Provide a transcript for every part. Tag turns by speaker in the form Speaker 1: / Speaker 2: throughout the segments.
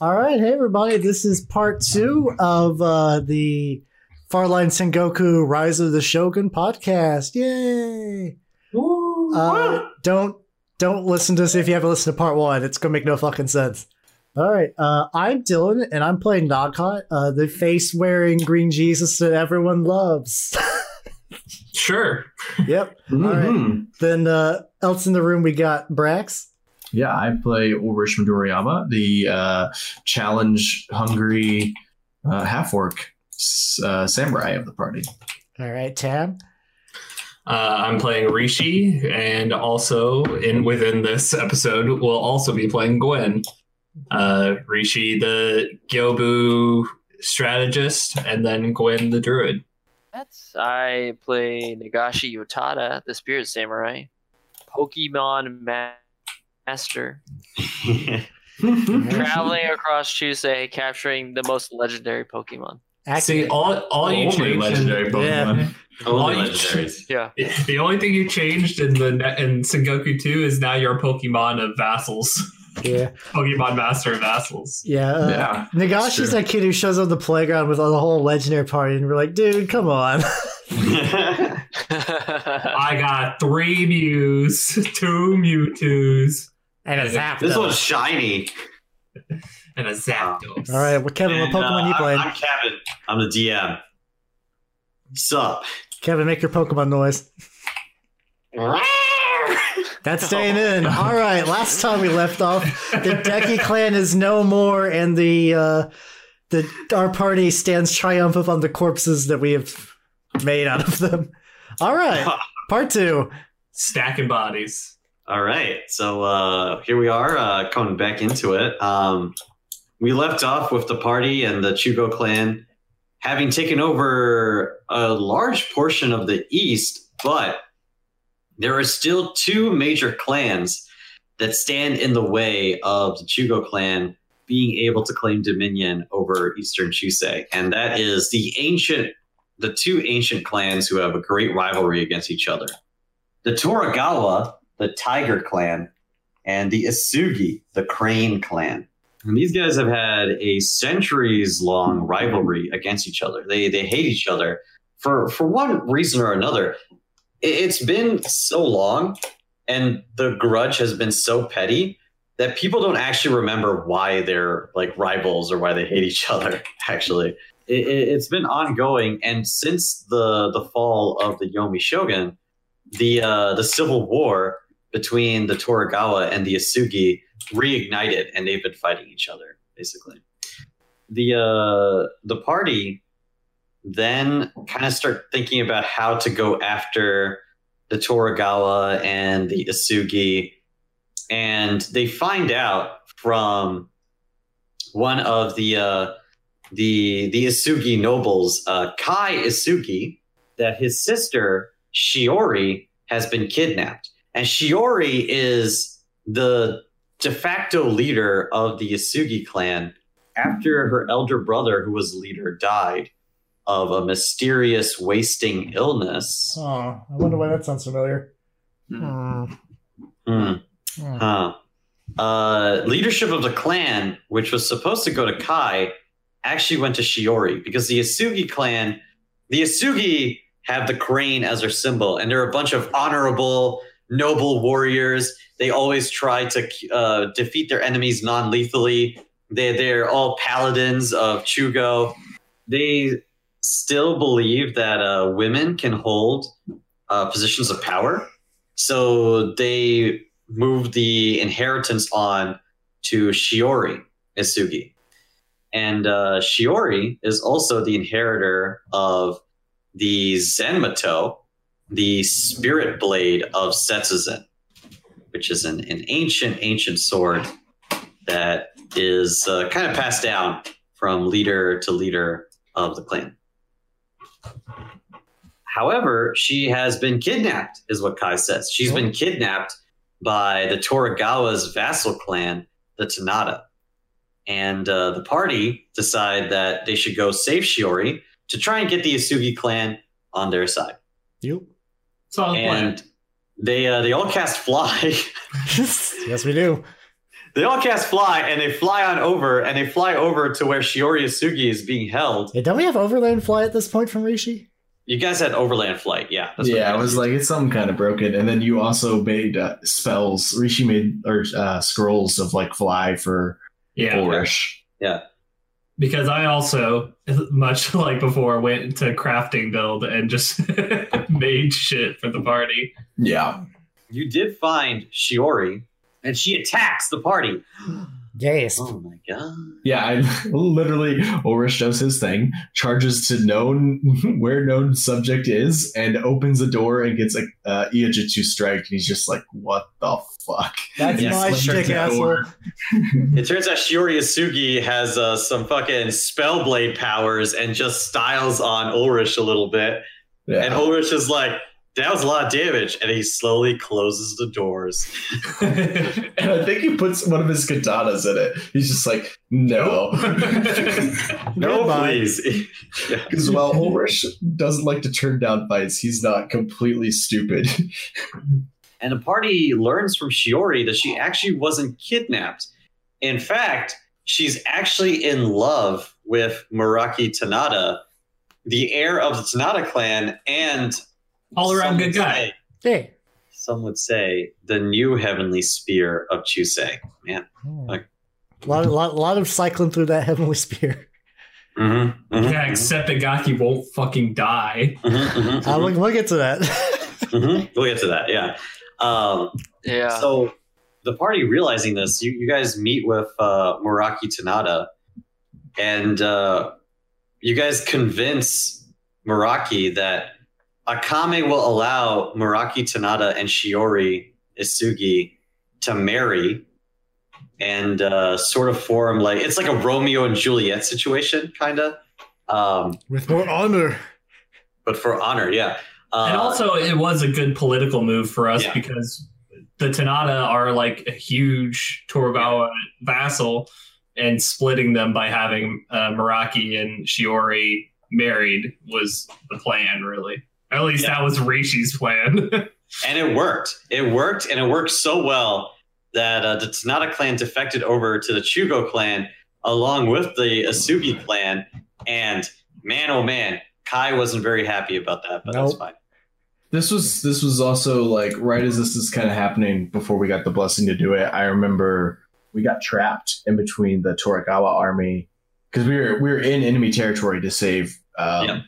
Speaker 1: All right, hey everybody, this is part two of uh, the Farline Sengoku Rise of the Shogun podcast. Yay! Uh, don't don't listen to this if you haven't listened to part one. It's gonna make no fucking sense. All right, uh, I'm Dylan, and I'm playing Nogcot, uh, the face wearing green Jesus that everyone loves.
Speaker 2: Sure.
Speaker 1: yep. Then uh, else in the room we got Brax.
Speaker 3: Yeah, I play Ulrich Midoriyama, the uh, challenge hungry uh, half orc uh, samurai of the party.
Speaker 1: All right, Tam.
Speaker 2: Uh, I'm playing Rishi, and also in within this episode, we'll also be playing Gwen. Uh, Rishi, the Gyobu strategist, and then Gwen, the druid.
Speaker 4: That's I play Nagashi Yotada, the Spirit Samurai, Pokemon Ma- Master,
Speaker 3: Mm-hmm.
Speaker 4: traveling across Chusei, capturing the most legendary Pokemon.
Speaker 2: See, all all you
Speaker 3: Only
Speaker 2: changed
Speaker 3: legendary
Speaker 2: in-
Speaker 3: Pokemon.
Speaker 2: All
Speaker 5: Only
Speaker 2: you-
Speaker 5: legendaries.
Speaker 4: Yeah,
Speaker 2: the only thing you changed in the ne- in Sengoku 2 is now your Pokemon of vassals.
Speaker 1: yeah,
Speaker 2: Pokemon Master of Vassals.
Speaker 1: yeah. uh,
Speaker 3: Yeah.
Speaker 1: Nagashi's
Speaker 3: Sure.
Speaker 1: that kid who shows up the playground with the whole legendary party, and we're like, dude, come on.
Speaker 2: I got three Mews, two Mewtwo's,
Speaker 1: And a zap.
Speaker 5: this
Speaker 1: though.
Speaker 5: one's shiny.
Speaker 2: and a Zapdos.
Speaker 1: All right, well, Kevin, what
Speaker 5: And,
Speaker 1: Pokemon
Speaker 5: uh,
Speaker 1: you
Speaker 5: I'm-
Speaker 1: playing?
Speaker 5: I'm, Kevin. I'm the DM. Sup?
Speaker 1: Kevin, make your Pokemon noise. That's staying in. All right, last time we left off, the Deki clan is no more, and the uh, the our party stands triumphant on the corpses that we have made out of them. All right, part two.
Speaker 2: Stacking bodies.
Speaker 5: All right. So uh, here we are uh, coming back into it. Um, we left off with the party and the Chugo clan having taken over a large portion of the east, but there are still two major clans that stand in the way of the Chugo clan being able to claim dominion over eastern Chusei. And that is the ancient, the two ancient clans who have a great rivalry against each other. The Toragawa, the Tiger Clan, and the Isugi, the Crane Clan. And these guys have had a centuries long rivalry against each other. They, they hate each other for, for one reason or another. It, it's been so long, and the grudge has been so petty that people don't actually remember why they're like rivals or why they hate each other, actually. It, it, it's been ongoing, and since the, the fall of the Yomi Shogun, the uh, the civil war between the Tokugawa and the Asugi reignited, and they've been fighting each other basically. The uh, the party then kind of start thinking about how to go after the Tokugawa and the Asugi, and they find out from one of the uh, the the Asugi nobles, uh, Kai Asugi, that his sister Shiori has been kidnapped. And Shiori is the de facto leader of the Yasugi clan after her elder brother, who was leader, died of a mysterious wasting illness.
Speaker 1: Oh, I wonder why that sounds familiar.
Speaker 5: Hmm. Huh. Uh, leadership of the clan, which was supposed to go to Kai, actually went to Shiori because the Asugi clan, the Asugi have the crane as their symbol, and they're a bunch of honorable, noble warriors. They always try to uh, defeat their enemies non lethally. They, they're all paladins of Chugo. They still believe that uh, women can hold uh, positions of power. So they move the inheritance on to Shiori Isugi. And uh, Shiori is also the inheritor of the Zenmato, the spirit blade of Setsuzen, which is an, an ancient, ancient sword that is uh, kind of passed down from leader to leader of the clan. However, she has been kidnapped, is what Kai says. She's been kidnapped by the Toragawa's vassal clan, the Tanada. And uh, the party decide that they should go save Shiori to try and get the Asugi clan on their side.
Speaker 1: You?
Speaker 2: Solid plan.
Speaker 5: And they uh, they all cast fly.
Speaker 1: yes, we do.
Speaker 5: They all cast fly and they fly on over and they fly over to where Shiori Yasugi is being held.
Speaker 1: Yeah, don't we have overland fly at this point from Rishi?
Speaker 5: You guys had overland flight, yeah. what
Speaker 3: yeah, I
Speaker 5: we
Speaker 3: was like, it's some kind of broken. And then you also made uh, spells. Rishi made or uh, scrolls of like fly for
Speaker 2: Yeah.
Speaker 3: Ulrich.
Speaker 2: because I also, much like before, went into crafting build and just made shit for the party.
Speaker 3: Yeah.
Speaker 5: You did find Shiori and she attacks the party.
Speaker 1: Yes.
Speaker 5: Oh my god.
Speaker 3: Yeah, I literally Ulrich does his thing, charges to known where known subject is, and opens the door and gets a uh, Iojitsu strike, and he's just like, "What the fuck?"
Speaker 1: That's
Speaker 5: Yeah,
Speaker 1: my
Speaker 3: slasher
Speaker 1: shtick,
Speaker 3: to
Speaker 1: asshole.
Speaker 3: door.
Speaker 5: It turns out Shiori Yasugi has uh, some fucking spellblade powers and just styles on Ulrich a little bit.
Speaker 3: Yeah.
Speaker 5: And Ulrich is like, that was a lot of damage. And he slowly closes the doors.
Speaker 3: And I think he puts one of his katanas in it. He's just like, no.
Speaker 5: No,
Speaker 1: Goodbye.
Speaker 5: please.
Speaker 3: Because while Ulrich doesn't like to turn down fights, he's not completely stupid.
Speaker 5: And the party learns from Shiori that she actually wasn't kidnapped. In fact, she's actually in love with Maraki Tanada, the heir of the Tanada clan, and
Speaker 2: All around
Speaker 5: some
Speaker 2: good
Speaker 5: would
Speaker 2: guy.
Speaker 5: say-
Speaker 1: Hey.
Speaker 5: some would say the new heavenly spear of Chusei.
Speaker 1: A
Speaker 5: Like-
Speaker 1: lot, lot, lot of cycling through that heavenly spear.
Speaker 5: Mm-hmm,
Speaker 2: Yeah, except that Gaki won't fucking die.
Speaker 5: Mm-hmm.
Speaker 1: Uh, we'll, we'll get to that.
Speaker 5: We'll get to that. Yeah. Um,
Speaker 4: Yeah.
Speaker 5: So the party realizing this, you, you guys meet with uh, Muraki Tanada, and uh, you guys convince Muraki that Akame will allow Muraki Tanada and Shiori Isugi to marry and uh, sort of form like it's like a Romeo and Juliet situation, kind of. Um,
Speaker 1: With more honor.
Speaker 5: but for honor, yeah. Uh,
Speaker 2: and also, it was a good political move for us
Speaker 5: Yeah.
Speaker 2: because the Tanada are like a huge Torugawa vassal, and splitting them by having uh, Meraki and Shiori married was the plan, really. At least
Speaker 5: Yeah.
Speaker 2: that was Rishi's plan.
Speaker 5: And it worked. It worked, and it worked so well that uh, the Tanada clan defected over to the Chugo clan along with the Asugi clan. And man, oh man, Kai wasn't very happy about that, but that's
Speaker 1: Nope.
Speaker 5: fine.
Speaker 3: This was this was also like right as this is kind of happening before we got the blessing to do it. I remember we got trapped in between the Toragawa army because we were we were in enemy territory to save um,
Speaker 5: Yeah.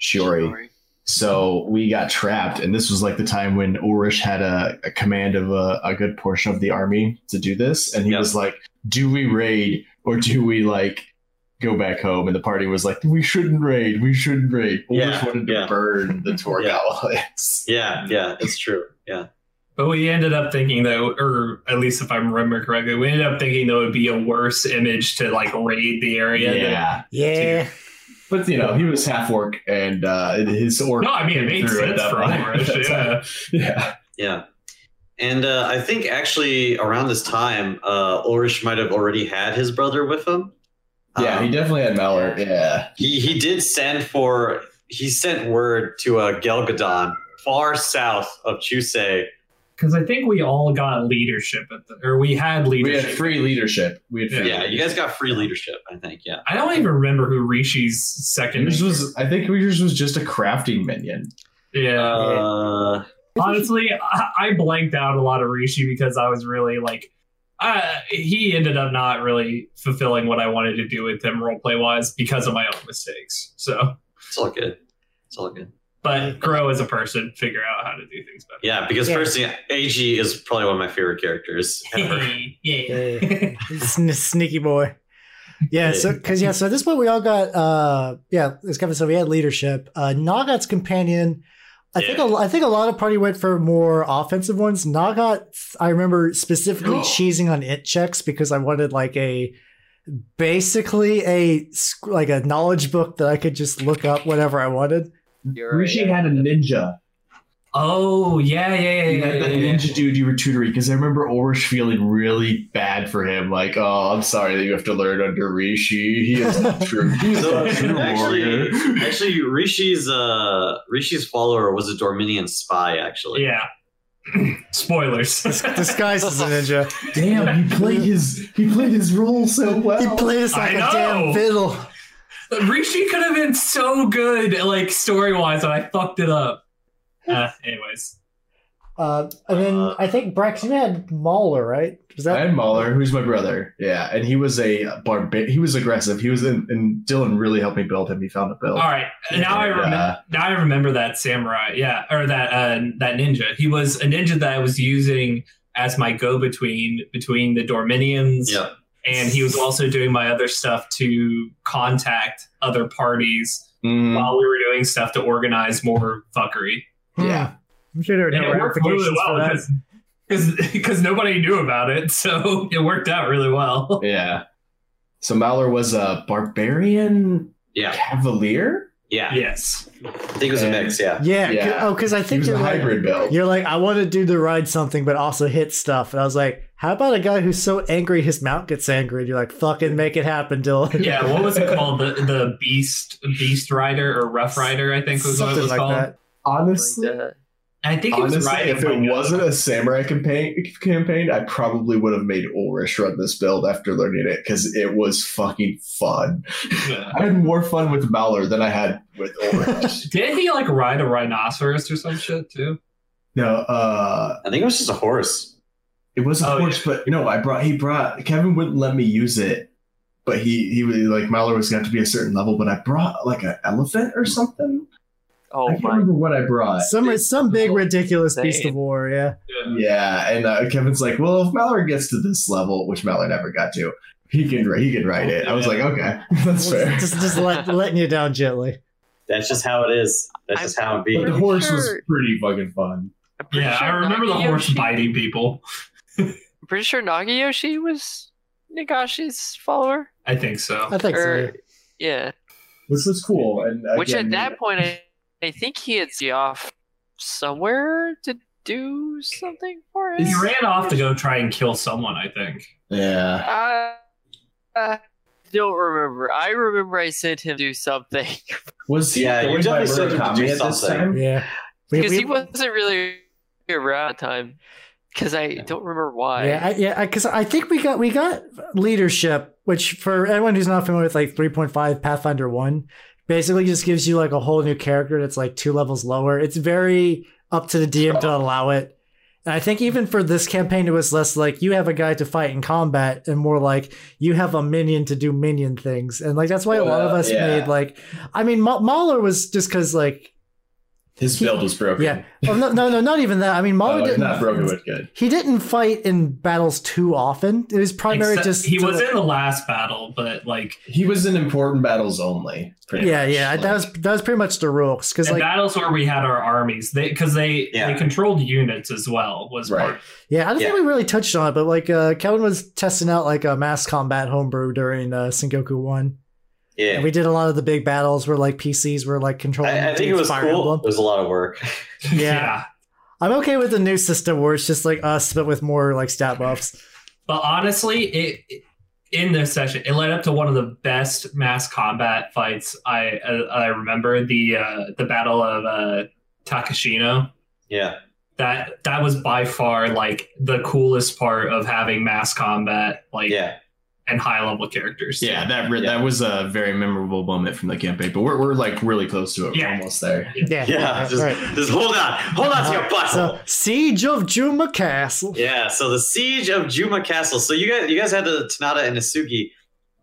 Speaker 3: Shiori. So we got trapped, and this was like the time when Ulrich had a, a command of a, a good portion of the army to do this, and he
Speaker 5: Yeah.
Speaker 3: was like, "Do we raid or do we like go back home?" And the party was like, "We shouldn't raid. We shouldn't raid." Ulrich
Speaker 5: Yeah,
Speaker 3: wanted to
Speaker 5: yeah.
Speaker 3: burn the Torgal lands.
Speaker 5: Yeah, yeah, it's true. Yeah.
Speaker 2: But we ended up thinking that, or at least if I remember correctly, we ended up thinking that would be a worse image to like raid the area. than-
Speaker 3: Yeah.
Speaker 1: Yeah.
Speaker 3: but you know he was half orc, and uh, his orc.
Speaker 2: No, I mean it
Speaker 3: came
Speaker 2: made
Speaker 3: through at
Speaker 2: sense
Speaker 3: that
Speaker 2: for
Speaker 3: point.
Speaker 2: Ulrich. Yeah.
Speaker 3: yeah.
Speaker 5: Yeah. And uh, I think actually around this time, uh, Ulrich might have already had his brother with him.
Speaker 3: Yeah,
Speaker 5: Um,
Speaker 3: he definitely had Malor. Yeah,
Speaker 5: He he did send for he sent word to uh, Gelgadon, far south of Chusei.
Speaker 2: Because I think we all got leadership, at the, or we had
Speaker 3: we
Speaker 2: leadership.
Speaker 3: had free leadership. We had free
Speaker 5: Yeah, you guys got free leadership, I think. Yeah.
Speaker 2: I don't even remember who Rishi's second.
Speaker 3: Yours
Speaker 2: name
Speaker 3: was, I think, yours was just a crafting minion.
Speaker 2: yeah.
Speaker 5: Uh,
Speaker 2: Honestly, I, I blanked out a lot of Rishi because I was really like, uh, he ended up not really fulfilling what I wanted to do with him roleplay wise because of my own mistakes. So,
Speaker 5: it's all good. It's all good.
Speaker 2: but grow as a person, figure out how to do things better.
Speaker 5: Yeah, because
Speaker 1: Yeah.
Speaker 5: personally, AG is probably one of my favorite characters ever.
Speaker 1: Yeah. Sn- sneaky boy. Yeah, so because yeah, so at this point we all got uh yeah, as Kevin said, we had leadership. Uh Nagat's companion. I think a, I think a lot of party went for more offensive ones. Nagat, I remember specifically cheesing on it checks because I wanted like a basically a sc- like a knowledge book that I could just look up whatever I wanted.
Speaker 4: You're right, yeah.
Speaker 3: had a ninja.
Speaker 2: Oh yeah, yeah,
Speaker 3: He
Speaker 2: yeah, yeah,
Speaker 3: had that
Speaker 2: yeah, yeah.
Speaker 3: ninja dude you were tutoring because I remember Ulrich feeling really bad for him. Like, oh, I'm sorry that you have to learn under Rishi. He is not true. He's
Speaker 5: So
Speaker 3: not true warrior.
Speaker 5: actually, actually, Rishi's uh, Rishi's follower was a Dorminian spy. Actually,
Speaker 2: Yeah. Spoilers.
Speaker 1: Disguised as a ninja.
Speaker 3: Damn, he played his he played his role so well.
Speaker 1: He plays like
Speaker 2: I
Speaker 1: a
Speaker 2: know.
Speaker 1: damn fiddle.
Speaker 2: Rishi could have been so good, like story wise, and I fucked it up. Uh, anyways,
Speaker 1: Uh, and then
Speaker 5: Uh,
Speaker 1: I think Brax, you had Mauler, right? Was
Speaker 3: I
Speaker 1: that
Speaker 3: had Mahler, who's my brother. Yeah, and he was a barbar. He was aggressive. He was, in, and Dylan really helped me build him. He found a build.
Speaker 2: all right. Now I remember.
Speaker 3: Yeah.
Speaker 2: Now I remember that samurai. Yeah, or that uh, that ninja. He was a ninja that I was using as my go between between the Dorminions.
Speaker 5: Yeah.
Speaker 2: And he was also doing my other stuff to contact other parties
Speaker 3: Mm,
Speaker 2: while we were doing stuff to organize more fuckery.
Speaker 3: Yeah.
Speaker 1: I'm sure there were
Speaker 2: And
Speaker 1: no
Speaker 2: it worked really
Speaker 1: ramifications for
Speaker 2: well
Speaker 1: that.
Speaker 2: because nobody knew about it, so it worked out really well.
Speaker 3: yeah. So Mahler was a barbarian
Speaker 5: Yeah.
Speaker 3: cavalier.
Speaker 5: Yeah.
Speaker 2: Yes.
Speaker 5: I think it was a mix. Yeah.
Speaker 1: Yeah.
Speaker 3: Yeah.
Speaker 1: 'cause- Oh, because I
Speaker 3: He
Speaker 1: think
Speaker 3: was
Speaker 1: you're
Speaker 3: a
Speaker 1: like,
Speaker 3: hybrid build.
Speaker 1: you're like, I want to do the ride something, but also hit stuff. And I was like, how about a guy who's so angry his mount gets angry? And you're like, fucking make it happen, Dylan.
Speaker 2: Yeah. What was it called? The the beast beast rider or rough rider? I think was what it
Speaker 1: Something
Speaker 2: was
Speaker 1: like
Speaker 2: called.
Speaker 1: that.
Speaker 3: Honestly,
Speaker 4: Like, uh,
Speaker 2: I think it was
Speaker 3: honestly,
Speaker 2: right.
Speaker 3: if it wasn't a samurai campaign, campaign, I probably would have made Ulrich run this build after learning it because it was fucking fun. I had more fun with Mahler than I had with Ulrich.
Speaker 2: Did he like ride a rhinoceros or some shit too?
Speaker 3: no, uh,
Speaker 5: I think it was just a horse.
Speaker 3: It was a
Speaker 2: Oh,
Speaker 3: horse, but no, I brought he brought Kevin wouldn't let me use it, but he he was like Mallor was gonna have to be a certain level, but I brought like an elephant or something. I
Speaker 4: oh
Speaker 3: can't
Speaker 4: my.
Speaker 3: remember what I brought.
Speaker 1: Some some big ridiculous beast
Speaker 4: Insane.
Speaker 1: of war, yeah.
Speaker 3: Yeah, and uh, Kevin's like, well, if Mallor gets to this level, which Mallor never got to, he can he can ride it. I was like, okay, that's fair.
Speaker 1: Just just let, letting you down gently.
Speaker 5: That's just how it is. That's
Speaker 4: I'm-
Speaker 5: just how it
Speaker 3: But
Speaker 5: be.
Speaker 3: the horse was
Speaker 4: Sure.
Speaker 3: pretty fucking fun.
Speaker 4: I'm pretty
Speaker 2: Yeah, I
Speaker 4: sure
Speaker 2: remember the
Speaker 4: Nagayoshi-
Speaker 2: horse biting people.
Speaker 4: I'm pretty sure Nagayoshi was Nagashi's follower.
Speaker 2: I think so.
Speaker 1: I think so.
Speaker 4: Or, yeah.
Speaker 3: Which was cool, and
Speaker 4: Which at
Speaker 3: again,
Speaker 4: that point, I, I think he had Z off somewhere to do something for him.
Speaker 2: He ran off to go try and kill someone. I think.
Speaker 3: yeah,
Speaker 4: I uh, don't remember. I remember I sent him to do something
Speaker 3: was he
Speaker 5: Yeah, you
Speaker 3: annoyed by
Speaker 5: definitely said you could do
Speaker 3: Murakami at this
Speaker 5: something.
Speaker 1: Yeah.
Speaker 3: time?
Speaker 1: Yeah. We-
Speaker 4: because
Speaker 1: we-
Speaker 4: he wasn't really around at the time. Because I don't remember why.
Speaker 1: Yeah, I, yeah, because I think we got we got leadership, which for anyone who's not familiar with like 3.5 Pathfinder One, basically just gives you like a whole new character that's like two levels lower. It's very up to the DM to allow it. And I think even for this campaign, it was less like you have a guy to fight in combat, and more like you have a minion to do minion things. And like that's why a lot of
Speaker 3: Well,
Speaker 1: us
Speaker 3: yeah.
Speaker 1: made like, I mean, Ma- Mahler was just because like,
Speaker 3: His build was broken.
Speaker 1: yeah, oh, no, no, no, not even that. I mean, Mahler
Speaker 3: Oh,
Speaker 1: didn't
Speaker 3: not broken, but good.
Speaker 1: he didn't fight in battles too often. It was primarily
Speaker 2: Except-
Speaker 1: just
Speaker 2: he
Speaker 1: to
Speaker 2: was
Speaker 1: the-
Speaker 2: in the last battle, but like
Speaker 3: He was in important battles only. pretty
Speaker 1: yeah,
Speaker 3: much.
Speaker 1: yeah. That was that was pretty much the rules because
Speaker 2: and
Speaker 1: like
Speaker 2: battles where we had our armies, they because they
Speaker 5: Yeah.
Speaker 2: they controlled units as well was
Speaker 3: Right.
Speaker 2: part.
Speaker 1: yeah, I don't
Speaker 5: yeah.
Speaker 1: think we really touched on it, but like uh, Kevin was testing out like a mass combat homebrew during uh, Sengoku One, and
Speaker 5: Yeah.
Speaker 1: we did a lot of the big battles where like PCs were like controlling.
Speaker 5: I, I think it was
Speaker 1: Fire
Speaker 5: cool.
Speaker 1: Emblem.
Speaker 5: It was a lot of work.
Speaker 1: Yeah. I'm okay with the new system where it's just like us but with more like stat buffs.
Speaker 2: But honestly, it in this session, it led up to one of the best mass combat fights I uh, I remember the uh, the battle of uh, Takashino.
Speaker 5: Yeah.
Speaker 2: That that was by far like the coolest part of having mass combat, like
Speaker 5: Yeah.
Speaker 2: and high level characters.
Speaker 3: Yeah, that re-
Speaker 5: Yeah.
Speaker 3: that was a very memorable moment from the campaign, but we're, we're like really close to it. We're
Speaker 2: Yeah.
Speaker 3: almost there.
Speaker 1: Yeah,
Speaker 5: Yeah. Just,
Speaker 1: right. Uh, Uh-huh.
Speaker 5: just hold on. Hold on to your butt.
Speaker 1: So Siege of Juma Castle.
Speaker 5: Yeah, so the siege of Juma Castle. So you guys, you guys had the Tanada and Isugi,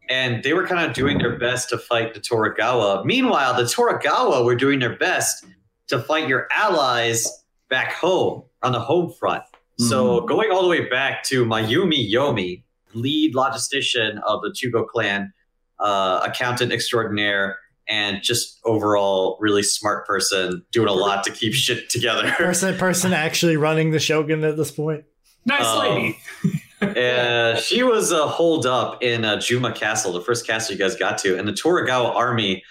Speaker 5: and they were kind of doing their best to fight the Toragawa. Meanwhile, the Toragawa were doing their best to fight your allies back home on the home front. So going all the way back to Mayumi Yomi, lead logistician of the Chugo clan, uh, accountant extraordinaire, and just overall really smart person, doing a lot to keep shit together.
Speaker 1: Person, person actually running the Shogun at this point.
Speaker 2: nice
Speaker 5: Um,
Speaker 2: lady.
Speaker 5: Uh, she was uh, holed up in uh, Juma Castle, the first castle you guys got to, and the Toragawa army.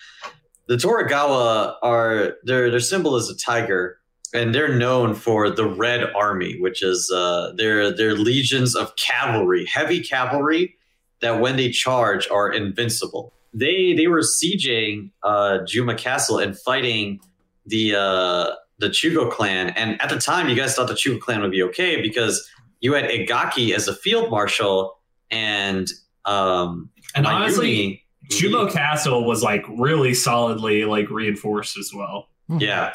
Speaker 5: The Toragawa are their their symbol is a tiger, and they're known for the Red Army, which is uh, their their legions of cavalry, heavy cavalry that when they charge are invincible. They they were sieging uh, Juma Castle and fighting the uh, the Chugo clan. And at the time, you guys thought the Chugo clan would be okay because you had Igaki as a field marshal and um,
Speaker 2: And
Speaker 5: Mayumi-
Speaker 2: honestly, Chubo Castle was like really solidly like reinforced as well.
Speaker 5: Yeah.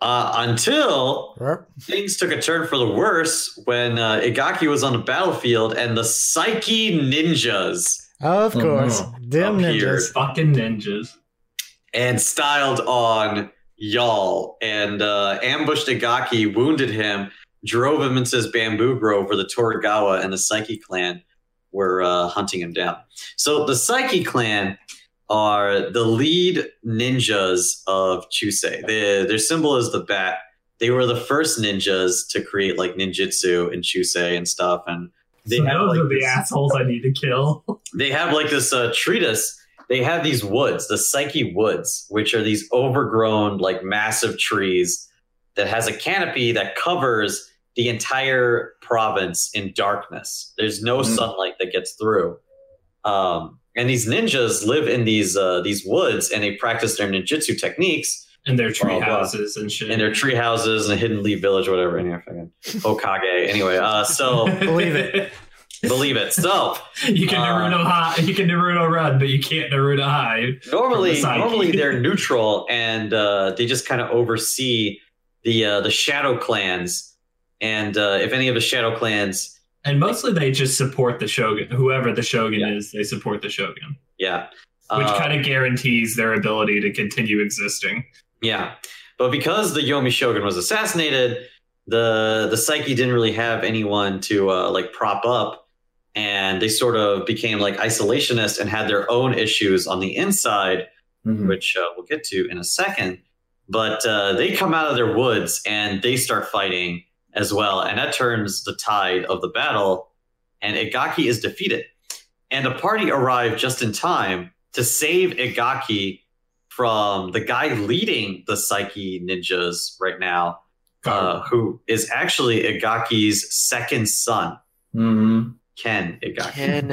Speaker 5: Uh, until
Speaker 1: Rup.
Speaker 5: things took a turn for the worse when uh, Igaki was on the battlefield and the Psyche Ninjas
Speaker 1: Of
Speaker 3: Oh,
Speaker 1: course. Them
Speaker 5: Up here.
Speaker 1: ninjas.
Speaker 2: Fucking ninjas.
Speaker 5: and styled on Y'all and uh, ambushed Igaki, wounded him, drove him into his bamboo grove where the Tokugawa and the Psyche clan were uh, hunting him down. So the Psyche clan are the lead ninjas of Chusei. They, their symbol is the bat. They were the first ninjas to create like ninjutsu and Chusei and stuff. And they
Speaker 2: so
Speaker 5: have,
Speaker 2: those
Speaker 5: like,
Speaker 2: are the
Speaker 5: this-
Speaker 2: assholes I need to kill.
Speaker 5: they have like this uh, treatise. They have these woods, the Psyche Woods, which are these overgrown, like massive trees that has a canopy that covers the entire province in darkness. There's no
Speaker 3: Mm.
Speaker 5: sunlight that gets through. Um, and these ninjas live in these uh, these woods and they practice their ninjutsu techniques
Speaker 2: And their tree
Speaker 5: Well, well.
Speaker 2: houses and shit.
Speaker 5: in Oh, their tree houses and hidden leaf village, whatever. Anyway, fucking Okage. Anyway, uh, so
Speaker 1: Believe it.
Speaker 5: believe it. So
Speaker 2: You can
Speaker 5: Uh,
Speaker 2: Naruto high. You can Naruto run, but you can't Naruto high. From
Speaker 5: normally
Speaker 2: the psyche.
Speaker 5: normally they're neutral and uh, they just kind of oversee the uh, the shadow clans and uh, if any of the shadow clans
Speaker 2: And mostly they just support the shogun. Whoever the shogun
Speaker 5: Yeah.
Speaker 2: is, they support the shogun,
Speaker 5: yeah
Speaker 2: which
Speaker 5: Uh,
Speaker 2: kind of guarantees their ability to continue existing.
Speaker 5: yeah but because the yomi shogun was assassinated the the psyche didn't really have anyone to uh, like prop up and they sort of became like isolationist and had their own issues on the inside
Speaker 3: Mhm.
Speaker 5: which uh, we'll get to in a second. But uh, they come out of their woods and they start fighting as well. And that turns the tide of the battle. And Igaki is defeated. And the party arrived just in time to save Igaki from the guy leading the Psyche ninjas right now, uh, who is actually Igaki's second son,
Speaker 3: Mhm.
Speaker 5: Ken Igaki.
Speaker 4: Ken.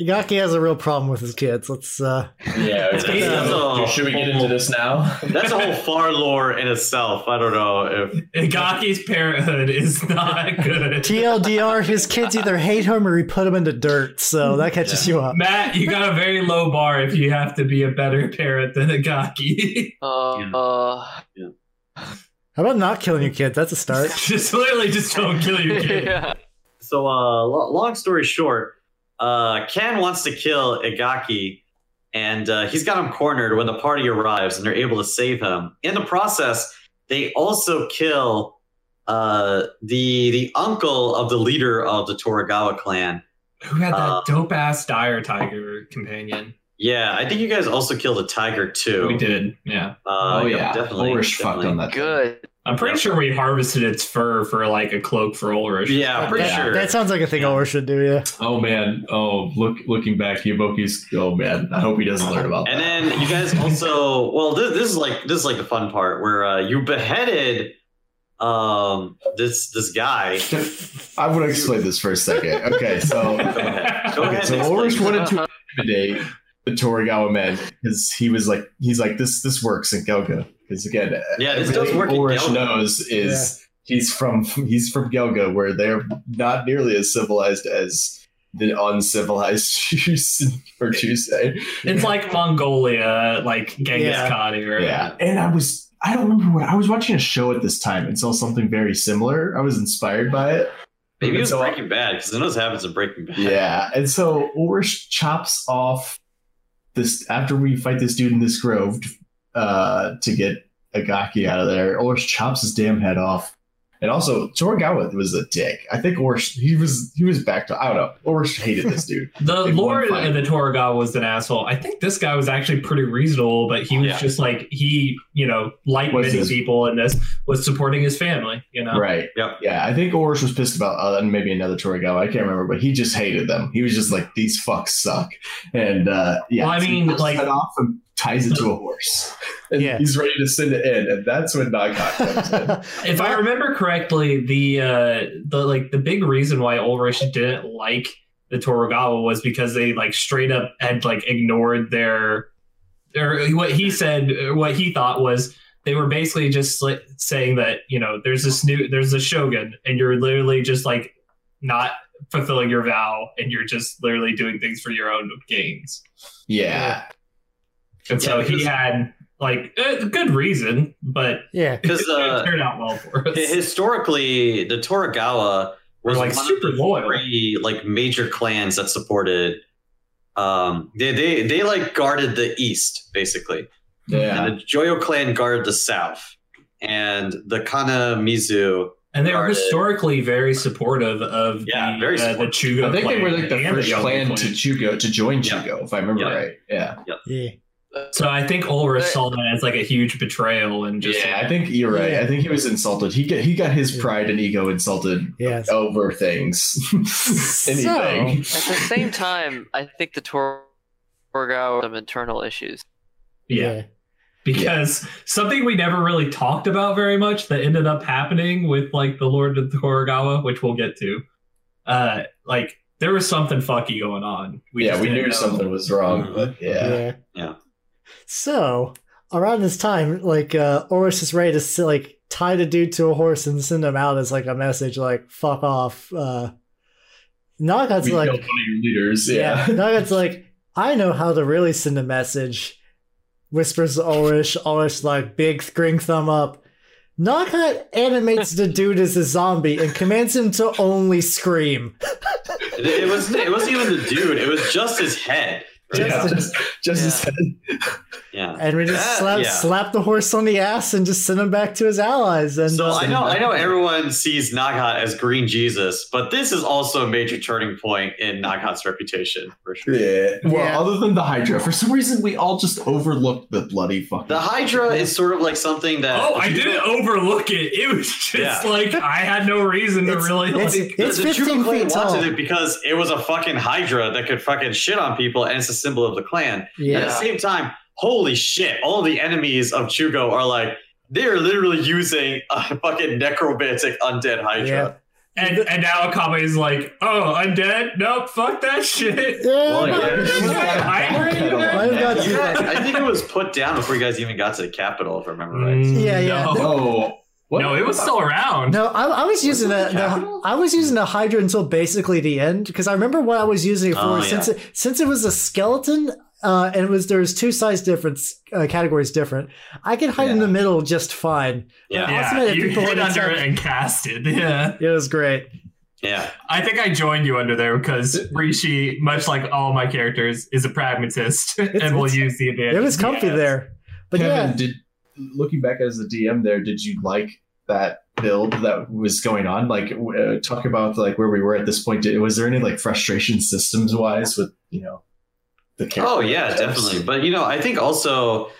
Speaker 1: Igaki has a real problem with his kids. Let's uh
Speaker 3: Yeah.
Speaker 5: That's
Speaker 3: okay.
Speaker 5: a-
Speaker 3: Should we get into this now?
Speaker 5: That's a whole far lore in itself. I don't know if
Speaker 2: Igaki's parenthood is not good.
Speaker 1: TLDR, his kids either hate him or he put him into dirt, so that catches you up.
Speaker 2: Matt, you got a very low bar if you have to be a better parent than Igaki.
Speaker 4: Uh,
Speaker 5: Yeah.
Speaker 4: uh,
Speaker 1: How about not killing your kids? That's a start.
Speaker 2: just literally, just don't kill your kid.
Speaker 4: yeah.
Speaker 5: So, uh, lo- long story short, uh, Ken wants to kill Igaki, and uh, he's got him cornered when the party arrives, and they're able to save him. In the process, they also kill uh, the the uncle of the leader of the Torugawa clan.
Speaker 2: Who had that
Speaker 5: Uh,
Speaker 2: dope ass dire tiger companion?
Speaker 5: Yeah, I think you guys also killed a tiger too.
Speaker 2: We did, yeah.
Speaker 5: Uh,
Speaker 3: oh
Speaker 5: yep,
Speaker 3: yeah,
Speaker 5: definitely.
Speaker 3: Ulrich fucked
Speaker 5: definitely.
Speaker 3: on that.
Speaker 4: Good.
Speaker 2: I'm pretty sure we harvested its fur for like a cloak for Ulrich.
Speaker 5: Yeah, I'm pretty
Speaker 1: that,
Speaker 5: sure.
Speaker 1: that sounds like a thing Ulrich should do, yeah.
Speaker 3: Oh man. Oh look, looking back, Yaboki's. Oh man. I hope he doesn't learn about
Speaker 5: And
Speaker 3: that.
Speaker 5: then you guys also well this, this is like this is like the fun part where uh, you beheaded um this this guy.
Speaker 3: I want to explain this for a second. Okay, so
Speaker 5: Go
Speaker 3: okay,
Speaker 5: ahead.
Speaker 3: so Ulrich wanted
Speaker 4: Uh,
Speaker 3: to intimidate the Torigawa men because he was like, he's like, this this works in Gelga because again,
Speaker 5: Yeah, this
Speaker 3: everything
Speaker 5: does work in
Speaker 3: Ulrich
Speaker 5: Gelga.
Speaker 3: knows is he's from he's from Gelga where they're not nearly as civilized as the uncivilized Jews for Tuesday.
Speaker 2: It's like Mongolia, like Genghis
Speaker 1: Yeah.
Speaker 2: Khan era.
Speaker 3: Yeah, and I was. I don't remember what I was watching a show at this time and saw something very similar. I was inspired by it.
Speaker 5: Maybe it was
Speaker 3: So-
Speaker 5: Breaking Bad because I know this happens in Breaking Bad.
Speaker 3: Yeah, and so Ulrich chops off this after we fight this dude in this grove uh, to get Agaki out of there. Ulrich chops his damn head off, and also Torigawa was a dick. I think Ulrich he was he was back to I don't know. Ulrich hated this dude.
Speaker 2: The
Speaker 3: In one
Speaker 2: lord
Speaker 3: fight.
Speaker 2: of the Torugawa was an asshole. I think this guy was actually pretty reasonable, but he was
Speaker 5: Yeah.
Speaker 2: just like he, you know, like
Speaker 3: Was
Speaker 2: many
Speaker 3: his-
Speaker 2: people in this, was supporting his family. You know,
Speaker 3: Right?
Speaker 5: Yep.
Speaker 3: Yeah, I think Ulrich was pissed about uh, and maybe another Torigawa. I can't remember, but he just hated them. He was just like these fucks suck, and uh, yeah.
Speaker 2: Well, I
Speaker 3: so he
Speaker 2: mean,
Speaker 3: cuts his
Speaker 2: like-
Speaker 3: head off and ties it to a horse, and
Speaker 1: Yeah.
Speaker 3: he's ready to send it in, and that's when Naga comes in.
Speaker 2: if I remember correctly, the uh, the like the big reason why Ulrich didn't like the Torugawa was because they like straight up had like ignored their or what he said or what he thought was they were basically just like saying that you know there's this new there's a shogun and you're literally just like not fulfilling your vow and you're just literally doing things for your own gains
Speaker 3: Yeah.
Speaker 2: and so
Speaker 5: Yeah,
Speaker 2: he
Speaker 5: because-
Speaker 2: had like a good reason but
Speaker 1: Yeah.
Speaker 5: Because,
Speaker 2: it
Speaker 5: uh,
Speaker 2: turned out well for us
Speaker 5: Hi- Historically, the Toragawa
Speaker 2: We're,
Speaker 5: was
Speaker 2: like,
Speaker 5: one
Speaker 2: super
Speaker 5: of the
Speaker 2: loyal.
Speaker 5: three like major clans that supported. Um, they they they like guarded the east basically,
Speaker 3: Yeah.
Speaker 5: and the Joyo clan guarded the south, and the Kana Mizu.
Speaker 2: and they were
Speaker 5: started-
Speaker 2: historically very supportive of
Speaker 5: Yeah,
Speaker 2: the,
Speaker 5: very
Speaker 2: uh, the Chugo
Speaker 3: I think they were like the
Speaker 2: and
Speaker 3: first
Speaker 2: Yogi
Speaker 3: clan to Chugo to join
Speaker 5: Yeah.
Speaker 3: Chugo, if I remember
Speaker 5: Yeah.
Speaker 3: right. Yeah.
Speaker 1: Yeah.
Speaker 2: So I think Ulrich saw that as like a huge betrayal and just
Speaker 3: yeah, I think you're right.
Speaker 1: Yeah.
Speaker 3: I think he was insulted. He got, he got his
Speaker 1: Yeah.
Speaker 3: pride and ego insulted
Speaker 1: Yes.
Speaker 3: over things. Anything.
Speaker 4: At the same time, I think the Tor- Torgau had some internal issues.
Speaker 2: yeah. Because something we never really talked about very much that ended up happening with like the Lord of the Toragawa, which we'll get to. Uh like there was something fucky going on.
Speaker 3: yeah,
Speaker 2: just
Speaker 3: we
Speaker 2: didn't
Speaker 3: knew
Speaker 2: know.
Speaker 3: something was wrong, but yeah.
Speaker 1: Yeah.
Speaker 5: Yeah.
Speaker 1: So around this time, like uh Oris is ready to s- like tie the dude to a horse and send him out as like a message, like "fuck off." Uh Nagat's
Speaker 3: We
Speaker 1: like,
Speaker 3: killed one of your leaders.
Speaker 1: yeah.
Speaker 3: Yeah.
Speaker 1: Nagat's like, I know how to really send a message. Whispers to Ulrich. Ulrich like big screen thumb up. Nagat animates the dude as a zombie and commands him to only scream.
Speaker 5: It, it was it wasn't even the dude. It was just his head.
Speaker 2: Yeah.
Speaker 1: Just-
Speaker 3: Just, just as
Speaker 5: Yeah.
Speaker 1: and we just
Speaker 5: That-
Speaker 1: slap
Speaker 5: yeah.
Speaker 1: slap the horse on the ass and just send him back to his allies. And
Speaker 5: So
Speaker 1: uh,
Speaker 5: I know I know everyone sees Nagat as Green Jesus, but this is also a major turning point in Nagat's reputation for sure.
Speaker 3: Yeah. Well,
Speaker 1: Yeah.
Speaker 3: other than the Hydra, for some reason we all just overlooked the bloody fucking.
Speaker 5: The Hydra is sort of like something that
Speaker 2: Oh, I
Speaker 5: the
Speaker 2: didn't
Speaker 5: Jugo-
Speaker 2: overlook it. It was just
Speaker 5: Yeah.
Speaker 2: like I had no reason to
Speaker 1: It's-
Speaker 2: really
Speaker 1: it's-
Speaker 2: like
Speaker 5: the-
Speaker 1: it's
Speaker 5: the Jugo
Speaker 1: 15
Speaker 5: clan
Speaker 1: feet tall.
Speaker 5: wanted it because it was a fucking Hydra that could fucking shit on people, and it's a symbol of the clan. At the
Speaker 1: yeah,
Speaker 5: same time, holy shit, all the enemies of Chugo are like they're literally using a fucking necromantic undead
Speaker 1: yeah,
Speaker 5: Hydra.
Speaker 2: and, and now Akame is like, oh, undead? Nope, fuck that shit.
Speaker 1: yeah.
Speaker 5: Well, yeah.
Speaker 1: Why
Speaker 3: Oh,
Speaker 1: you gotta do
Speaker 5: You guys-
Speaker 1: that?
Speaker 5: I think it was put down before you guys even got to the capital, if I remember right.
Speaker 2: Mm,
Speaker 1: Yeah, yeah.
Speaker 2: No.
Speaker 3: Oh. What?
Speaker 2: No, it was still around.
Speaker 1: No, I, I was using
Speaker 5: it
Speaker 1: the,
Speaker 5: the
Speaker 1: the
Speaker 5: capital?
Speaker 1: I was using the Hydra until basically the end because I remember what I was using it for.
Speaker 5: Oh, yeah.
Speaker 1: Since it since it was a skeleton uh, and it was there was two size difference uh, categories different, I could hide in
Speaker 3: Yeah.
Speaker 1: the middle just fine.
Speaker 5: Yeah.
Speaker 1: Awesome
Speaker 2: Yeah,
Speaker 1: that
Speaker 2: you
Speaker 1: people
Speaker 2: hid
Speaker 1: would
Speaker 2: under
Speaker 1: attack.
Speaker 2: it and casted. Yeah,
Speaker 1: It was great.
Speaker 5: Yeah.
Speaker 2: I think I joined you under there because Rishi, much like all my characters, is a pragmatist and will
Speaker 1: it's-
Speaker 2: use the advantage.
Speaker 1: It was comfy
Speaker 2: Yes.
Speaker 1: there. But
Speaker 3: Kevin,
Speaker 1: yeah,
Speaker 3: did looking back as a DM there, did you like that build that was going on? Like, w- uh, talk about like where we were at this point. Did, was there any like frustration systems wise with you know the character?
Speaker 5: Oh yeah, definitely. But you know, I think also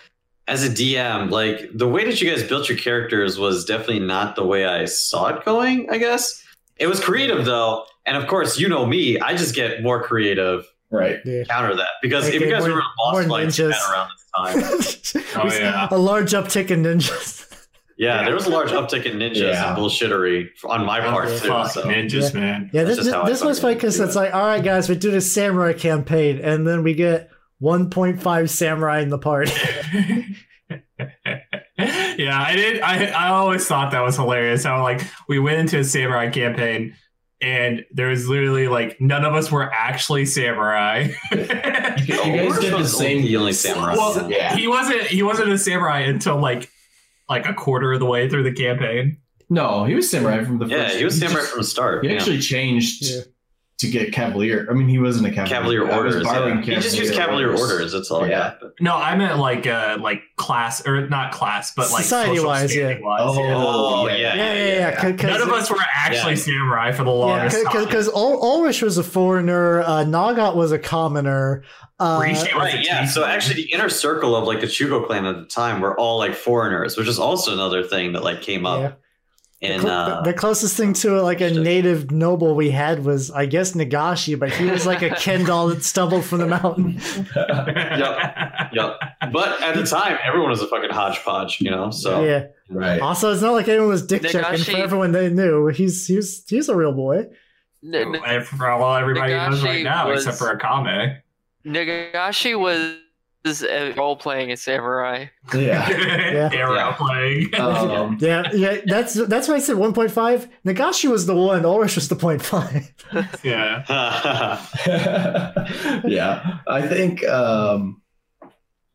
Speaker 5: as a DM, like the way that you guys built your characters was definitely not the way I saw it going, I guess. It was creative though, and of course, you know me, I just get more creative
Speaker 3: Right.
Speaker 1: yeah.
Speaker 5: counter that because
Speaker 1: Okay,
Speaker 5: if you guys
Speaker 1: more-
Speaker 5: were in a
Speaker 1: more
Speaker 5: boss fight
Speaker 1: ninjas.
Speaker 5: at around this time,
Speaker 2: Oh,
Speaker 1: We saw
Speaker 2: yeah.
Speaker 1: a large uptick in ninjas.
Speaker 5: yeah, there was a large uptick in ninjas
Speaker 3: Yeah.
Speaker 5: and bullshittery on my part
Speaker 1: yeah.
Speaker 5: too.
Speaker 2: Fuck
Speaker 5: So.
Speaker 2: ninjas, man.
Speaker 1: Yeah,
Speaker 5: That's
Speaker 1: this,
Speaker 5: just how I
Speaker 1: this was
Speaker 5: fucking
Speaker 1: fun because
Speaker 5: do
Speaker 1: it's
Speaker 5: it.
Speaker 1: like, all right, guys, we do the samurai campaign, and then we get 1.5 samurai in the party.
Speaker 2: yeah, I did. I I always thought that was hilarious. How like we went into a samurai campaign. And there was literally like none of us were actually samurai.
Speaker 3: You
Speaker 5: Oh,
Speaker 3: guys
Speaker 5: Orson
Speaker 3: did the
Speaker 5: was
Speaker 3: same.
Speaker 5: The only samurai.
Speaker 2: Well,
Speaker 3: Yeah.
Speaker 2: he wasn't he wasn't a samurai until like like a quarter of the way through the campaign.
Speaker 3: No, he was samurai from the
Speaker 5: yeah,
Speaker 3: first.
Speaker 5: he was samurai
Speaker 3: just-
Speaker 5: from the start.
Speaker 3: He
Speaker 5: yeah.
Speaker 3: actually changed
Speaker 1: Yeah.
Speaker 3: to get Cavalier. I mean, he wasn't a
Speaker 5: Cavalier
Speaker 3: Cavalier. I was
Speaker 5: orders.
Speaker 3: borrowing
Speaker 5: Yeah. He just used Cavalier orders. That's all.
Speaker 3: Yeah.
Speaker 5: Yeah.
Speaker 2: No, I meant like uh like class or not class, but like
Speaker 1: Society-wise,
Speaker 2: social standing wise,
Speaker 3: Oh,
Speaker 2: yeah.
Speaker 5: Oh, yeah.
Speaker 1: yeah, yeah, yeah.
Speaker 2: None of us were actually
Speaker 5: Yeah.
Speaker 2: samurai for the longest time.
Speaker 1: because Ulrich was a foreigner, uh, Nagat was a commoner. Uh,
Speaker 2: Rishi was a
Speaker 5: Right, yeah. So
Speaker 2: chieftain.
Speaker 5: actually, the inner circle of like the Chugo clan at the time were all like foreigners, which is also another thing that like came
Speaker 1: yeah.
Speaker 5: up. And
Speaker 1: the, cl-
Speaker 5: uh,
Speaker 1: the closest thing to like a
Speaker 5: shit.
Speaker 1: native noble we had was, I guess, Nagashi, but he was like a Kendall that stumbled from the mountain.
Speaker 5: yeah, but at the time, everyone was a fucking hodgepodge, you know. So
Speaker 1: yeah.
Speaker 3: Right.
Speaker 1: Also, it's not like anyone was dick checking for
Speaker 4: Nagashi-
Speaker 1: everyone they knew. He's he's he's a real boy.
Speaker 2: Oh,
Speaker 4: N- n-
Speaker 2: For all everybody knows
Speaker 4: Nagashi
Speaker 2: right now,
Speaker 4: was-
Speaker 2: except for Akame.
Speaker 4: Nagashi was This is uh, role playing a samurai.
Speaker 3: Yeah.
Speaker 2: Arrow
Speaker 5: Yeah.
Speaker 2: playing.
Speaker 3: Um,
Speaker 1: Yeah, yeah, that's that's why I said 1.5. Nagashi was the one, Ulrich was the 0.5.
Speaker 2: Yeah.
Speaker 3: yeah, I think um,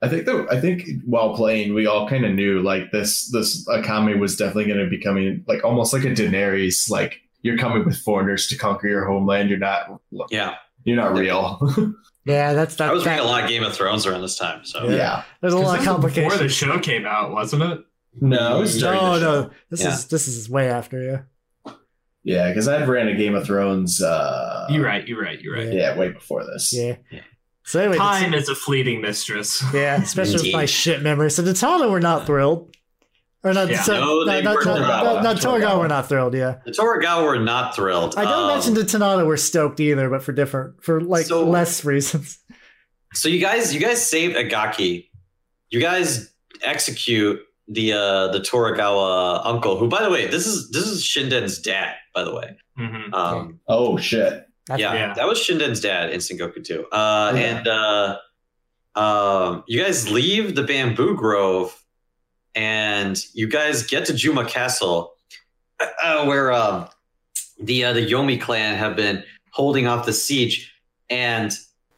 Speaker 3: I think that I think while playing, we all kind of knew like this this Akame was definitely going to be coming like almost like a Daenerys. Like you're coming with foreigners to conquer your homeland. You're not
Speaker 5: yeah.
Speaker 3: you're not real.
Speaker 1: Yeah, that's that.
Speaker 5: I was
Speaker 1: that-
Speaker 5: reading a lot of Game of Thrones around this time, so
Speaker 3: yeah.
Speaker 1: There's a lot of
Speaker 2: This was Before the
Speaker 1: complications.
Speaker 2: show came out, wasn't it?
Speaker 3: No, it was during
Speaker 1: No,
Speaker 3: the show.
Speaker 1: no, this
Speaker 5: Yeah.
Speaker 1: is this is way after. Yeah,
Speaker 3: Yeah, because I've ran a Game of Thrones. Uh,
Speaker 2: You're right. You're right. You're right.
Speaker 3: Yeah, way before this.
Speaker 1: yeah.
Speaker 5: Yeah.
Speaker 1: So anyway,
Speaker 2: Time is a fleeting mistress.
Speaker 1: yeah, especially with my
Speaker 5: Indeed.
Speaker 1: shit memory. So Natana, we're not thrilled. Or not,
Speaker 2: Yeah.
Speaker 1: so,
Speaker 5: No, they
Speaker 1: not,
Speaker 5: weren't
Speaker 1: not, not,
Speaker 5: thrilled.
Speaker 1: not
Speaker 3: Toragawa.
Speaker 1: Toragawa, we're not thrilled. Yeah,
Speaker 5: the Torugawa were not thrilled.
Speaker 1: I don't
Speaker 5: Um,
Speaker 1: mention the Tanana we're stoked either, but for different, for like
Speaker 5: So-
Speaker 1: less reasons.
Speaker 5: So you guys, you guys saved Agaki. You guys execute the uh the Torugawa uncle, who, by the way, this is this is Shinden's dad, by the way.
Speaker 2: Mhm.
Speaker 5: Um,
Speaker 3: Oh shit.
Speaker 1: That's-
Speaker 5: yeah,
Speaker 2: Yeah.
Speaker 5: that was Shinden's dad in Sengoku too. Uh,
Speaker 3: Yeah.
Speaker 5: And uh, um, you guys leave the bamboo grove, and you guys get to Juma Castle, uh, uh, where um, the uh, the Yomi clan have been holding off the siege, and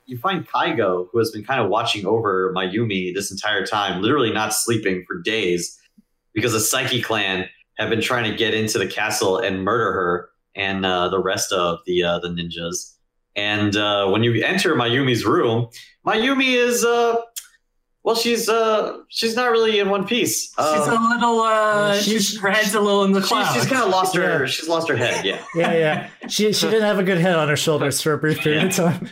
Speaker 5: you find Kaigo, who has been kind of watching over Mayumi this entire time, literally not sleeping for days, because the Psyche clan have been trying to get into the castle and murder her and uh, the rest of the uh, the ninjas. And uh, when you enter Mayumi's room, Mayumi is uh, well, she's uh, she's not really in one piece.
Speaker 2: she's a
Speaker 5: Uh,
Speaker 2: little. Uh,
Speaker 1: she's-
Speaker 2: she's, her head's a little in the
Speaker 5: she-
Speaker 2: clouds.
Speaker 5: she's kind of lost her. She's lost her head. Yeah,
Speaker 1: yeah, yeah. She she didn't have a good head on her shoulders for a brief period of time.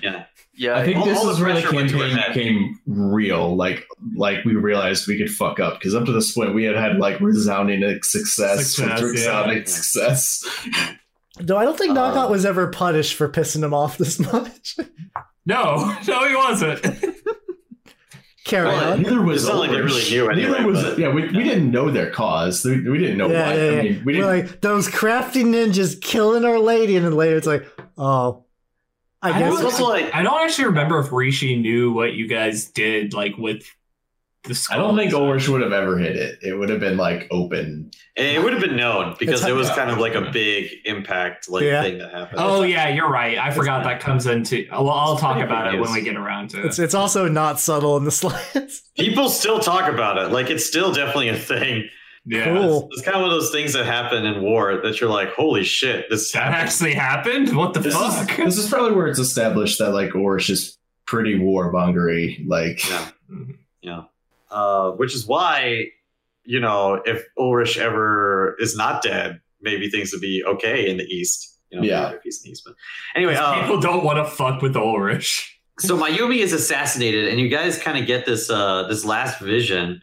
Speaker 4: Yeah,
Speaker 3: I think
Speaker 5: all-
Speaker 3: this
Speaker 5: all
Speaker 3: is
Speaker 5: the
Speaker 3: where the
Speaker 5: pressure went to her
Speaker 3: campaign
Speaker 5: head.
Speaker 3: became real. Like, like we realized we could fuck up because up to this point we had had like resounding success,
Speaker 2: Success,
Speaker 3: from resounding
Speaker 5: yeah.
Speaker 3: success.
Speaker 1: Though I don't think Knockout
Speaker 5: Uh,
Speaker 1: was ever punished for pissing him off this much.
Speaker 2: no, no, he wasn't.
Speaker 1: Carry
Speaker 5: Well,
Speaker 1: on.
Speaker 3: Neither was
Speaker 5: It's not like they
Speaker 3: Ulrich.
Speaker 5: really knew anyway,
Speaker 3: Neither was
Speaker 5: but-
Speaker 3: yeah. We, we didn't know their cause. We, we didn't know
Speaker 1: Yeah,
Speaker 3: why.
Speaker 1: yeah,
Speaker 3: I
Speaker 1: yeah.
Speaker 3: mean, we
Speaker 1: We're
Speaker 3: didn't.
Speaker 1: like those crafty ninjas killing our lady, and then later it's like, oh, I,
Speaker 2: I
Speaker 5: It
Speaker 1: guess
Speaker 5: was
Speaker 2: don't-
Speaker 5: also like
Speaker 2: I don't actually remember if Rishi knew what you guys did, like with the.
Speaker 3: I don't think
Speaker 2: skulls.
Speaker 3: Ulrich would have ever hit it. It would have been like open.
Speaker 5: it would have been known because
Speaker 1: It's-
Speaker 5: it was kind of like a big impact like
Speaker 1: Yeah.
Speaker 5: thing that happened.
Speaker 2: Oh yeah, you're right. I forgot that comes into. Well, I'll talk
Speaker 5: pretty
Speaker 2: about it
Speaker 5: obvious.
Speaker 2: when we get around to
Speaker 1: it's
Speaker 2: it.
Speaker 1: it's also not subtle in the slightest.
Speaker 5: People still talk about it. Like it's still definitely a thing.
Speaker 2: Yeah,
Speaker 1: cool.
Speaker 5: It's kind of one of those things that happen in war that you're like, holy shit, this
Speaker 2: that
Speaker 5: happened.
Speaker 2: actually happened. What the
Speaker 3: This
Speaker 2: fuck?
Speaker 3: is, this is probably where it's established that like Ulrich is pretty warmongery. Like,
Speaker 5: Yeah. Yeah. Uh, which is why, you know, if Ulrich ever is not dead, maybe things would be okay in the East. You know,
Speaker 3: Yeah.
Speaker 5: If he's in the East. But anyway,
Speaker 3: uh,
Speaker 2: People
Speaker 5: um,
Speaker 2: don't want to fuck with Ulrich.
Speaker 5: so Mayumi is assassinated, and you guys kind of get this uh, this last vision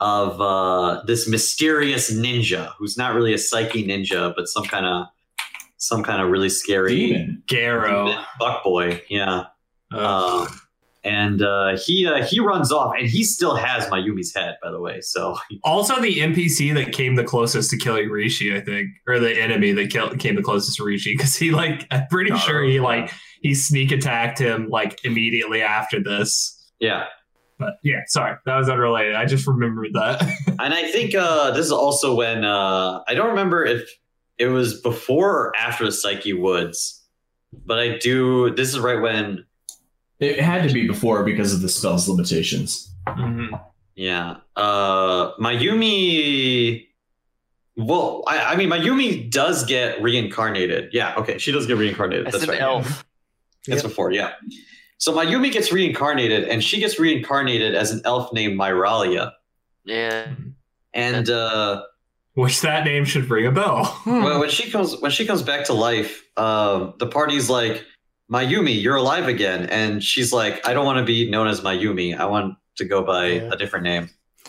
Speaker 5: of uh, this mysterious ninja who's not really a psyche ninja, but some kind of some kind of really scary
Speaker 3: demon.
Speaker 2: Garrow.
Speaker 5: buck boy. Yeah.
Speaker 2: Uh,
Speaker 5: Uh, and uh, he uh, he runs off, and he still has Mayumi's head, by the way. So
Speaker 2: also, the NPC that came the closest to killing Rishi, I think, or the enemy that killed, came the closest to Rishi, because he like, I'm pretty
Speaker 5: Garo,
Speaker 2: sure he
Speaker 5: yeah.
Speaker 2: like he sneak attacked him like immediately after this.
Speaker 5: yeah,
Speaker 2: But yeah, sorry, that was unrelated. I just remembered that.
Speaker 5: and I think uh, this is also when uh, I don't remember if it was before or after the Psyche Woods, but I do. This is right when
Speaker 3: It had to be before because of the spell's limitations. Mm-hmm.
Speaker 5: yeah, uh, Mayumi. Well, I, I mean, Mayumi does get reincarnated. Yeah, okay, she does get reincarnated.
Speaker 4: as
Speaker 5: That's
Speaker 4: an
Speaker 5: right.
Speaker 4: elf.
Speaker 5: That's
Speaker 1: Yep.
Speaker 5: before, yeah. So Mayumi gets reincarnated, and she gets reincarnated as an elf named Myralia.
Speaker 4: Yeah,
Speaker 5: And uh,
Speaker 2: Which that name should ring a bell.
Speaker 4: Hmm.
Speaker 5: when, when she comes, when she comes back to life, um, the party's like, "Mayumi, you're alive again." And she's like, "I don't want to be known as Mayumi. I want to go by
Speaker 1: Yeah.
Speaker 5: a different name."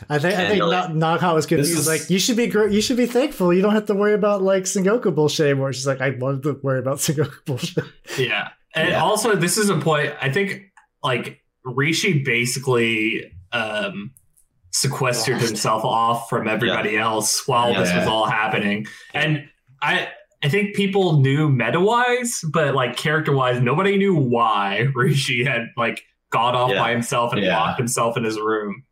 Speaker 1: I think I think
Speaker 5: Handle
Speaker 1: Na- Knockout was confused.
Speaker 3: This is-
Speaker 1: like, you should be gr- you should be thankful. You don't have to worry about like Sengoku bullshit anymore. She's like, I wanted to worry about Sengoku bullshit.
Speaker 2: Yeah. And
Speaker 3: Yeah.
Speaker 2: also this is a point I think like Rishi basically um sequestered
Speaker 4: Lost.
Speaker 2: himself off from everybody else while this was
Speaker 3: Yeah.
Speaker 2: all happening. And I I think people knew meta wise, but like character wise, nobody knew why Rishi had like got off
Speaker 5: Yeah.
Speaker 2: by himself and
Speaker 3: Yeah.
Speaker 2: locked himself in his room.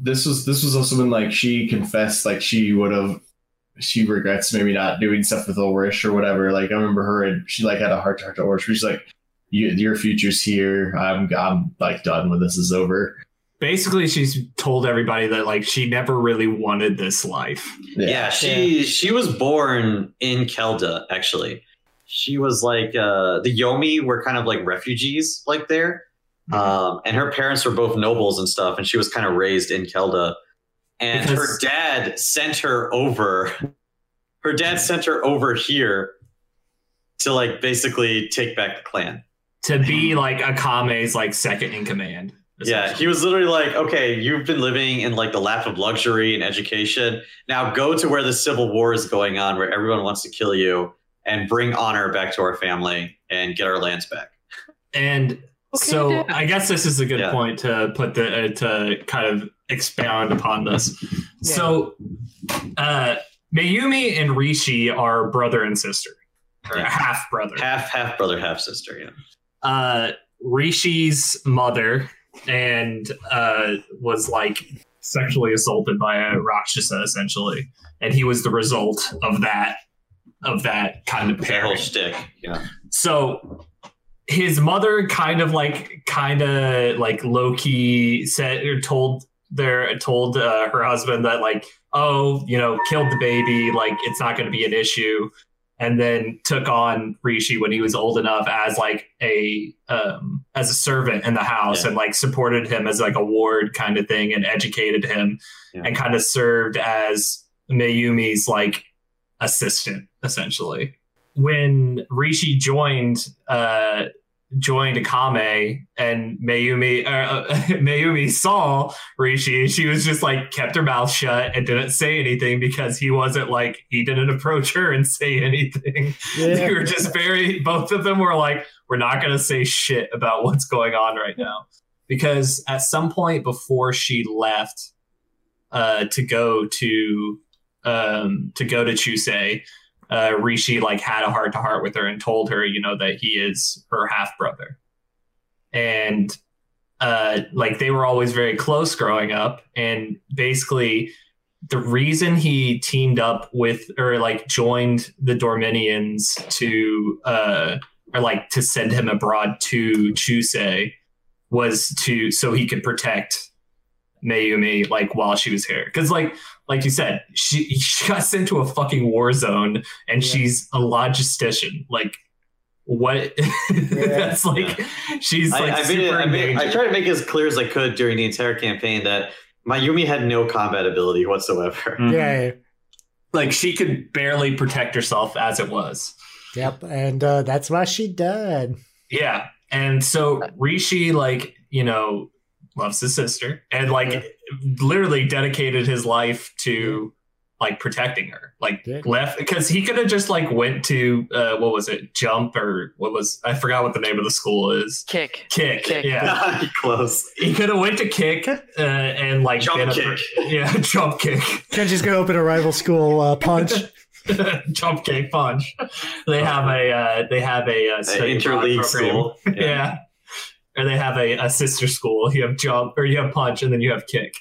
Speaker 3: this was this was also when like she confessed like she would have she regrets maybe not doing stuff with Ulrich or whatever. Like I remember her and she like had a heart to heart to Ulrich. She's like, "You- "Your future's here. I'm I'm like done when this is over."
Speaker 2: Basically, she's told everybody that like she never really wanted this life.
Speaker 5: Yeah, she she was born in Kelda, actually. She was like uh, the Yomi were kind of like refugees, like there, um, and her parents were both nobles and stuff, and she was kind of raised in Kelda. And her
Speaker 2: Because-
Speaker 5: dad sent her over. Her dad sent her over here to like basically take back the clan.
Speaker 2: To be like Akame's like second in command.
Speaker 5: Yeah, he was literally like, "Okay, you've been living in like the lap of luxury and education. Now go to where the civil war is going on, where everyone wants to kill you, and bring honor back to our family and get our lands back."
Speaker 2: And so
Speaker 4: Dad.
Speaker 2: I guess this is a good
Speaker 5: Yeah.
Speaker 2: point to put the uh, to kind of expound upon this. So uh Mayumi and Rishi are brother and sister, or
Speaker 5: Yeah.
Speaker 2: half brother.
Speaker 5: Half, half brother, half sister. Yeah,
Speaker 2: uh, Rishi's mother and uh, was like sexually assaulted by a Rakshasa essentially, and he was the result of that of that kind of
Speaker 5: their whole
Speaker 2: pairing.
Speaker 5: shtick. Yeah,
Speaker 2: So his mother kind of like kind of like low key said or told their told uh, her husband that like oh you know killed the baby like it's not going to be an issue and then took on Rishi when he was old enough as like a um as a servant in the house
Speaker 5: Yeah.
Speaker 2: and like supported him as like a ward kind of thing and educated him
Speaker 5: Yeah.
Speaker 2: and kind of served as Mayumi's like assistant essentially when Rishi joined uh joined Akame and Mayumi uh, Mayumi saw Rishi and she was just like kept her mouth shut and didn't say anything because he wasn't like he didn't approach her and say anything. They were just very both of them were like we're not going to say shit about what's going on right now because at some point before she left uh to go to um to go to Chusei uh, Rishi like had a heart to heart with her and told her, you know, that he is her half brother. And uh, like they were always very close growing up. And basically, the reason he teamed up with or like joined the Dorminions to uh, or like to send him abroad to Chusei was to so he could protect Mayumi like while she was here. Cause like like you said, she, she got sent to a fucking war zone and
Speaker 1: Yeah.
Speaker 2: she's a logistician. Like what? That's like she's
Speaker 5: I,
Speaker 2: like
Speaker 5: I, made it,
Speaker 2: super
Speaker 5: I, made, I
Speaker 2: endangered.
Speaker 5: tried to make it as clear as I could during the entire campaign that Mayumi had no combat ability whatsoever.
Speaker 2: Mm.
Speaker 1: Yeah.
Speaker 2: Like she could barely protect herself as it was.
Speaker 1: Yep. And uh, that's why she died.
Speaker 2: Yeah. And so Rishi, like, you know, loves his sister and like
Speaker 1: Yeah.
Speaker 2: literally dedicated his life to like protecting her. Like
Speaker 1: Yeah.
Speaker 2: left because he could have just like went to uh what was it? Jump or what was I forgot what the name of the school is.
Speaker 4: kick.
Speaker 2: Kick.
Speaker 4: Kick.
Speaker 2: Yeah.
Speaker 5: Close.
Speaker 2: He could have went to kick uh, and like
Speaker 5: Jump
Speaker 2: been a-
Speaker 5: kick.
Speaker 2: yeah, jump kick.
Speaker 1: Kenji's gonna open a rival school uh, punch.
Speaker 2: jump kick punch. They have a uh, they have a uh,
Speaker 5: An
Speaker 2: study abroad
Speaker 5: interleague
Speaker 2: program.
Speaker 5: school.
Speaker 2: Yeah. Or they have a, a sister school. You have jump or you have punch and then you have kick.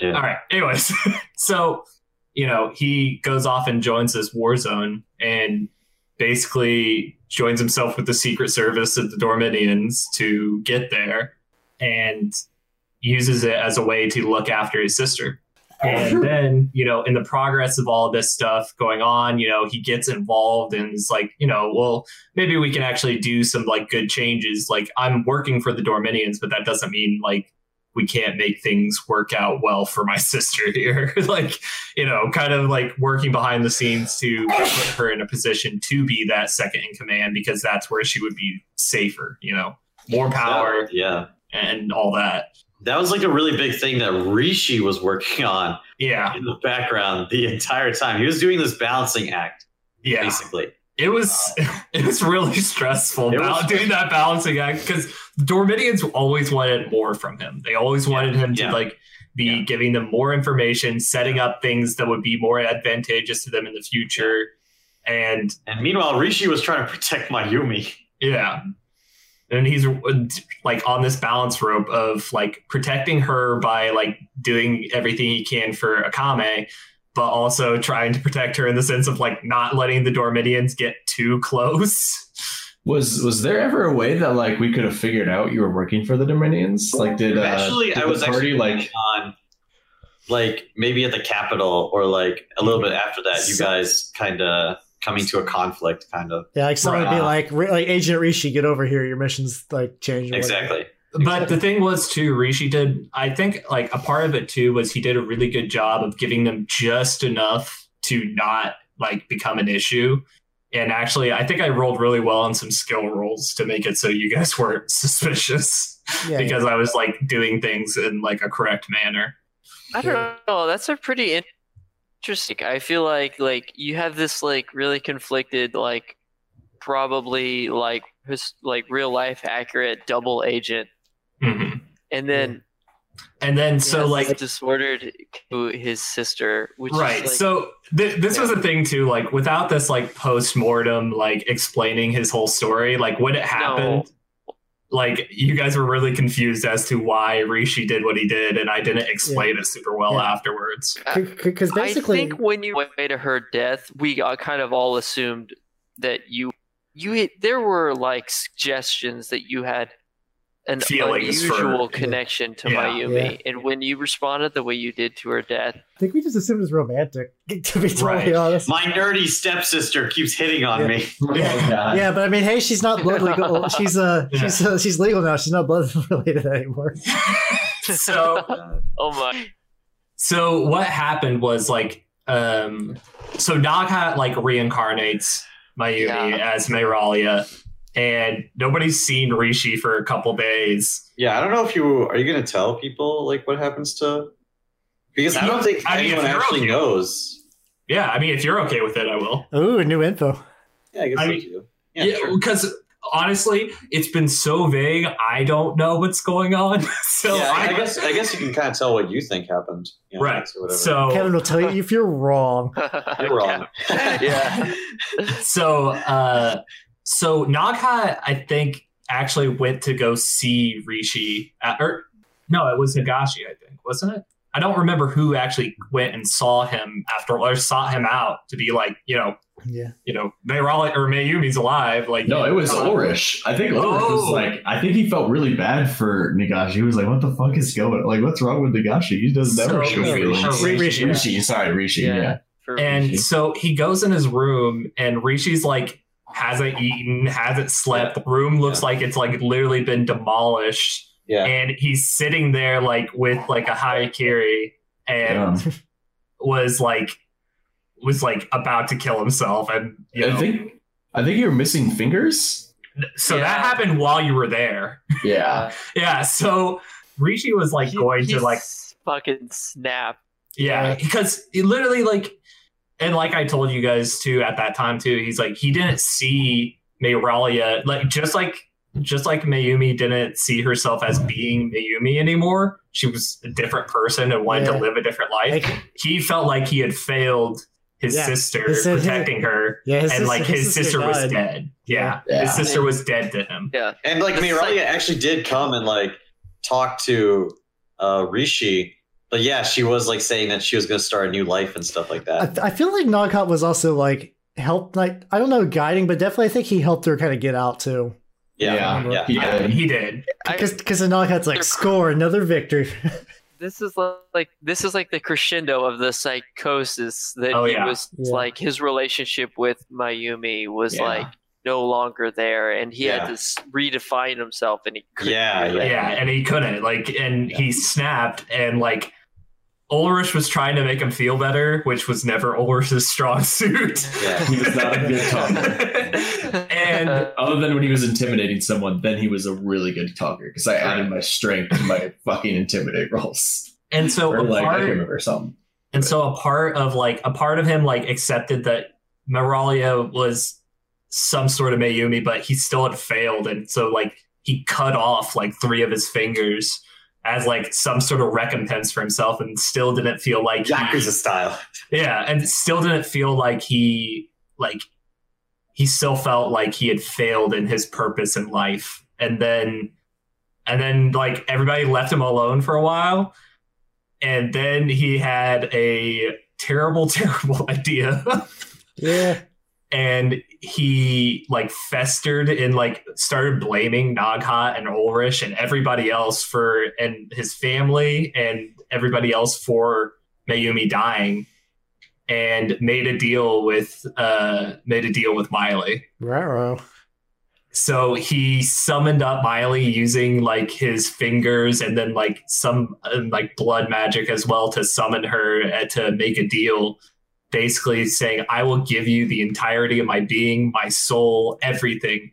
Speaker 5: Yeah.
Speaker 2: All right. Anyways, so you know, he goes off and joins this war zone and basically joins himself with the Secret Service at the Dormidians to get there and uses it as a way to look after his sister. And then, you know, in the progress of all this stuff going on, you know, he gets involved and is like, you know, well, maybe we can actually do some like good changes. Like I'm working for the Dorminians, but that doesn't mean like we can't make things work out well for my sister here. like, you know, kind of like working behind the scenes to put her in a position to be that second in command because that's where she would be safer, you know, more power
Speaker 5: Yeah.
Speaker 2: and all that.
Speaker 5: That was like a really big thing that Rishi was working on
Speaker 2: Yeah.
Speaker 5: in the background the entire time. He was doing this balancing act,
Speaker 2: Yeah.
Speaker 5: basically.
Speaker 2: It was it was really stressful
Speaker 5: It was
Speaker 2: about doing that balancing act because Dormidians always wanted more from him. They always wanted him to
Speaker 5: Yeah.
Speaker 2: like be
Speaker 5: Yeah.
Speaker 2: giving them more information, setting up things that would be more advantageous to them in the future. And
Speaker 5: And meanwhile, Rishi was trying to protect Mayumi.
Speaker 2: yeah. and he's uh, like on this balance rope of like protecting her by like doing everything he can for Akame, but also trying to protect her in the sense of like not letting the Dormidians get too close.
Speaker 3: Was was there ever a way that like we could have figured out you were working for the Dominions? Like did uh,
Speaker 5: actually,
Speaker 3: did
Speaker 5: I
Speaker 3: the
Speaker 5: was
Speaker 3: party,
Speaker 5: actually
Speaker 3: like
Speaker 5: planning on like maybe at the Capitol or like a little bit after that. You
Speaker 1: So-
Speaker 5: guys kind of coming to a conflict, kind of
Speaker 1: Yeah, like someone would be
Speaker 5: Right.
Speaker 1: like, re- like Agent Rishi, get over here. Your mission's like changed. or whatever.
Speaker 5: exactly.
Speaker 2: But the thing was too, Rishi did. I think like a part of it too was he did a really good job of giving them just enough to not like become an issue. And actually, I think I rolled really well on some skill rolls to make it so you guys weren't suspicious
Speaker 1: Yeah,
Speaker 2: because I was like doing things in like a correct manner.
Speaker 4: I don't know. That's a pretty in- interesting. I feel like like you have this like really conflicted like probably like his like real life accurate double agent,
Speaker 2: Mhm.
Speaker 4: and then
Speaker 2: And then so
Speaker 4: has
Speaker 2: like
Speaker 4: disordered to his sister, which
Speaker 2: right
Speaker 4: Is, like,
Speaker 2: so th- this was a thing too like without this like post-mortem like explaining his whole story like when it happened like you guys were really confused as to why rishi did what he did and i didn't explain it super well
Speaker 1: Yeah.
Speaker 2: afterwards
Speaker 1: Because basically,
Speaker 4: I think when you went to her death, we uh, kind of all assumed that you you had, there were like suggestions that you had an
Speaker 2: Feelings for-
Speaker 4: unusual connection to
Speaker 2: Yeah.
Speaker 4: Mayumi, and when you responded the way you did to her death,
Speaker 1: I think we just assumed it was romantic. To be totally
Speaker 2: Right.
Speaker 1: honest.
Speaker 5: My nerdy stepsister keeps hitting on
Speaker 1: Yeah.
Speaker 5: me.
Speaker 3: oh, God.
Speaker 1: yeah, but I mean, hey, she's not blood legal. She's uh,
Speaker 2: Yeah.
Speaker 1: she's uh, she's legal now. She's not blood related anymore.
Speaker 2: so
Speaker 4: oh my,
Speaker 2: so what happened was like um so naga like reincarnates mayumi
Speaker 4: Yeah.
Speaker 2: as Meralia, and nobody's seen rishi for a couple days
Speaker 5: Yeah, I don't know if you are you gonna tell people like what happens to because I don't think
Speaker 2: I mean, if
Speaker 5: anyone
Speaker 2: you're
Speaker 5: actually
Speaker 2: okay.
Speaker 5: knows.
Speaker 2: yeah i mean if you're okay with it i will
Speaker 1: Ooh, new info.
Speaker 5: Yeah, I guess
Speaker 2: I
Speaker 5: so
Speaker 2: mean-
Speaker 5: too. Yeah,
Speaker 2: Yeah,
Speaker 5: sure.
Speaker 2: because honestly, it's been so vague. I don't know what's going on. So
Speaker 5: yeah, I,
Speaker 2: I,
Speaker 5: I guess I guess you can kind of tell what you think happened, you know,
Speaker 2: right.
Speaker 5: or whatever.
Speaker 1: Kevin
Speaker 2: So
Speaker 1: will tell you if you're wrong.
Speaker 5: you're wrong.
Speaker 4: yeah,
Speaker 2: so uh, so Nagha, I think actually went to go see Rishi, at, or no, it was Nagashi, I think, wasn't it? I don't remember who actually went and saw him after or sought him out to be like, you know,
Speaker 1: Yeah.
Speaker 2: you know, Mayrali or Mayumi's alive. Like,
Speaker 3: No, it was
Speaker 2: uh,
Speaker 3: Orish. I think Orish was
Speaker 2: Oh.
Speaker 3: like, I think he felt really bad for Nagashi. He was like, what the fuck is going Like, what's wrong with Nagashi? He doesn't ever
Speaker 2: So
Speaker 3: show feelings.
Speaker 2: Rishi-
Speaker 1: Rishi-
Speaker 2: Rishi-
Speaker 3: Rishi, sorry, Rishi,
Speaker 4: Yeah.
Speaker 3: yeah.
Speaker 4: For-
Speaker 2: And
Speaker 3: Rishi.
Speaker 2: so he goes in his room, and Rishi's like hasn't eaten, hasn't slept. Room looks like it's like literally been demolished,
Speaker 5: Yeah.
Speaker 2: and he's sitting there like with like a harakiri, and
Speaker 3: Um,
Speaker 2: was like was like about to kill himself, and you
Speaker 3: I
Speaker 2: know,
Speaker 3: think I think you were missing fingers.
Speaker 2: so that
Speaker 4: Yeah.
Speaker 2: happened while you were there.
Speaker 3: Yeah.
Speaker 2: yeah, so Rishi was like
Speaker 4: He-
Speaker 2: going
Speaker 4: he
Speaker 2: to like
Speaker 4: fucking snap.
Speaker 2: Yeah,
Speaker 1: Yeah.
Speaker 2: because it literally like, and like I told you guys too at that time too, he's like he didn't see Mayralia like just like just like Mayumi didn't see herself as being Mayumi anymore. She was a different person and wanted
Speaker 1: Yeah.
Speaker 2: to live a different life.
Speaker 1: Like,
Speaker 2: he felt like he had failed his
Speaker 1: Yeah.
Speaker 2: sister
Speaker 1: His sister-
Speaker 2: protecting her,
Speaker 1: yeah, his
Speaker 2: and
Speaker 1: sis-
Speaker 2: like his, sister, was
Speaker 1: died.
Speaker 2: dead. Yeah.
Speaker 3: Yeah.
Speaker 2: his sister was dead to him.
Speaker 5: And like
Speaker 4: It's
Speaker 5: Miralia
Speaker 4: like-
Speaker 5: actually did come and like talk to uh Rishi, but yeah, she was like saying that she was gonna start a new life and stuff like
Speaker 1: I,
Speaker 5: that.
Speaker 1: th- I feel like Nagat was also like helped, like I don't know, guiding, but definitely I think he helped her kind of get out too.
Speaker 5: yeah.
Speaker 1: Yeah.
Speaker 5: Yeah.
Speaker 3: He
Speaker 2: Yeah,
Speaker 3: did.
Speaker 2: he did.
Speaker 4: I-
Speaker 1: Because because Nagat's like score another victory.
Speaker 4: this is li- like this is like the crescendo of the psychosis that
Speaker 2: Oh,
Speaker 4: he
Speaker 2: yeah.
Speaker 4: was
Speaker 1: Yeah.
Speaker 4: like his relationship with Mayumi was
Speaker 3: Yeah.
Speaker 4: like no longer there and he had
Speaker 5: Yeah.
Speaker 4: to s- redefine himself and he couldn't
Speaker 5: Yeah,
Speaker 4: do
Speaker 5: yeah.
Speaker 4: it.
Speaker 2: Yeah, and he couldn't. Like, and he snapped, and like, Ulrich was trying to make him feel better, which was never Ulrich's strong suit.
Speaker 5: Yeah.
Speaker 3: He was not a good talker.
Speaker 2: and
Speaker 3: Other than when he was intimidating someone, then he was a really good talker because I added my strength to my fucking intimidate rolls.
Speaker 2: and so
Speaker 3: Or
Speaker 2: a
Speaker 3: like I
Speaker 2: part,
Speaker 3: can remember something.
Speaker 2: and so a part of like a part of him like accepted that Meralia was some sort of Mayumi, but he still had failed, and so like he cut off like three of his fingers as like some sort of recompense for himself, and still didn't feel like he-
Speaker 5: Yakuza style.
Speaker 2: Yeah, and it still didn't feel like he like he still felt like he had failed in his purpose in life and then and then like everybody left him alone for a while and then he had a terrible terrible idea
Speaker 1: Yeah.
Speaker 2: and he like festered and like started blaming Naghat and Ulrich and everybody else for and his family and everybody else for Mayumi dying and made a deal with uh made a deal with Miley.
Speaker 1: Raro.
Speaker 2: So he summoned up Miley using like his fingers and then like some uh, like blood magic as well to summon her uh, to make a deal. Basically saying, I will give you the entirety of my being, my soul, everything,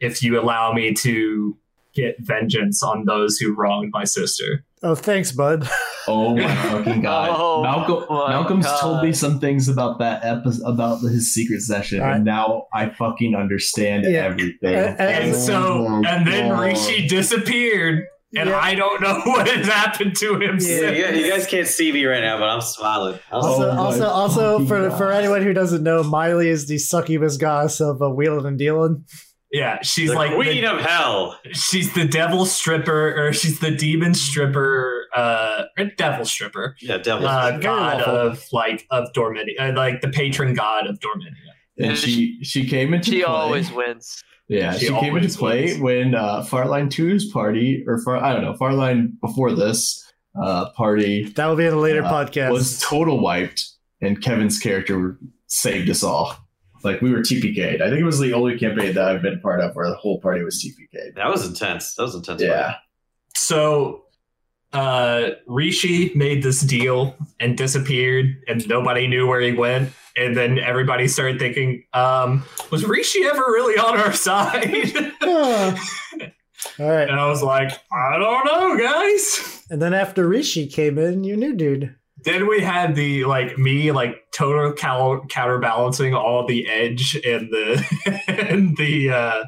Speaker 2: if you allow me to get vengeance on those who wronged my sister.
Speaker 1: Oh, thanks, bud.
Speaker 3: Oh my fucking god!
Speaker 4: Oh
Speaker 3: Malcolm,
Speaker 4: my
Speaker 3: Malcolm's
Speaker 4: God.
Speaker 3: told me some things about that episode about his secret session,
Speaker 1: Alright.
Speaker 3: and now I fucking understand
Speaker 1: Yeah.
Speaker 3: everything.
Speaker 4: Uh,
Speaker 1: And- and-
Speaker 2: And so,
Speaker 3: Oh my
Speaker 2: and then
Speaker 3: God.
Speaker 2: Rishi disappeared, and
Speaker 1: Yeah.
Speaker 2: I don't know what has happened to
Speaker 1: Yeah.
Speaker 2: him
Speaker 5: Yeah,
Speaker 2: since.
Speaker 5: you, you guys can't see me right now, but I'm smiling. I'm
Speaker 3: Oh
Speaker 1: Also,
Speaker 3: my
Speaker 1: also, also
Speaker 3: fucking
Speaker 1: for
Speaker 3: God.
Speaker 1: for anyone who doesn't know, Miley is the succubus goddess of uh, wheeling and dealing.
Speaker 2: Yeah, she's
Speaker 5: the
Speaker 2: like, the
Speaker 5: queen of hell.
Speaker 2: she's the devil stripper or she's the demon stripper uh or devil stripper
Speaker 5: Yeah, devil.
Speaker 2: uh,
Speaker 1: Very
Speaker 2: god
Speaker 1: awful.
Speaker 2: of like of dormidia uh, like the patron god of dormidia
Speaker 3: And she she came into play.
Speaker 4: She always wins.
Speaker 3: yeah
Speaker 2: she
Speaker 3: she, came
Speaker 2: always
Speaker 3: into play
Speaker 2: wins.
Speaker 3: when uh, Farline 2's party or Far, I don't know Farline before this uh, party
Speaker 1: That will be in a later
Speaker 3: Uh,
Speaker 1: podcast.
Speaker 3: was total wiped, and Kevin's character saved us all. Like we were TPK'd. I think it was the only campaign that I've been part of where the whole party was TPK'd.
Speaker 5: That was intense. That was intense.
Speaker 3: Yeah.
Speaker 2: so uh rishi made this deal and disappeared and nobody knew where he went and then everybody started thinking um was rishi ever really on our side
Speaker 1: Ah. All right,
Speaker 2: and i was like i don't know guys
Speaker 1: and then after Rishi came in, you knew, dude.
Speaker 2: Then we had the like me like total cow- counterbalancing all the edge and the and the uh,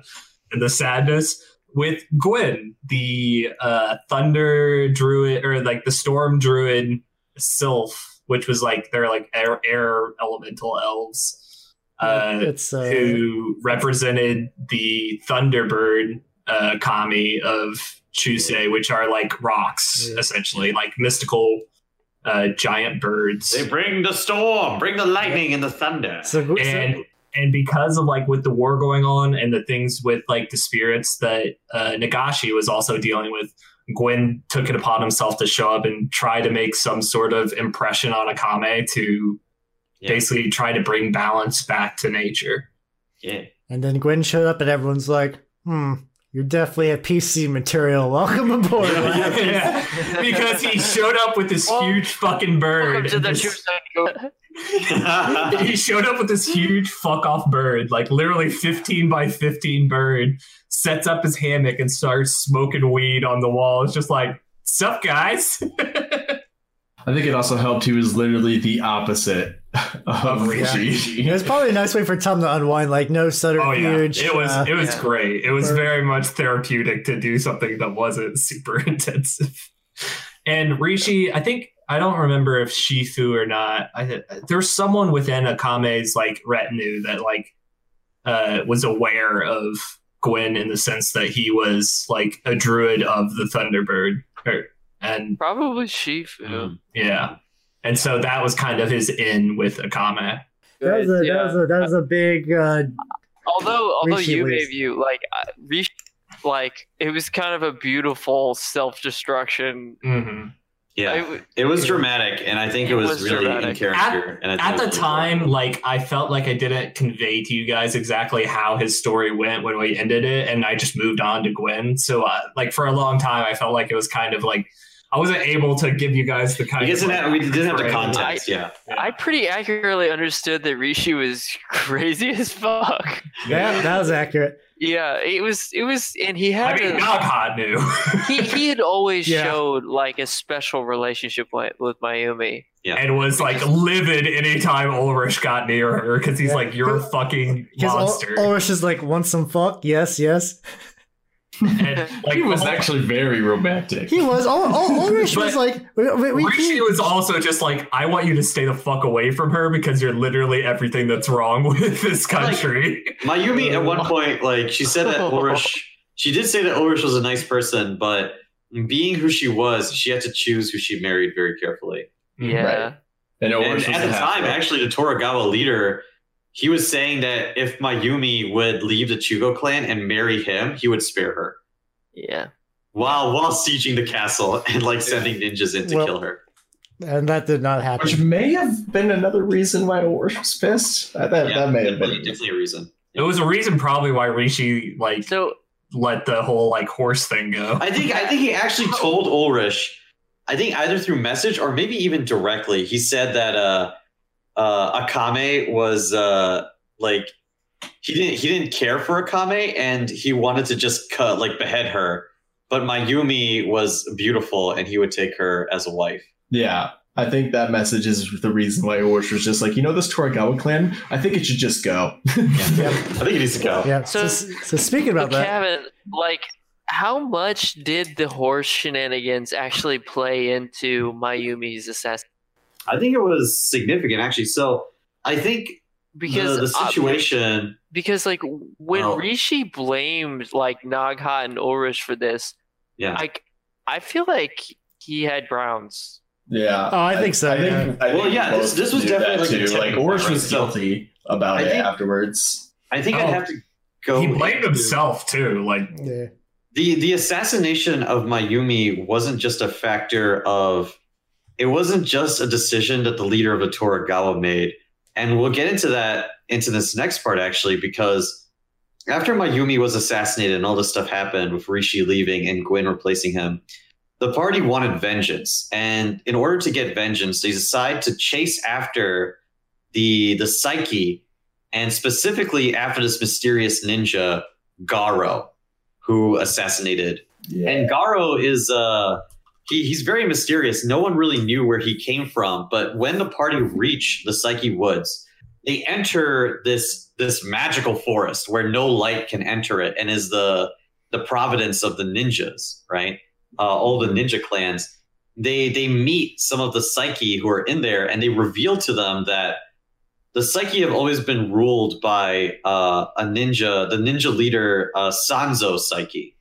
Speaker 2: and the sadness with Gwen, the uh, thunder druid or like the storm druid Sylph, which was like they're like air, air elemental elves uh,
Speaker 1: it's uh,
Speaker 2: who represented the Thunderbird uh, kami of Chusei, which are like rocks
Speaker 1: Yeah.
Speaker 2: essentially, like mystical uh, giant birds.
Speaker 5: They bring the storm, bring the lightning and the thunder.
Speaker 1: so, so-
Speaker 2: and and because of like with the war going on and the things with like the spirits that uh, Nagashi was also dealing with, Gwen took it upon himself to show up and try to make some sort of impression on Akame to
Speaker 5: Yeah.
Speaker 2: basically try to bring balance back to nature.
Speaker 5: Yeah.
Speaker 1: and then Gwen showed up, and everyone's like, "Hmm, you're definitely a PC material. Welcome aboard."
Speaker 2: Yeah, yeah. Because he showed up with this
Speaker 4: Well,
Speaker 2: huge fucking bird.
Speaker 4: Welcome to
Speaker 2: and
Speaker 4: the
Speaker 2: this-
Speaker 4: Chusengo.
Speaker 2: he showed up with this huge fuck off bird, like literally 15 by 15 bird, sets up his hammock and starts smoking weed on the wall. It's just like, sup, guys?
Speaker 3: I think it also helped he was literally the opposite of Rishi.
Speaker 1: It was probably a nice way for Tom to unwind, like no
Speaker 2: Oh yeah,
Speaker 1: subterfuge.
Speaker 2: it was
Speaker 1: uh,
Speaker 2: it was
Speaker 4: yeah.
Speaker 2: great. It was
Speaker 1: Bird.
Speaker 2: very much therapeutic to do something that wasn't super intensive. And Rishi, I think I don't remember if Shifu or not. I, there's someone within Akame's like retinue that like uh, was aware of Gwen in the sense that he was like a druid of the Thunderbird, or, and
Speaker 4: Probably
Speaker 5: Mm.
Speaker 4: Shifu.
Speaker 2: yeah, and so that was kind of his in with Akame.
Speaker 1: that was a, that was a, that was a big. Uh,
Speaker 4: although although
Speaker 1: Rishi
Speaker 4: you
Speaker 1: wins.
Speaker 4: gave you like uh, Rishi, like it was kind of a beautiful self destruction.
Speaker 2: Mm-hmm.
Speaker 5: Yeah. It was dramatic, and I think it,
Speaker 4: It
Speaker 5: was,
Speaker 4: was
Speaker 5: really in
Speaker 4: dramatic.
Speaker 5: character. and I think
Speaker 2: at
Speaker 5: it
Speaker 2: the
Speaker 5: was
Speaker 2: time
Speaker 5: really-
Speaker 2: like i felt like i didn't convey to you guys exactly how his story went when we ended it and i just moved on to gwen so uh, like for a long time i felt like it was kind of like i wasn't able to give you guys the kind
Speaker 5: you guys
Speaker 2: of
Speaker 5: didn't have, we didn't have the
Speaker 2: Right.
Speaker 5: context. yeah.
Speaker 4: I pretty accurately understood that Rishi was crazy as fuck.
Speaker 1: that, that was accurate.
Speaker 4: Yeah, it was it was, and he
Speaker 2: i
Speaker 4: had
Speaker 2: mean
Speaker 4: a-
Speaker 2: Naghat knew
Speaker 4: he he had always
Speaker 1: Yeah.
Speaker 4: showed like a special relationship with, with Mayumi.
Speaker 2: and was like livid anytime ulrich got near her because he's
Speaker 1: Yeah.
Speaker 2: like you're a fucking
Speaker 1: Because
Speaker 2: monster
Speaker 1: Ulrich is like, "Want some fuck? Yes, yes."
Speaker 2: and, like
Speaker 3: he was actually very romantic.
Speaker 1: He was. Ul- Ul- Ulrich was
Speaker 2: But-
Speaker 1: like, "We, we, we
Speaker 2: Rishi
Speaker 1: can't-
Speaker 2: was also just like, I want you to stay the fuck away from her because you're literally everything that's wrong with this country.
Speaker 5: Mayumi at one point, like she said that Ulrich, She did say that Ulrich was a nice person, but being who she was, she had to choose who she married very carefully.
Speaker 4: Yeah.
Speaker 3: And,
Speaker 5: And
Speaker 3: Ulrich was
Speaker 5: at the time,
Speaker 3: halfway.
Speaker 5: actually, the Toragawa leader, he was saying that if Mayumi would leave the Chugo clan and marry him, he would spare her
Speaker 4: Yeah.
Speaker 5: while while sieging the castle and like sending ninjas in to
Speaker 1: Well-
Speaker 5: kill her.
Speaker 1: and that did not happen.
Speaker 3: which may have been another reason why Ulrich was pissed. Uh, That, that may have
Speaker 5: definitely,
Speaker 3: been.
Speaker 5: definitely a reason.
Speaker 2: It was a reason probably why Rishi like
Speaker 4: So
Speaker 2: let the whole like horse thing go.
Speaker 5: I think I think he actually told Ulrich, I think either through message or maybe even directly, he said that uh uh Akame was uh like he didn't he didn't care for Akame and he wanted to just cut like behead her. But Mayumi was beautiful and he would take her as a wife.
Speaker 3: Yeah, I think that message is the reason why Ulrich was just like, you know, this Toragawa clan. I think it should just go.
Speaker 1: Yep.
Speaker 5: I think he needs to go.
Speaker 1: Yeah. So,
Speaker 4: So-
Speaker 1: so, speaking
Speaker 4: But
Speaker 1: about that,
Speaker 4: Kevin, like, how much did the horse shenanigans actually play into Mayumi's assassin?
Speaker 5: I think it was significant actually. So I think
Speaker 4: Because
Speaker 5: the, the
Speaker 4: uh,
Speaker 5: situation
Speaker 4: because like when
Speaker 5: Oh.
Speaker 4: Rishi blamed like Nagha and Ulrich for this,
Speaker 5: yeah.
Speaker 4: like I feel like he had Browns.
Speaker 3: Yeah.
Speaker 1: Oh, I think so,
Speaker 3: I think,
Speaker 1: yeah.
Speaker 3: I think
Speaker 5: Well, yeah,
Speaker 3: both
Speaker 5: this- this was
Speaker 3: knew that too.
Speaker 5: definitely like a
Speaker 3: like
Speaker 5: technical
Speaker 3: Ulrich was
Speaker 5: right.
Speaker 3: guilty about
Speaker 5: I
Speaker 3: it
Speaker 5: think-
Speaker 3: afterwards.
Speaker 5: I think I'd
Speaker 2: Oh.
Speaker 5: have to go
Speaker 2: he blamed
Speaker 5: into-
Speaker 2: himself too. Like
Speaker 1: yeah.
Speaker 5: the the assassination of Mayumi wasn't just a factor of it wasn't just a decision that the leader of the Toragawa made. And we'll get into that into this next part actually, because after Mayumi was assassinated and all this stuff happened with Rishi leaving and Gwen replacing him, the party wanted vengeance. And in order to get vengeance, they decide to chase after the the psyche and specifically after this mysterious ninja, Garo who assassinated.
Speaker 3: Yeah.
Speaker 5: And Garo is uh he, he's very mysterious. No one really knew where he came from, but when the party reach the Psyche Woods, they enter this this magical forest where no light can enter it and is the the providence of the ninjas, right? Uh, all the ninja clans. They they meet some of the Psyche who are in there and they reveal to them that the Psyche have always been ruled by uh, a ninja, the ninja leader uh, Sanzo Psyche.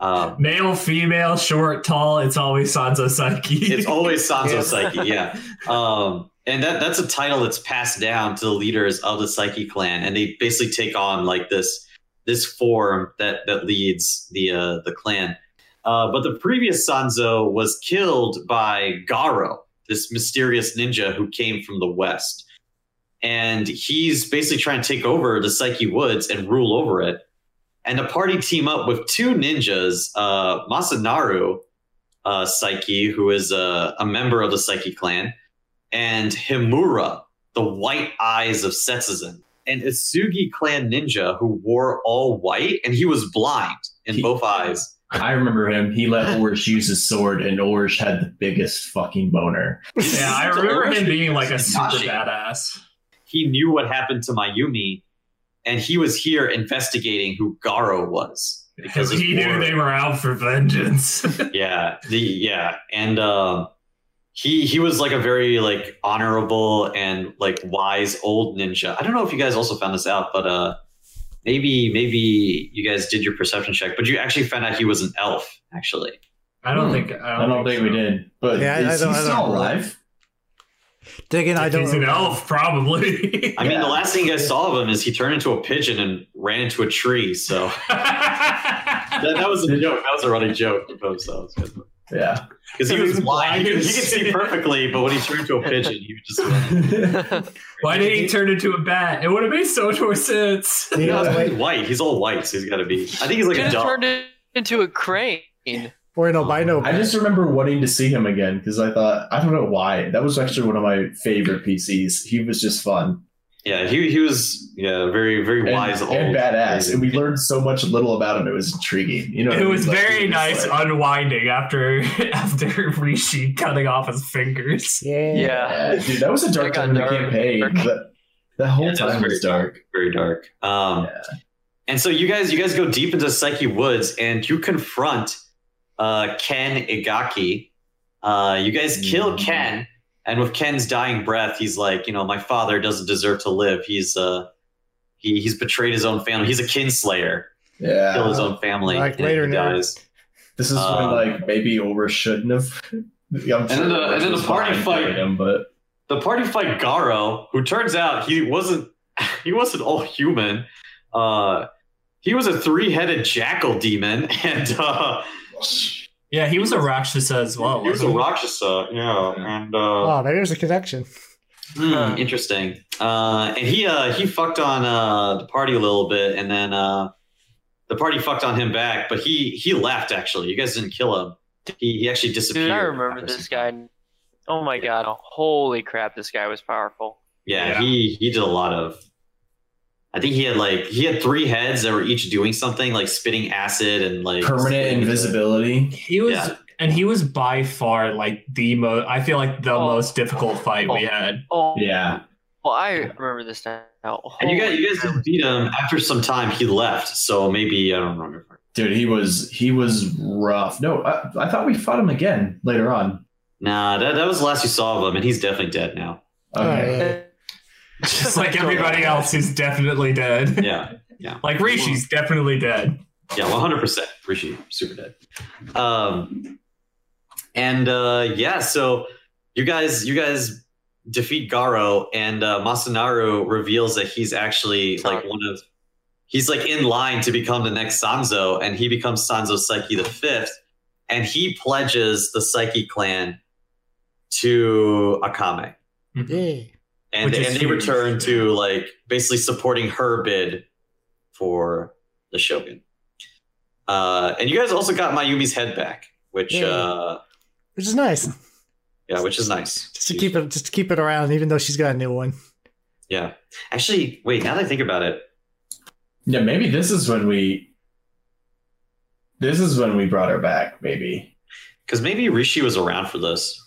Speaker 5: Um,
Speaker 2: male, female, short, tall, it's always Sansa Psyche.
Speaker 5: it's always Sanzo
Speaker 1: Yeah.
Speaker 5: Psyche, yeah. Um, and that that's a title that's passed down to the leaders of the Psyche clan, and they basically take on like this this form that that leads the uh, the clan. Uh, but the previous Sanzo was killed by Garo, this mysterious ninja who came from the west, and he's basically trying to take over the Psyche Woods and rule over it. And the party team up with two ninjas, uh, Masanaru, uh, Psyche, who is a, a member of the Psyche clan, and Himura, the white eyes of Setsuzan, an Isugi clan ninja who wore all white and he was blind in
Speaker 3: He-
Speaker 5: both eyes.
Speaker 3: I remember him. He let Ulrich use his sword, and Ulrich had the biggest fucking boner.
Speaker 2: yeah, I remember him being like a super badass.
Speaker 5: He knew what happened to Mayumi, and he was here investigating who Garo was
Speaker 2: Because
Speaker 5: his
Speaker 2: he knew
Speaker 5: war-
Speaker 2: they were out for vengeance.
Speaker 5: yeah the yeah and um he he was like a very like honorable and like wise old ninja i don't know if you guys also found this out but uh maybe maybe you guys did your perception check but you actually found out he was an elf actually
Speaker 2: I don't
Speaker 3: Hmm.
Speaker 2: think I
Speaker 3: I
Speaker 2: don't,
Speaker 3: don't, think, we
Speaker 2: so.
Speaker 3: did, but
Speaker 1: Yeah, I- I
Speaker 3: is
Speaker 1: don't-
Speaker 3: he
Speaker 1: I don't
Speaker 3: still
Speaker 1: remember.
Speaker 3: alive?
Speaker 1: Digging, I don't.
Speaker 2: He's an
Speaker 1: remember.
Speaker 2: elf, probably.
Speaker 5: i mean the
Speaker 3: Yeah.
Speaker 5: last thing you guys saw of him is he turned into a pigeon and ran into a tree so that, that was a joke that was a running joke of themselves
Speaker 3: Yeah.
Speaker 5: because he was blind he could, he could see perfectly but when he turned into a pigeon he was just
Speaker 2: Why did he turn into a bat? It would have made so much more sense.
Speaker 1: He
Speaker 5: No,
Speaker 1: was
Speaker 5: he's
Speaker 1: white
Speaker 5: white. He's all white, so he's got to be. I think he's like
Speaker 4: Could
Speaker 5: a
Speaker 4: have
Speaker 5: dog.
Speaker 4: turned it into a crane.
Speaker 1: or an albino.
Speaker 3: I just remember wanting to see him again because I thought I don't know why that was actually one of my favorite PCs. He was just fun.
Speaker 5: Yeah, he he was yeah very very
Speaker 3: and,
Speaker 5: wise
Speaker 3: and
Speaker 5: old
Speaker 3: badass. And we learned so much little about him. It was intriguing. You know, what I
Speaker 2: It
Speaker 3: mean?
Speaker 2: was
Speaker 3: Like,
Speaker 2: very
Speaker 3: he
Speaker 2: nice
Speaker 3: like-
Speaker 2: unwinding after after Rishi cutting off his fingers.
Speaker 1: yeah.
Speaker 4: Yeah.
Speaker 3: yeah, dude, that was a dark
Speaker 4: It got
Speaker 3: time in the
Speaker 4: dark.
Speaker 3: campaign. That, that whole
Speaker 5: Yeah, that was
Speaker 3: time was,
Speaker 5: very
Speaker 3: dark.
Speaker 5: very dark. Um,
Speaker 3: Yeah.
Speaker 5: and so you guys you guys go deep into Psyche Woods and you confront uh Ken Igaki. Uh, you guys kill
Speaker 3: Mhm.
Speaker 5: Ken, and with Ken's dying breath, he's like, you know, my father doesn't deserve to live. He's uh he he's betrayed his own family. He's a kinslayer. kill
Speaker 3: Yeah.
Speaker 5: his own family.
Speaker 1: Like
Speaker 5: and
Speaker 1: later
Speaker 5: he
Speaker 1: now.
Speaker 5: dies.
Speaker 3: This is
Speaker 5: Um,
Speaker 3: when like maybe Ulrich shouldn't have. I'm
Speaker 5: then the- and then the
Speaker 3: Ulrich was
Speaker 5: party
Speaker 3: fine
Speaker 5: fight.
Speaker 3: doing him, but
Speaker 5: the party fight Garo, who turns out he wasn't he wasn't all human. Uh, he was a three-headed jackal demon, and uh,
Speaker 2: Yeah, he was a Rakshasa as well.
Speaker 5: he was a
Speaker 2: wasn't he?
Speaker 5: Rakshasa. Yeah, and uh,
Speaker 1: Oh, there's a connection.
Speaker 5: Hmm, interesting. Uh, and he uh, he fucked on uh, the party a little bit, and then uh, the party fucked on him back. But he he left. Actually, you guys didn't kill him. He, he actually disappeared.
Speaker 4: Dude, I remember
Speaker 5: after
Speaker 4: this guy.
Speaker 5: some-
Speaker 4: Oh my god! Holy crap! This guy was powerful.
Speaker 5: Yeah,
Speaker 2: Yeah.
Speaker 5: he he did a lot of. I think he had like he had three heads that were each doing something like spitting acid and like
Speaker 3: permanent
Speaker 5: spitting-
Speaker 3: invisibility.
Speaker 2: He was,
Speaker 5: Yeah.
Speaker 2: and he was by far like the most. I feel like the
Speaker 4: Oh.
Speaker 2: most difficult fight we
Speaker 4: Oh.
Speaker 2: had.
Speaker 4: Oh,
Speaker 3: Yeah.
Speaker 4: Well, I remember this now.
Speaker 5: And you guys
Speaker 4: Holy
Speaker 5: you guys didn't beat him after some time. He left, so maybe I don't remember.
Speaker 3: Dude, he was he was rough. No, I, I thought we fought him again later on.
Speaker 5: Nah, that, that was the last you saw of him, and he's definitely dead now.
Speaker 2: Oh,
Speaker 3: Okay.
Speaker 1: Alright.
Speaker 2: Just like everybody else who's definitely dead.
Speaker 5: Yeah. Mm.
Speaker 2: Like Rishi's definitely dead.
Speaker 5: Yeah, one hundred percent. Rishi, super dead. Um, and uh, yeah, so you guys, you guys defeat Garo, and uh, Masanaru reveals that he's actually like one of, he's like in line to become the next Sanzo, and he becomes Sanzo Psyche the fifth, and he pledges the Psyche clan to Akame
Speaker 1: Yeah.
Speaker 5: and,
Speaker 2: Which is
Speaker 5: and they
Speaker 2: huge.
Speaker 5: return to like basically supporting her bid for the shogun. Uh, and you guys also got Mayumi's head back, which
Speaker 1: Yeah.
Speaker 5: uh,
Speaker 1: Which is nice.
Speaker 5: yeah, which is nice.
Speaker 1: Just to keep it just to keep it around, even though she's got a new one.
Speaker 5: yeah. Actually, wait. Now that I think about it,
Speaker 3: Yeah, maybe this is when we this is when we brought her back, maybe.
Speaker 5: because maybe Rishi was around for this.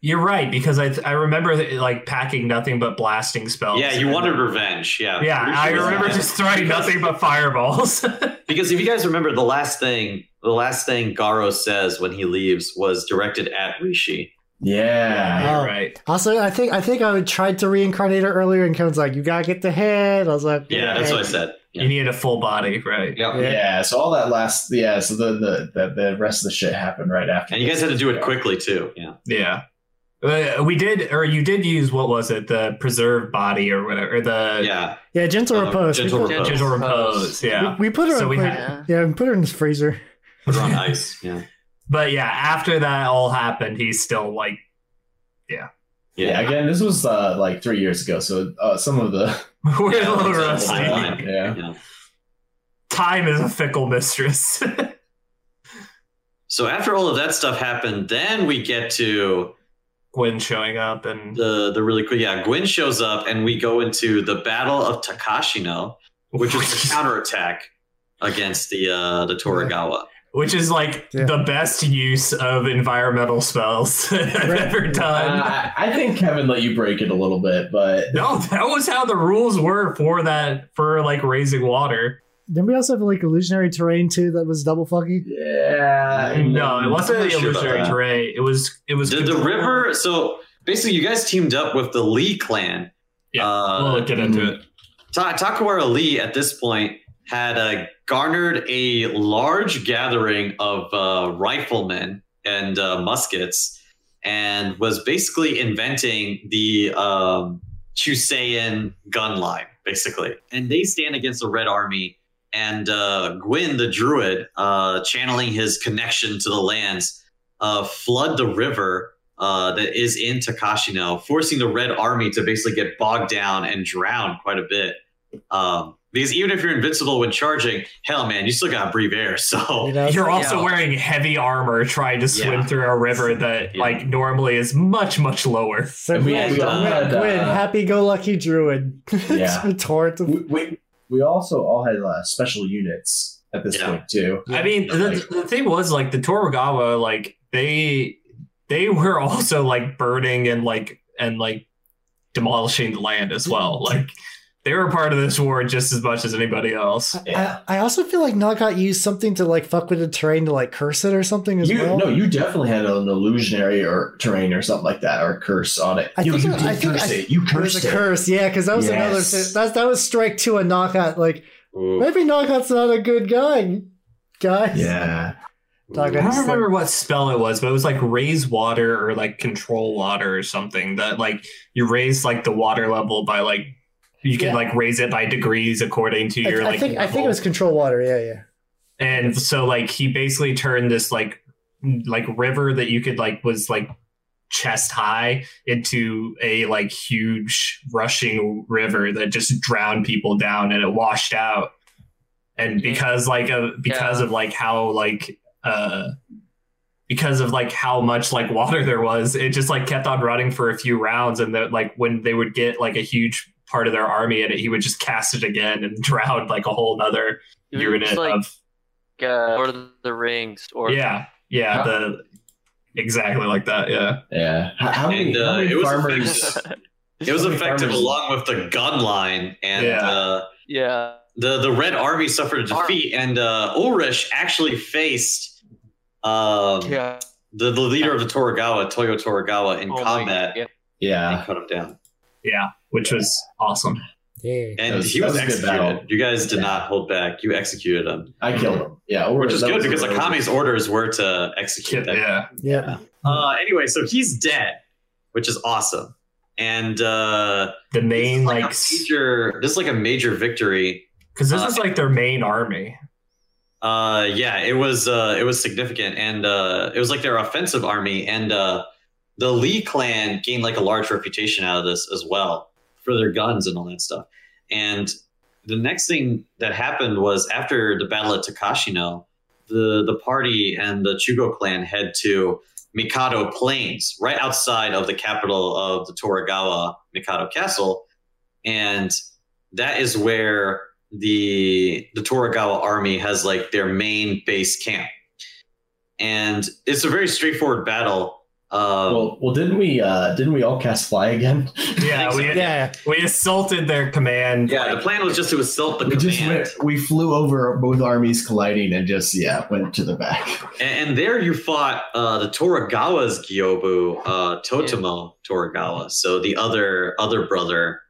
Speaker 2: You're right because I I remember like packing nothing but blasting spells.
Speaker 5: yeah, you wanted revenge. Yeah.
Speaker 2: Oh, Yeah,
Speaker 5: Rishi
Speaker 2: I
Speaker 5: was
Speaker 2: remember
Speaker 5: around.
Speaker 2: just throwing nothing but fireballs.
Speaker 5: because if you guys remember, the last thing, the last thing Garo says when he leaves was directed at Rishi.
Speaker 3: Yeah.
Speaker 2: You're
Speaker 1: Oh.
Speaker 2: right.
Speaker 1: Also, I think I think I tried to reincarnate her earlier, and Ken's like, "You gotta get the head." I was like,
Speaker 5: Yeah, that's what I said. Yeah.
Speaker 2: You needed a full body, right?
Speaker 5: Yeah.
Speaker 3: Yeah. so all that last yeah, so the the the, the rest of the shit happened right after.
Speaker 5: And you guys had to do it quickly too. Yeah.
Speaker 2: Yeah. Uh, we did, or you did use what was it? The preserved body or whatever. Or the
Speaker 5: Yeah.
Speaker 1: Yeah, gentle
Speaker 5: Uh,
Speaker 1: repose.
Speaker 5: gentle
Speaker 1: we, put,
Speaker 5: repose.
Speaker 2: digital repose. Yeah.
Speaker 1: we, we put her.
Speaker 2: So
Speaker 1: in
Speaker 2: we
Speaker 1: fri-
Speaker 2: had-
Speaker 1: yeah, we put her in the freezer.
Speaker 5: Put her on ice. Yeah.
Speaker 2: But yeah, after that all happened, he's still like,
Speaker 3: yeah, again, this was uh, like three years ago, so uh, some of the
Speaker 2: we're
Speaker 5: Yeah,
Speaker 2: a little
Speaker 5: it's a
Speaker 2: rusty.
Speaker 5: timeline.
Speaker 3: Yeah.
Speaker 5: Yeah.
Speaker 2: Time is a fickle mistress.
Speaker 5: So after all of that stuff happened, then we get to
Speaker 2: Gwen showing up and
Speaker 5: the the really cool. Yeah, Gwyn shows up, and we go into the Battle of Takashino, which is the counterattack against the uh, the Tokugawa.
Speaker 2: which is like
Speaker 1: Yeah.
Speaker 2: the best use of environmental spells I've
Speaker 1: Right.
Speaker 2: ever done.
Speaker 5: Ah. Uh,
Speaker 3: I, I think Kevin let you break it a little bit, but
Speaker 2: no, that was how the rules were for that for like raising water.
Speaker 1: Didn't we also have like illusionary terrain too? That was double fucky.
Speaker 3: yeah.
Speaker 2: No, it wasn't
Speaker 5: I'm
Speaker 2: the
Speaker 5: not sure about
Speaker 2: illusory
Speaker 5: that.
Speaker 2: terrain. It was it was
Speaker 5: The, the
Speaker 2: controlled-
Speaker 5: river. So basically, you guys teamed up with the Lee clan.
Speaker 2: Yeah.
Speaker 5: Uh,
Speaker 2: We'll get into it.
Speaker 5: Ta- Takawara Lee at this point had uh, garnered a large gathering of uh, riflemen and uh, muskets and was basically inventing the um, Chusean gun line, basically. And they stand against the Red Army. And uh, Gwyn, the druid, uh, channeling his connection to the lands, uh, flood the river uh, that is in Takashino, forcing the Red Army to basically get bogged down and drown quite a bit. Um, because even if you're invincible when charging, hell, man, you still got breathe air.
Speaker 1: You
Speaker 5: So
Speaker 1: know?
Speaker 2: Oh, You're also
Speaker 4: Yeah.
Speaker 2: wearing heavy armor trying to swim
Speaker 5: Yeah.
Speaker 2: through a river that
Speaker 5: Yeah.
Speaker 2: like normally is much much lower.
Speaker 1: So
Speaker 3: And we-
Speaker 1: Gwen,
Speaker 5: we all
Speaker 3: had, uh,
Speaker 1: Gwen, happy-go-lucky druid.
Speaker 3: Yeah.
Speaker 1: Torrent of-
Speaker 3: we, we, we also all had uh, special units at this
Speaker 5: Yeah.
Speaker 3: point too.
Speaker 2: I mean, the, the thing was like the Torugawa like they they were also like burning and like and like demolishing the land as well. Like they were part of this war just as much as anybody else.
Speaker 3: Yeah.
Speaker 1: I, I also feel like Nagat used something to like fuck with the terrain to like curse it or something as
Speaker 3: You
Speaker 1: well.
Speaker 3: no, you definitely had an illusionary or terrain or something like that, or a curse on it.
Speaker 1: I
Speaker 3: you,
Speaker 1: think
Speaker 3: you
Speaker 1: it-
Speaker 3: did
Speaker 1: I think
Speaker 3: curse
Speaker 1: I-
Speaker 3: it. You
Speaker 1: It was
Speaker 3: cursed
Speaker 1: a
Speaker 3: it.
Speaker 1: curse, yeah, because that was
Speaker 3: Yes.
Speaker 1: another thing. That, that was strike two a knockout. Like
Speaker 5: Ooh.
Speaker 1: Maybe Nagat's not a good guy, guys.
Speaker 3: Yeah.
Speaker 1: Dog, It's
Speaker 2: I don't
Speaker 1: like-
Speaker 2: remember what spell it was, but it was like raise water or like control water or something that like you raise like the water level by like you can
Speaker 1: Yeah.
Speaker 2: like raise it by degrees according to
Speaker 1: I,
Speaker 2: your
Speaker 1: I
Speaker 2: like
Speaker 1: think I think
Speaker 2: level.
Speaker 1: it was control water. Yeah, yeah.
Speaker 2: and so like he basically turned this like m- like river that you could like was like chest high into a like huge rushing river that just drowned people down and it washed out and because like of because
Speaker 4: Yeah.
Speaker 2: of like how like uh because of like how much like water there was it just like kept on running for a few rounds and that like when they would get like a huge part of their army in it he would just cast it again and drown like a whole nother
Speaker 4: It
Speaker 2: unit
Speaker 4: was like
Speaker 2: of
Speaker 4: uh, Lord of the Rings, or
Speaker 2: yeah, yeah, the exactly like that. Yeah,
Speaker 3: Yeah. How, how many,
Speaker 5: And, uh,
Speaker 3: how many
Speaker 5: it was
Speaker 3: farmers?
Speaker 5: effective. It was effective along with the gun line and
Speaker 2: Yeah.
Speaker 5: uh,
Speaker 4: yeah.
Speaker 5: the the Red Army suffered a defeat, and uh, Ulrich actually faced um,
Speaker 4: Yeah.
Speaker 5: the, the leader of the Tokugawa, Toyo Tokugawa, in
Speaker 4: Oh my
Speaker 5: combat
Speaker 4: God,
Speaker 5: and
Speaker 3: Yeah.
Speaker 5: cut him down.
Speaker 2: yeah, which was awesome.
Speaker 1: Yeah.
Speaker 5: And
Speaker 3: That was-
Speaker 5: he
Speaker 3: that
Speaker 5: was,
Speaker 3: was a good battle.
Speaker 5: executed. You guys did
Speaker 3: Yeah.
Speaker 5: not hold back. You executed him,
Speaker 3: I killed him. Yeah.
Speaker 5: which is
Speaker 3: that
Speaker 5: good
Speaker 3: was
Speaker 5: because
Speaker 3: a-
Speaker 5: Akame's orders were to
Speaker 2: Yeah,
Speaker 5: execute that
Speaker 2: yeah,
Speaker 1: Yeah.
Speaker 5: Uh, anyway, so he's dead, which is awesome, and uh,
Speaker 2: the
Speaker 5: this is
Speaker 2: main like
Speaker 5: a Uh,
Speaker 2: because
Speaker 5: major. This is like a major victory.
Speaker 2: this is like their main army.
Speaker 5: Uh, yeah, it was uh, it was significant, and uh, it was like their offensive army, and uh, the Lee clan gained like a large reputation out of this as well for their guns and all that stuff. And the next thing that happened was after the Battle of Takashino, the the party and the Chugo clan head to Mikado Plains, right outside of the capital of the Tokugawa Mikado Castle, and that is where the the Tokugawa army has like their main base camp, and it's a very straightforward battle. Um,
Speaker 3: Well, well, didn't we? Uh, didn't we all cast fly again?
Speaker 2: Yeah, we
Speaker 1: Yeah.
Speaker 2: we assaulted their command.
Speaker 5: yeah, the
Speaker 2: like,
Speaker 5: plan was just to assault the
Speaker 3: we just
Speaker 5: command,
Speaker 3: went, we flew over both armies colliding and just yeah went to the back.
Speaker 5: and, and there you fought uh, the Tokugawa's Gyobu, uh, Totomo Tokugawa, so the other other brother.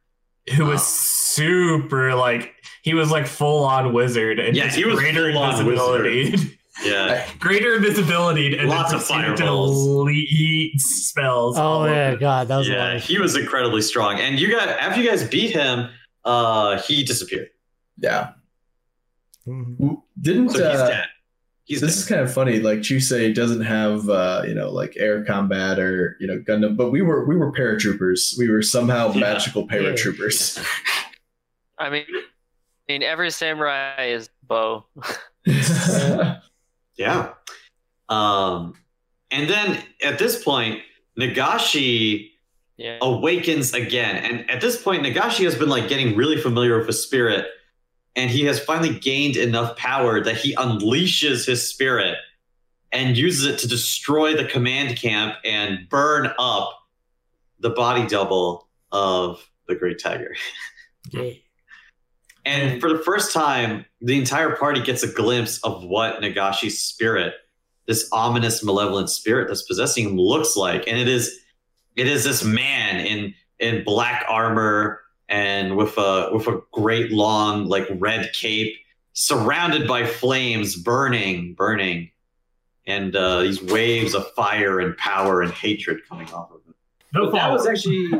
Speaker 2: who
Speaker 5: uh.
Speaker 2: was super like he was like full on wizard and
Speaker 5: Yeah,
Speaker 2: just
Speaker 5: he was
Speaker 2: greater
Speaker 5: full-on
Speaker 2: invisibility,
Speaker 5: Yeah,
Speaker 2: greater invisibility, and
Speaker 5: Lots
Speaker 2: then
Speaker 5: of
Speaker 2: proceeded to
Speaker 5: fireballs.
Speaker 2: delete spells. all
Speaker 1: Oh
Speaker 2: over
Speaker 1: yeah, God, that was a lot
Speaker 5: yeah,
Speaker 1: of-
Speaker 5: he was incredibly strong. And you got after you guys beat him, uh, he disappeared,
Speaker 3: Yeah,
Speaker 1: Mhm.
Speaker 3: didn't.
Speaker 5: so he's
Speaker 3: uh,
Speaker 5: dead. He's
Speaker 3: this
Speaker 5: dead.
Speaker 3: is kind of funny. Like Chusei doesn't have uh, you know like air combat or you know Gundam, but we were we were paratroopers. We were somehow
Speaker 5: Yeah.
Speaker 3: magical paratroopers.
Speaker 4: I mean, I mean, every samurai is bow.
Speaker 5: Yeah. Um, and then at this point, Nagashi
Speaker 4: Yeah.
Speaker 5: awakens again. And at this point, Nagashi has been like getting really familiar with his spirit, and he has finally gained enough power that he unleashes his spirit and uses it to destroy the command camp and burn up the body double of the Great Tiger.
Speaker 1: Yeah.
Speaker 5: And for the first time, the entire party gets a glimpse of what Nagashi's spirit, this ominous, malevolent spirit that's possessing him, looks like. And it is, it is this man in in black armor and with a with a great long like red cape, surrounded by flames, burning, burning, and uh, these waves of fire and power and hatred coming off of him
Speaker 2: No
Speaker 5: but that was
Speaker 2: fault.
Speaker 5: actually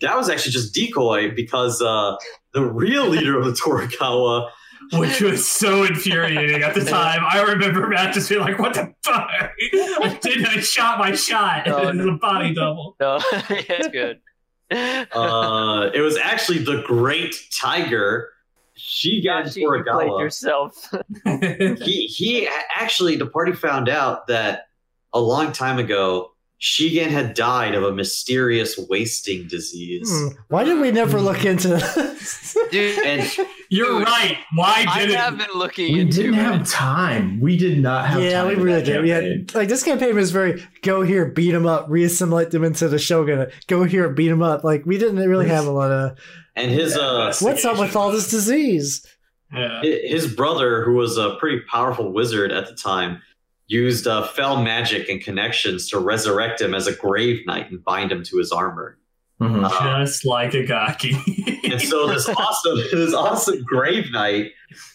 Speaker 5: that was actually just decoy because uh, the real leader of the Torikawa,
Speaker 2: which was so infuriating at the time. I remember Matt just being like, "What the fuck? I did. I shot my shot.
Speaker 4: Oh,
Speaker 2: it was a body double."
Speaker 4: No, it's good.
Speaker 5: uh, it was actually the Great Tiger. She got
Speaker 4: Actually, you played
Speaker 5: Torikawa.
Speaker 4: yourself.
Speaker 5: He he a- actually the party found out that a long time ago Shigen had died of a mysterious wasting disease.
Speaker 1: Hmm. Why did we never look into this?
Speaker 4: Dude,
Speaker 5: And
Speaker 2: You're
Speaker 4: Dude,
Speaker 2: right. Why
Speaker 4: I
Speaker 2: didn't?
Speaker 4: have been looking
Speaker 3: we
Speaker 4: into
Speaker 3: didn't
Speaker 4: it.
Speaker 3: have time. We did not have.
Speaker 1: yeah,
Speaker 3: time
Speaker 1: we
Speaker 3: in
Speaker 1: really
Speaker 3: that
Speaker 1: did. We
Speaker 3: campaign.
Speaker 1: had like this campaign was very go here, beat them up, reassimilate them into the shogun, go here, beat them up. Like we didn't really have a lot of
Speaker 5: and his uh
Speaker 1: what's up with all this disease?
Speaker 2: Yeah.
Speaker 5: his brother, who was a pretty powerful wizard at the time, used uh, fell magic and connections to resurrect him as a grave knight and bind him to his armor.
Speaker 3: Mhm.
Speaker 5: Uh,
Speaker 2: just like Agaki.
Speaker 5: and so this awesome this awesome grave knight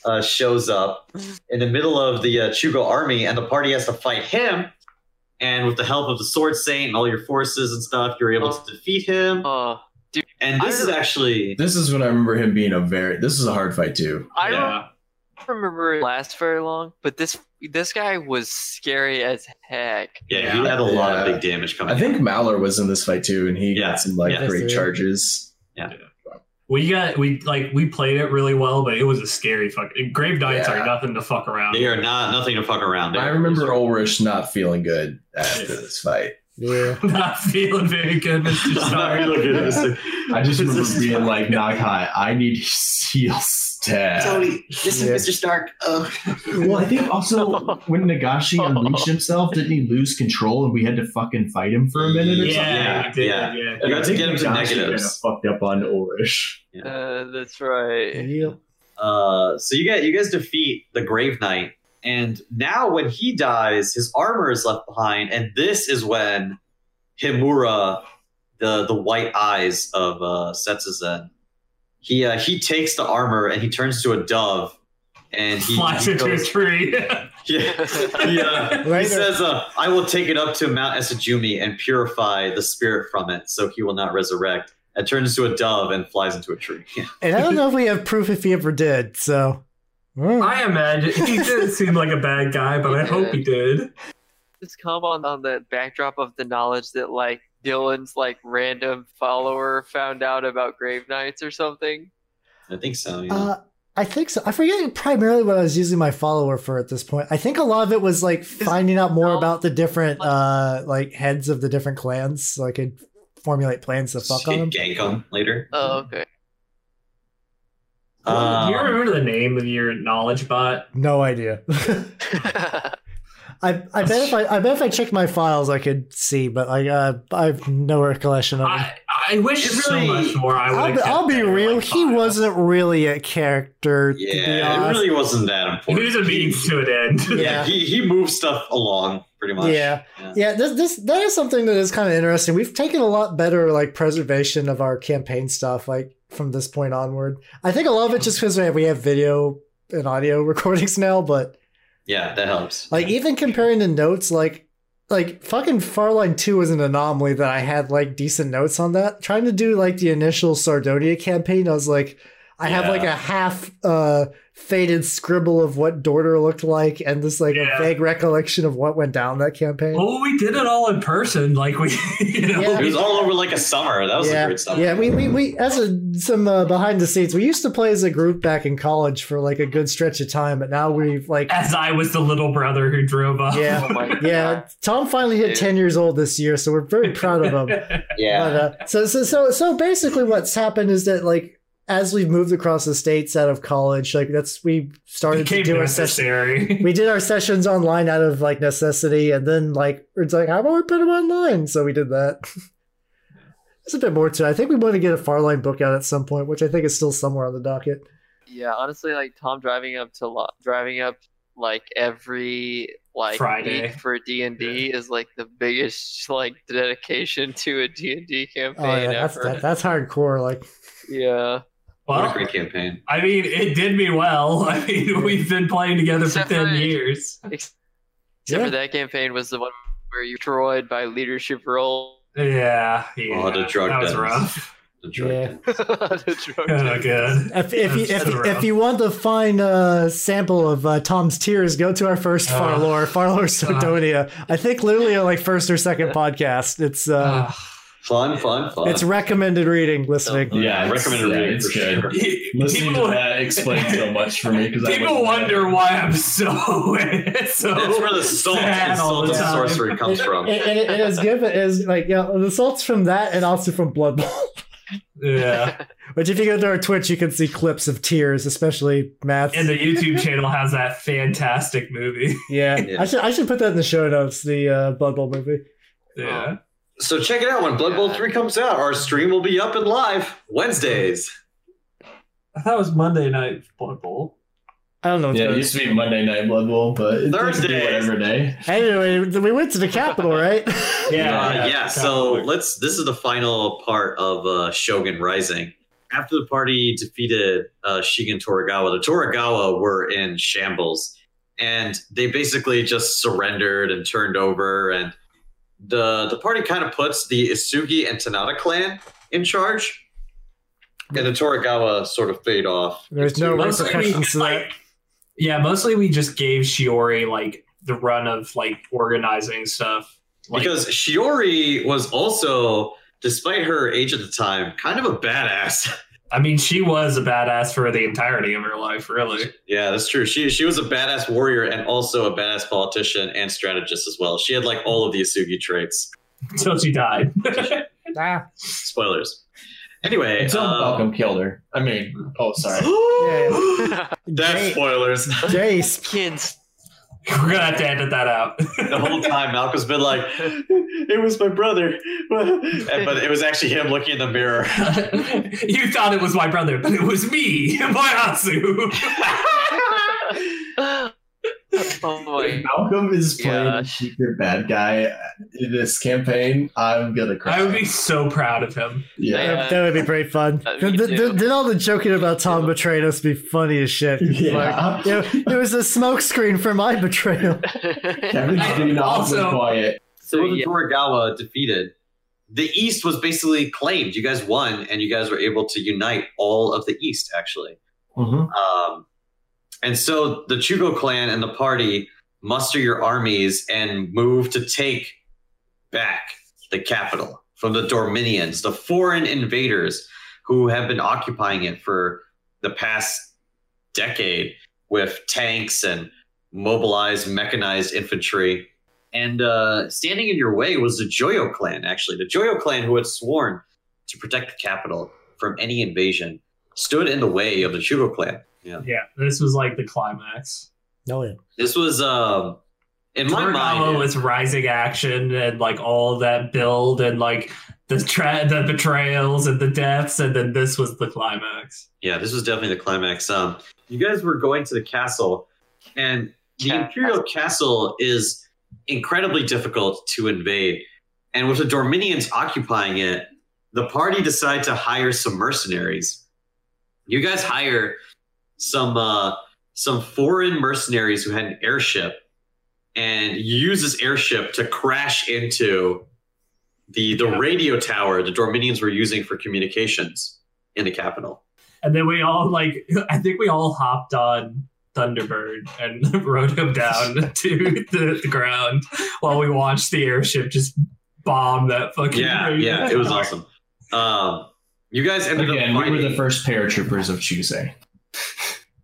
Speaker 5: uh, shows up in the middle of the uh, Chugo army, and the party has to fight him. And with the help of the sword saint and all your forces and stuff, you're able to defeat him.
Speaker 4: Oh,
Speaker 5: And this is actually
Speaker 3: This is when I remember him being a very. This is a hard fight too.
Speaker 4: I don't
Speaker 2: yeah.
Speaker 4: remember it last very long, but this this guy was scary as heck.
Speaker 5: yeah, he had a lot of
Speaker 3: Yeah.
Speaker 5: big damage coming.
Speaker 3: I think Mallor was in this fight too, and he
Speaker 5: Yeah.
Speaker 3: got some like
Speaker 5: Yeah.
Speaker 3: great charges.
Speaker 2: We got we like we played it really well, but it was a scary fuck. Grave Knights
Speaker 3: Yeah.
Speaker 2: are nothing to fuck around.
Speaker 5: They are not nothing to fuck around. They
Speaker 3: I
Speaker 5: are-
Speaker 3: remember Ulrich not feeling good after this fight.
Speaker 1: Yeah.
Speaker 2: not feeling very good, Mister
Speaker 5: I'm not
Speaker 2: Star.
Speaker 5: really good at this thing.
Speaker 3: I just remember
Speaker 5: This is-
Speaker 3: being like, Nakai, I need seal stab.
Speaker 5: Tony, this
Speaker 1: Yeah.
Speaker 5: is Mr. Stark. Oh.
Speaker 3: Well, I think also when Nagashi unleashed himself, didn't he lose control and we had to fucking fight him for a minute or something?
Speaker 2: Yeah,
Speaker 5: Yeah,
Speaker 2: we did,
Speaker 5: yeah.
Speaker 2: yeah.
Speaker 5: You have to get him to
Speaker 3: Nagashi
Speaker 5: negatives.
Speaker 3: kinda fucked up on Ulrich.
Speaker 4: Uh, that's right.
Speaker 1: Yep.
Speaker 5: Uh, so you get you guys defeat the Grave Knight, and now when he dies, his armor is left behind, and this is when Himura, the the white eyes of uh, Setsuzen, he uh, he takes the armor and he turns to a dove, and he,
Speaker 2: Flies
Speaker 5: he,
Speaker 2: into a
Speaker 5: goes,
Speaker 2: tree.
Speaker 5: yeah, he, uh, he
Speaker 1: Later.
Speaker 5: says, uh, "I will take it up to Mount Esajumi and purify the spirit from it, so he will not resurrect." And turns to a dove and flies into a tree.
Speaker 1: And I don't know if we have proof if he ever did, so. Mm.
Speaker 2: I imagine he didn't seem like a bad guy, but I hope he did.
Speaker 4: Just come on on the backdrop of the knowledge that like Dylan's like random follower found out about Grave Knights or something.
Speaker 5: I think so. Yeah.
Speaker 1: Uh, I think so. I forget primarily what I was using my follower for at this point. I think a lot of it was like finding out more about the different uh like heads of the different clans, so I could formulate plans to fuck on them.
Speaker 5: Gank him later.
Speaker 4: Oh, okay.
Speaker 5: Um,
Speaker 2: Do you remember the name of your knowledge bot?
Speaker 1: No idea. I I bet if I I bet if I checked my files, I could see, but I uh, I have no recollection of it.
Speaker 2: I, I wish
Speaker 5: Um, It's
Speaker 2: so
Speaker 5: really-
Speaker 2: much more. I would.
Speaker 1: I'll be, I'll be real. He wasn't really a character. to be
Speaker 5: yeah, it
Speaker 1: honest.
Speaker 5: really wasn't that
Speaker 2: He
Speaker 5: important.
Speaker 2: was a means to an end.
Speaker 5: yeah, he, he moves stuff along pretty much.
Speaker 1: Yeah. Yeah, this this that is something that is kind of interesting. We've taken a lot better like preservation of our campaign stuff like from this point onward. I think a lot of it just because we have video and audio recordings now, but
Speaker 5: Yeah, that helps.
Speaker 1: like even comparing the notes, like like fucking Farline Two was an anomaly that I had like decent notes on that. Trying to do like the initial Sardonia campaign, I was like, I have
Speaker 5: Yeah.
Speaker 1: like a half uh faded scribble of what Dorder looked like and this like
Speaker 2: Yeah.
Speaker 1: a vague recollection of what went down that campaign.
Speaker 2: Well, we did it all in person. Like we, you know,
Speaker 1: Yeah.
Speaker 5: it was all over like a summer. That was
Speaker 1: yeah,
Speaker 5: a great summer.
Speaker 1: yeah. We, we, we as a, some uh, behind the scenes, we used to play as a group back in college for like a good stretch of time, but now we've like,
Speaker 2: as I was the little brother who drove up.
Speaker 1: yeah,
Speaker 4: Oh my God.
Speaker 1: yeah. Tom finally hit
Speaker 4: Dude.
Speaker 1: ten years old this year, so we're very proud of him.
Speaker 5: yeah.
Speaker 1: But, uh, so, so, so, so basically, what's happened is that like as we've moved across the states out of college, like that's we started to
Speaker 2: became
Speaker 1: do our session.
Speaker 2: necessary.
Speaker 1: We did our sessions online out of like necessity, and then like it's like how about we put them online? So we did that. There's a bit more to it. I think we want to get a Farline book out at some point, which I think is still somewhere on the docket.
Speaker 4: Yeah, honestly, like Tom driving up to lo- driving up like every like
Speaker 2: Friday.
Speaker 4: week for D and D is like the biggest like dedication to a D and D campaign
Speaker 1: Oh yeah, that's
Speaker 4: ever.
Speaker 1: that, that's hardcore. Like
Speaker 4: Yeah,
Speaker 5: What a
Speaker 2: Well,
Speaker 5: great campaign.
Speaker 2: I mean, it did me well. I mean, we've been playing together for
Speaker 4: Except
Speaker 2: ten
Speaker 4: for-
Speaker 2: years.
Speaker 4: except for
Speaker 1: Yeah.
Speaker 4: that campaign was the one where you destroyed by leadership role.
Speaker 2: Yeah, yeah.
Speaker 5: Oh, the drug
Speaker 2: that was
Speaker 5: dens.
Speaker 2: rough.
Speaker 5: The drug
Speaker 1: yeah,
Speaker 2: Oh,
Speaker 4: okay.
Speaker 2: good.
Speaker 1: if if you, if,
Speaker 2: That's
Speaker 1: you-
Speaker 2: rough.
Speaker 1: if you want the fine uh, sample of uh, Tom's tears, go to our first
Speaker 2: Uh,
Speaker 1: Farlore, Farlore Sardonia. I think literally like first or second podcast. It's uh,
Speaker 2: Ah.
Speaker 5: Fun, fun,
Speaker 2: Uh,
Speaker 5: fun.
Speaker 1: it's recommended reading, listening.
Speaker 2: Oh,
Speaker 5: So,
Speaker 3: Yeah,
Speaker 5: I recommend
Speaker 3: it's-
Speaker 5: it
Speaker 3: yeah,
Speaker 5: reading
Speaker 3: it's
Speaker 5: for
Speaker 3: good.
Speaker 5: sure.
Speaker 3: Listening
Speaker 2: People-
Speaker 3: to that explains so much for me. 'cause I
Speaker 2: People
Speaker 3: wasn't
Speaker 2: wonder
Speaker 3: there.
Speaker 2: why I'm so so.
Speaker 5: That's where the salt
Speaker 2: Sad
Speaker 5: and
Speaker 2: all
Speaker 5: salt
Speaker 2: the
Speaker 5: and
Speaker 2: time.
Speaker 5: sorcery comes
Speaker 2: oh.
Speaker 5: from.
Speaker 1: And, and it, it is given is like you know, the salts from that and also from Blood Bowl.
Speaker 2: yeah,
Speaker 1: Which if you go to our Twitch, you can see clips of tears, especially Matt's.
Speaker 2: and the YouTube channel has that fantastic movie.
Speaker 1: yeah.
Speaker 5: Yeah.
Speaker 1: I should I should put that in the show notes. The uh, Blood Bowl movie.
Speaker 5: Oh.
Speaker 2: Yeah,
Speaker 5: So check it out when Blood Bowl 3 comes out. Our stream will be up and live Wednesdays.
Speaker 2: I thought it was Monday night Blood Bowl.
Speaker 1: I don't know. What's
Speaker 3: Yeah, it
Speaker 1: going
Speaker 3: used to be Monday Night Blood Bowl, but it Thursday
Speaker 5: Thursdays.
Speaker 3: whatever day.
Speaker 1: Anyway, we went to the capital, right?
Speaker 5: Uh,
Speaker 2: Yeah,
Speaker 5: yeah,
Speaker 2: yeah.
Speaker 5: so let's. This is the final part of uh, Shogun Rising. After the party defeated uh, Shigen Tokugawa, the Tokugawa were in shambles, and they basically just surrendered and turned over. And the the party kind of puts the Isugi and Tanada clan in charge, and the Tokugawa sort of fade off.
Speaker 1: There's no
Speaker 2: Mostly we-
Speaker 1: repercussions to that.
Speaker 2: like, yeah, mostly we just gave Shiori like the run of like organizing stuff. Like,
Speaker 5: because Shiori was also, despite her age at the time, kind of a badass.
Speaker 2: I mean, she was a badass for the entirety of her life, really.
Speaker 5: Yeah, that's true. She she was a badass warrior and also a badass politician and strategist as well. She had like all of the Asugi traits.
Speaker 2: Until she died.
Speaker 1: Ah,
Speaker 5: Spoilers. Anyway,
Speaker 3: Until
Speaker 5: um,
Speaker 3: Malcolm killed her. I mean, oh sorry.
Speaker 5: that's
Speaker 1: Jay,
Speaker 5: spoilers.
Speaker 1: Jace,
Speaker 4: Skins.
Speaker 2: We're gonna have to edit that out.
Speaker 5: the whole time Malcolm's been like, "It was my brother," And- but it was actually him looking in the mirror.
Speaker 2: you thought it was my brother, but it was me, Mayasu.
Speaker 4: oh my
Speaker 3: Malcolm is playing a
Speaker 4: gosh.
Speaker 3: secret bad guy in this campaign. I'm gonna cry.
Speaker 2: I would be so proud of him.
Speaker 3: yeah.
Speaker 1: that would be great fun.
Speaker 4: Uh, me
Speaker 1: Then
Speaker 4: too.
Speaker 1: then- then all the joking about Tom betrayed us be funny as shit.
Speaker 3: Yeah.
Speaker 1: Like, you know, it was a smokescreen for my betrayal.
Speaker 3: Kevin's been awfully
Speaker 2: Also-
Speaker 3: quiet.
Speaker 5: So
Speaker 4: so
Speaker 5: when
Speaker 4: yeah,
Speaker 5: Tokugawa defeated, the East was basically claimed. You guys won, and you guys were able to unite all of the East. Actually, Um, and so the Chugo clan and the party muster your armies and move to take back the capital from the Dorminians, the foreign invaders who have been occupying it for the past decade with tanks and mobilized mechanized infantry. And uh, standing in your way was the Joyo clan, actually. The Joyo clan, who had sworn to protect the capital from any invasion, stood in the way of the Chugo clan. Yeah.
Speaker 2: Yeah, this was like the climax.
Speaker 1: Oh yeah.
Speaker 5: This was um in my
Speaker 2: Toragawa
Speaker 5: mind.
Speaker 2: was rising action and like all that build and like the tra- the betrayals and the deaths, and then this was the climax.
Speaker 5: yeah, this was definitely the climax. Um, you guys were going to the castle, and the
Speaker 4: Ca-
Speaker 5: imperial castle is incredibly difficult to invade. And with the Dorminians occupying it, the party decide to hire some mercenaries. You guys hire some uh, some foreign mercenaries who had an airship, and you use this airship to crash into the the radio tower the Dorminians were using for communications in the capital.
Speaker 2: And then we all like, I think we all hopped on Thunderbird and rode him down to the, the ground while we watched the airship just bomb that fucking.
Speaker 5: yeah, yeah, it was awesome. Um, you guys ended
Speaker 3: Again,
Speaker 5: up
Speaker 3: we
Speaker 5: fighting.
Speaker 3: were the first paratroopers of Tuesday.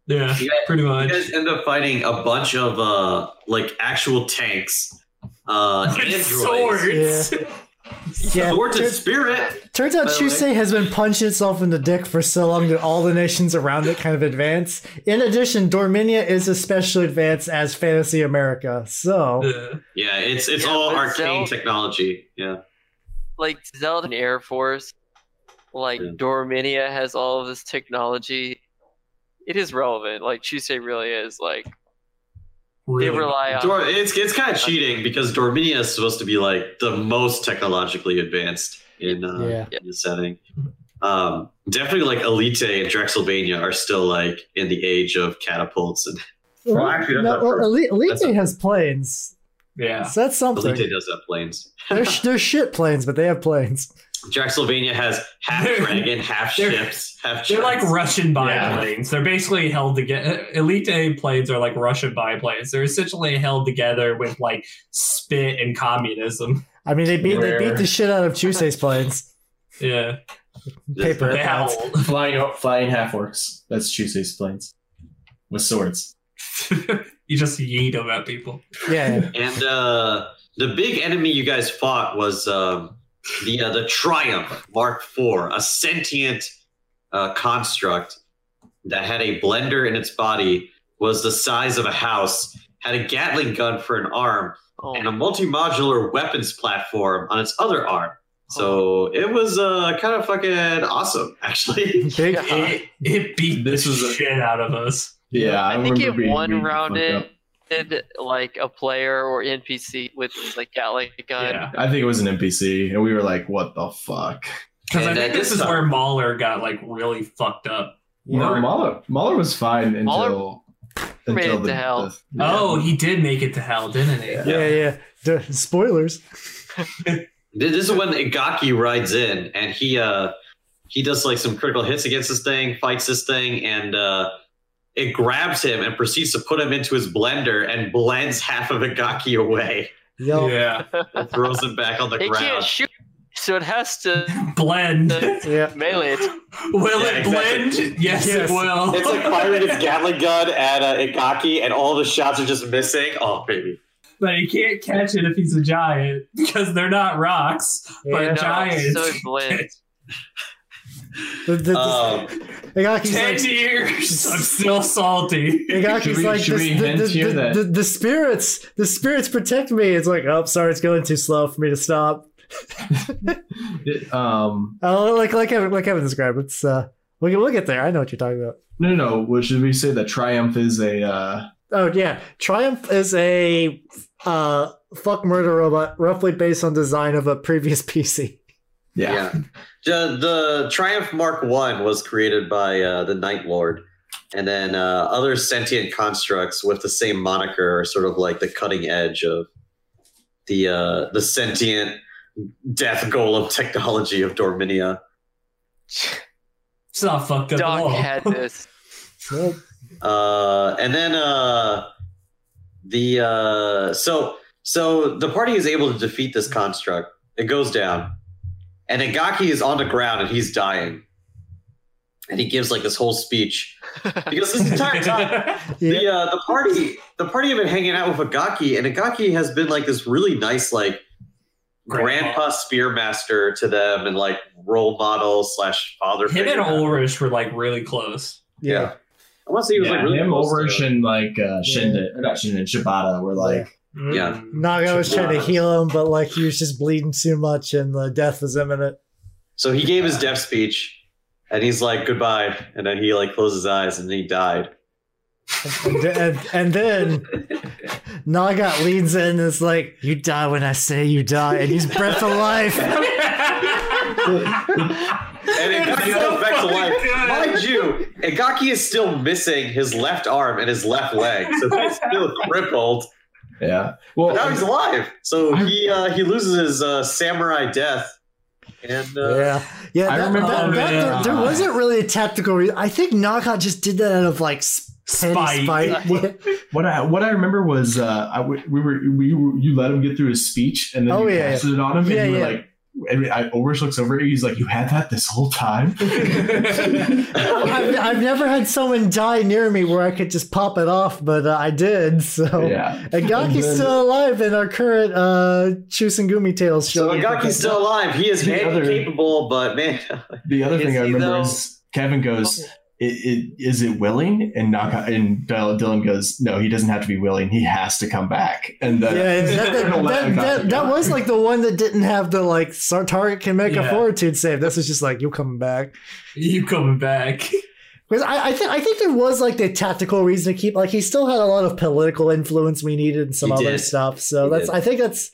Speaker 2: Yeah,
Speaker 5: You guys-
Speaker 2: pretty
Speaker 5: you
Speaker 2: much.
Speaker 5: guys end up fighting a bunch of uh, like actual tanks, uh,
Speaker 2: With
Speaker 5: androids.
Speaker 2: swords.
Speaker 1: Yeah,
Speaker 5: swords and
Speaker 1: tur-
Speaker 5: spirit.
Speaker 1: turns out
Speaker 5: by the way.
Speaker 1: Chusei has been punching itself in the dick for so long that all the nations around it kind of advance. In addition, Dorminia is especially advanced as Fantasy America. So
Speaker 2: Yeah.
Speaker 5: Yeah, it's it's
Speaker 4: Yeah,
Speaker 5: all
Speaker 4: but
Speaker 5: arcane
Speaker 4: Zelda-
Speaker 5: technology. Yeah,
Speaker 4: like Zelda and Air Force, like
Speaker 5: Yeah.
Speaker 4: Dorminia has all of this technology. It is relevant. Like Chusei really is. Like
Speaker 2: Really
Speaker 4: they rely on.
Speaker 5: Dor- it's it's kind of cheating because Dorminia is supposed to be like the most technologically advanced in uh,
Speaker 1: Yeah.
Speaker 5: in the setting. Um, definitely, like Elite and Drexylvania are still like in the age of catapults and Well, actually, that's
Speaker 1: no,
Speaker 5: not
Speaker 1: well,
Speaker 5: true.
Speaker 1: Elite, Elite
Speaker 5: That's not-
Speaker 1: has planes.
Speaker 2: Yeah.
Speaker 1: So that's something.
Speaker 5: Elite does have planes.
Speaker 1: They're, sh- they're shit planes, but they have planes.
Speaker 5: Jacksylvania has half
Speaker 2: They're-
Speaker 5: dragon, half
Speaker 2: they're-
Speaker 5: ships, half.
Speaker 2: They're like
Speaker 5: giants.
Speaker 2: Russian
Speaker 3: Yeah.
Speaker 2: biplanes. They're basically held together. Elite A planes are like Russian biplanes. They're essentially held together with like spit and communism.
Speaker 1: I mean, they beat they
Speaker 3: Rare.
Speaker 1: beat the shit out of Chusei's planes.
Speaker 2: Yeah.
Speaker 1: Paper
Speaker 2: They have
Speaker 1: airplanes.
Speaker 3: flying flying half orcs. That's Tuesday's planes. With swords.
Speaker 2: you just yeet them at people.
Speaker 1: Yeah,
Speaker 5: And uh, the big enemy you guys fought was um, the uh, the Triumph Mark IV, a sentient uh, construct that had a blender in its body, was the size of a house, had a Gatling gun for an arm,
Speaker 4: Oh,
Speaker 5: and a multi-modular weapons platform on its other arm. So it was uh, kind of fucking awesome, actually.
Speaker 1: big
Speaker 4: Yeah.
Speaker 2: It, it beat
Speaker 3: This
Speaker 2: the
Speaker 3: was a-
Speaker 2: shit out of us.
Speaker 3: Yeah,
Speaker 4: I, think it
Speaker 3: remember being
Speaker 4: one
Speaker 3: really fucked
Speaker 4: rounded
Speaker 3: up.
Speaker 4: did like a player or NPC with like got like a gun.
Speaker 2: Yeah.
Speaker 3: I think it was an NPC, and we were like, "What the fuck?"
Speaker 2: Because I
Speaker 4: And
Speaker 2: think
Speaker 4: that
Speaker 2: this
Speaker 4: gets
Speaker 2: is
Speaker 4: sucked.
Speaker 2: where Mahler got like really fucked up.
Speaker 3: No,
Speaker 2: Or-
Speaker 3: Mahler, Mahler was fine
Speaker 4: Mahler
Speaker 3: until
Speaker 4: made
Speaker 3: until
Speaker 4: it to hell.
Speaker 3: the-
Speaker 2: Oh, he did make it to hell, didn't he?
Speaker 1: Yeah, yeah. D- spoilers.
Speaker 5: This is when Igaki rides in and he uh he does like some critical hits against this thing, fights this thing, and uh it grabs him and proceeds to put him into his blender and blends half of Igaki away
Speaker 1: Yep.
Speaker 2: Yeah.
Speaker 5: and throws him back on the
Speaker 4: It can't
Speaker 5: ground.
Speaker 4: shoot, so it has to
Speaker 2: Blend.
Speaker 4: Yeah.
Speaker 1: Yeah.
Speaker 4: melee it.
Speaker 2: Will
Speaker 5: Yeah,
Speaker 2: it blend?
Speaker 5: exactly.
Speaker 2: Yes,
Speaker 1: Yes.
Speaker 2: it will.
Speaker 5: It's like firing his Gatling gun at uh, Igaki, and all the shots are just missing. Oh, baby.
Speaker 2: but he can't catch it if he's a giant because they're not rocks. But
Speaker 1: Yeah.
Speaker 4: No,
Speaker 2: giants.
Speaker 4: so it blends.
Speaker 1: The, the, the,
Speaker 5: Um,
Speaker 1: Igaki's
Speaker 2: Ten
Speaker 1: like,
Speaker 2: years. I'm still salty.
Speaker 1: Igaki's
Speaker 3: Should we-
Speaker 1: like
Speaker 3: should
Speaker 1: this-
Speaker 3: we
Speaker 1: the,
Speaker 3: hint
Speaker 1: the-
Speaker 3: here
Speaker 1: the-
Speaker 3: that-
Speaker 1: the- the spirits, the spirits protect me. It's like, oh, sorry, it's going too slow for me to stop.
Speaker 3: It- um,
Speaker 1: Oh, like like Kevin, like Kevin described, it's uh, we'll get, we'll get there. I know what you're talking about.
Speaker 3: no, no, no. Well, should we say that Triumph is a uh,
Speaker 1: Oh yeah, Triumph is a uh fuck murder robot, roughly based on design of a previous PC.
Speaker 3: yeah.
Speaker 5: Yeah. The, the Triumph Mark One was created by uh, the Night Lord, and then uh, other sentient constructs with the same moniker are sort of like the cutting edge of the uh, the sentient death golem technology of Dorminia.
Speaker 2: It's not fucked up
Speaker 4: Doc
Speaker 2: at
Speaker 4: had
Speaker 2: all.
Speaker 4: this.
Speaker 1: Nope.
Speaker 5: Uh, and then uh, the uh, so so the party is able to defeat this construct. It goes down, and Igaki is on the ground and he's dying. And he gives like this whole speech because this entire time
Speaker 1: Yeah.
Speaker 5: the uh, the party the party have been hanging out with Agaki, and Agaki has been like this really nice like grandpa, spearmaster to them, and like role model slash father.
Speaker 2: Him and
Speaker 5: figure.
Speaker 2: Ulrich were like really close.
Speaker 5: yeah. I want to say he was
Speaker 3: yeah,
Speaker 5: like really
Speaker 3: him,
Speaker 5: close to
Speaker 3: Ulrich,
Speaker 5: them.
Speaker 3: and like uh, Shinden, or not Shinden, Shibata were like,
Speaker 5: Yeah.
Speaker 1: Naga was trying to
Speaker 5: Yeah.
Speaker 1: heal him, but like he was just bleeding too much, and the death was imminent.
Speaker 5: So he gave his death speech, and he's like goodbye, and then he like closed his eyes, and he died.
Speaker 1: And, and, and then Naga leans in and is like, You die when I say you die, and he's breath of life.
Speaker 5: And
Speaker 2: It's
Speaker 5: it got
Speaker 2: so
Speaker 5: him back to
Speaker 2: fucking
Speaker 5: life.
Speaker 2: good.
Speaker 5: Mind you, Igaki is still missing his left arm and his left leg, so he's still crippled.
Speaker 3: yeah.
Speaker 5: But now he's
Speaker 3: Well,
Speaker 5: alive. So he uh, he loses his uh, samurai death, and uh,
Speaker 1: Yeah. Yeah.
Speaker 3: I
Speaker 1: that-
Speaker 3: remember- uh,
Speaker 1: that- that-
Speaker 2: Oh,
Speaker 1: there, there
Speaker 3: yeah.
Speaker 1: wasn't really a tactical reason. I think Naga just did that out of like s- petty
Speaker 2: Spite.
Speaker 1: spite. Yeah.
Speaker 3: what I what I remember was uh, I, we we were we were, you let him get through his speech, and then
Speaker 1: Oh,
Speaker 3: you
Speaker 1: yeah.
Speaker 3: casted it on him,
Speaker 1: Yeah,
Speaker 3: and you
Speaker 1: yeah.
Speaker 3: were like, and I, Ulrich looks over, at you, he's like, you had that this whole time.
Speaker 1: I've, I've never had someone die near me where I could just pop it off, but uh, I did. So.
Speaker 3: Yeah.
Speaker 1: And Gaki's
Speaker 3: And then-
Speaker 1: still alive in our current uh, Chusengumi Tales show.
Speaker 5: so Igaki's still alive. He is
Speaker 3: The other-
Speaker 5: capable, but man,
Speaker 3: The other
Speaker 5: Is
Speaker 3: thing I
Speaker 5: he,
Speaker 3: remember
Speaker 5: though?
Speaker 3: is Kevin goes, "I- I- "Is it willing?" And Naka and Dylan Dylan goes, "No, he doesn't have to be willing. He has to come back." And
Speaker 1: Yeah,
Speaker 3: then
Speaker 1: and that, that, that, that, that was like the one that didn't have the like sar- target can make a
Speaker 2: Yeah.
Speaker 1: fortitude save. This was just like you coming back.
Speaker 2: you coming back?
Speaker 1: 'Cause I, I think I think there was like the tactical reason to keep like he still had a lot of political influence we needed and some
Speaker 5: He
Speaker 1: other
Speaker 5: did.
Speaker 1: stuff. So
Speaker 5: He
Speaker 1: that's
Speaker 5: did.
Speaker 1: I think that's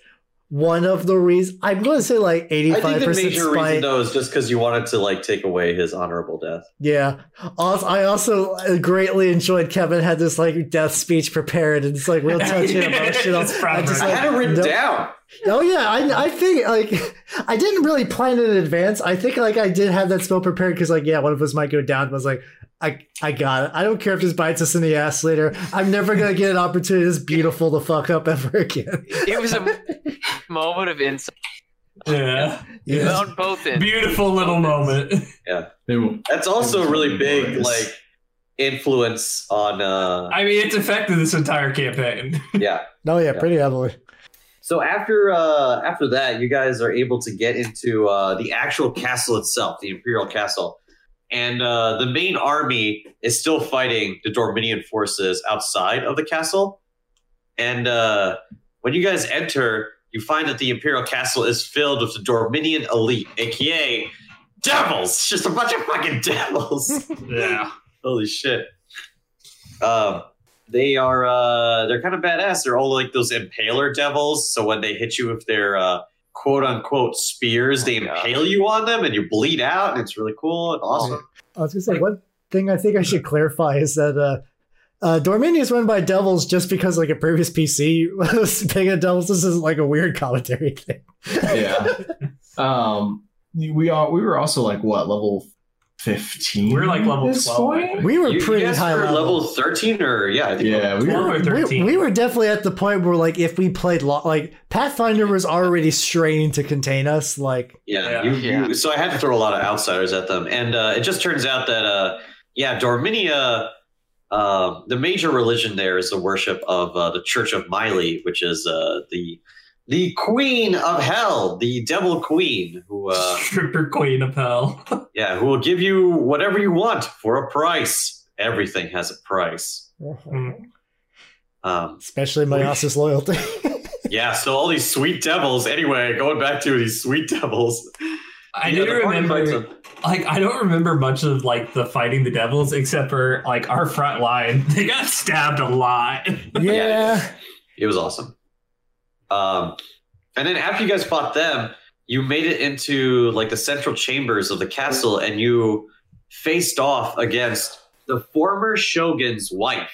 Speaker 1: one of the reasons. I'm going to say like
Speaker 5: I
Speaker 1: 85
Speaker 5: think the
Speaker 1: percent
Speaker 5: major reason
Speaker 1: spite.
Speaker 5: though is just because you wanted to like take away his honorable death.
Speaker 1: Yeah. Also, I also uh, greatly enjoyed Kevin had this like death speech prepared and it's like real touching emotional.
Speaker 2: It's proper.
Speaker 1: I just,
Speaker 5: I
Speaker 1: like,
Speaker 5: had it written
Speaker 1: nope.
Speaker 5: down.
Speaker 1: Oh yeah, I I think like I didn't really plan it in advance. I think like I did have that spell prepared because like yeah, one of us might go down. But I was like, I I got it. I don't care if this bites us in the ass later. I'm never gonna get an opportunity this beautiful to fuck up ever again.
Speaker 4: It was a moment of insight
Speaker 2: Yeah.
Speaker 1: Yeah.
Speaker 4: on both ends.
Speaker 2: Beautiful little moment.
Speaker 3: They will-
Speaker 5: That's also a really big
Speaker 3: Boys.
Speaker 5: like influence on uh
Speaker 2: I mean, it's affected this entire campaign.
Speaker 5: yeah.
Speaker 1: No, yeah,
Speaker 5: Yeah.
Speaker 1: pretty heavily.
Speaker 5: So after uh, after that, you guys are able to get into uh, the actual castle itself, the Imperial Castle, and uh, the main army is still fighting the Dorminian forces outside of the castle. And uh, when you guys enter, you find that the Imperial Castle is filled with the Dorminian elite, aka devils, just a bunch of fucking devils.
Speaker 2: Yeah.
Speaker 5: Holy shit. Uh, they are uh, they're kind of badass. They're all like those impaler devils. So when they hit you with their uh, quote unquote spears,
Speaker 1: Oh
Speaker 5: they
Speaker 4: Yeah.
Speaker 5: impale you on them and you bleed out, and it's really cool
Speaker 1: Oh,
Speaker 5: and awesome.
Speaker 1: I was gonna say one thing I think I should clarify is that uh, uh, Dorminion is run by devils just because like a previous PC was big at devils. This is like a weird commentary thing.
Speaker 3: yeah. Um, we are. We were also like what level fifteen?
Speaker 2: We're like level
Speaker 3: this
Speaker 2: 12, I
Speaker 3: point?
Speaker 2: think.
Speaker 1: We were
Speaker 5: You, you
Speaker 1: pretty
Speaker 5: guys
Speaker 1: high
Speaker 5: are
Speaker 1: level.
Speaker 5: level thirteen or yeah, I think
Speaker 3: Yeah, we
Speaker 2: Twelve
Speaker 3: were.
Speaker 2: or
Speaker 1: We,
Speaker 2: thirteen.
Speaker 1: we were definitely at the point where like if we played lo- like Pathfinder was already straining to contain us. Like
Speaker 5: Yeah,
Speaker 2: Yeah.
Speaker 5: You,
Speaker 4: Yeah.
Speaker 5: You, so I had to throw a lot of outsiders at them, and uh, it just turns out that uh, yeah, Dorminia, uh, the major religion there is the worship of uh, the Church of Miley, which is uh, the the Queen of Hell, the Devil Queen, who uh,
Speaker 2: Stripper queen of hell.
Speaker 5: yeah, who will give you whatever you want for a price. Everything has a price. Um,
Speaker 1: especially Mias's loyalty.
Speaker 5: yeah, so all these sweet devils. Anyway, going back to these sweet devils.
Speaker 2: I
Speaker 5: Yeah,
Speaker 2: do
Speaker 5: the party
Speaker 2: remember.
Speaker 5: fights are-
Speaker 2: like I don't remember much of like the fighting the devils except for like our front line. They got stabbed a lot.
Speaker 1: yeah.
Speaker 5: It was awesome. Um, and then after you guys fought them, you made it into like the central chambers of the castle, and you faced off against the former shogun's wife,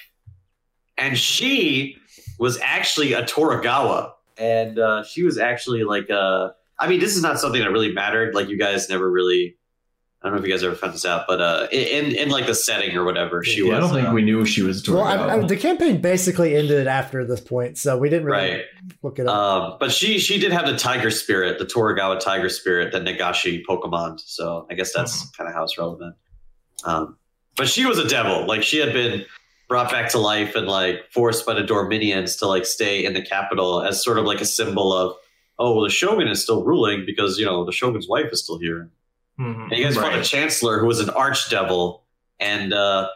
Speaker 5: and she was actually a Toragawa, and uh, she was actually like a. I mean, this is not something that really mattered. Like you guys never really. I don't know if you guys ever found this out, but uh, in in- in like the setting or whatever, she
Speaker 3: Yeah,
Speaker 5: was.
Speaker 3: I don't think
Speaker 5: uh,
Speaker 3: we knew she was.
Speaker 1: Well,
Speaker 3: Dorado.
Speaker 1: I, I, the campaign basically ended after this point, so we didn't really
Speaker 5: right.
Speaker 1: look it up.
Speaker 5: Um, but she she did have the tiger spirit, the Toragawa tiger spirit, the Nagashi Pokemon. So I guess that's kind of how it's relevant. Um, but she was a devil. Like she had been brought back to life and like forced by the Dorminians to like stay in the capital as sort of like a symbol of oh well, the shogun is still ruling because you know the shogun's wife is still here.
Speaker 2: Mhm.
Speaker 5: And you guys fought a
Speaker 3: Right.
Speaker 5: chancellor who was an archdevil. And uh,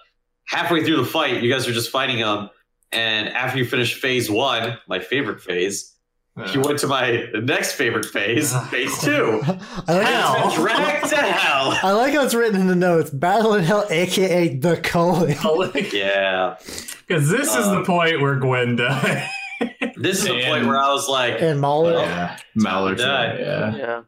Speaker 5: halfway through the fight, you guys were just fighting him. And after you finished phase one, my favorite phase, you went to my next favorite phase,
Speaker 3: Ah.
Speaker 5: phase two.
Speaker 1: I, like
Speaker 2: Hell.
Speaker 3: Oh.
Speaker 1: how it's-
Speaker 5: Drag to hell.
Speaker 1: I like how it's written in the notes: "Battle in Hell, aka the colon."
Speaker 2: Because
Speaker 5: Yeah.
Speaker 2: this is the
Speaker 5: Um,
Speaker 2: point where Gwen died.
Speaker 5: This is the
Speaker 2: Man.
Speaker 5: point where I was like,
Speaker 1: and Mahler.
Speaker 3: yeah, Mallard.
Speaker 5: Yeah.
Speaker 3: Yeah.
Speaker 4: Yeah.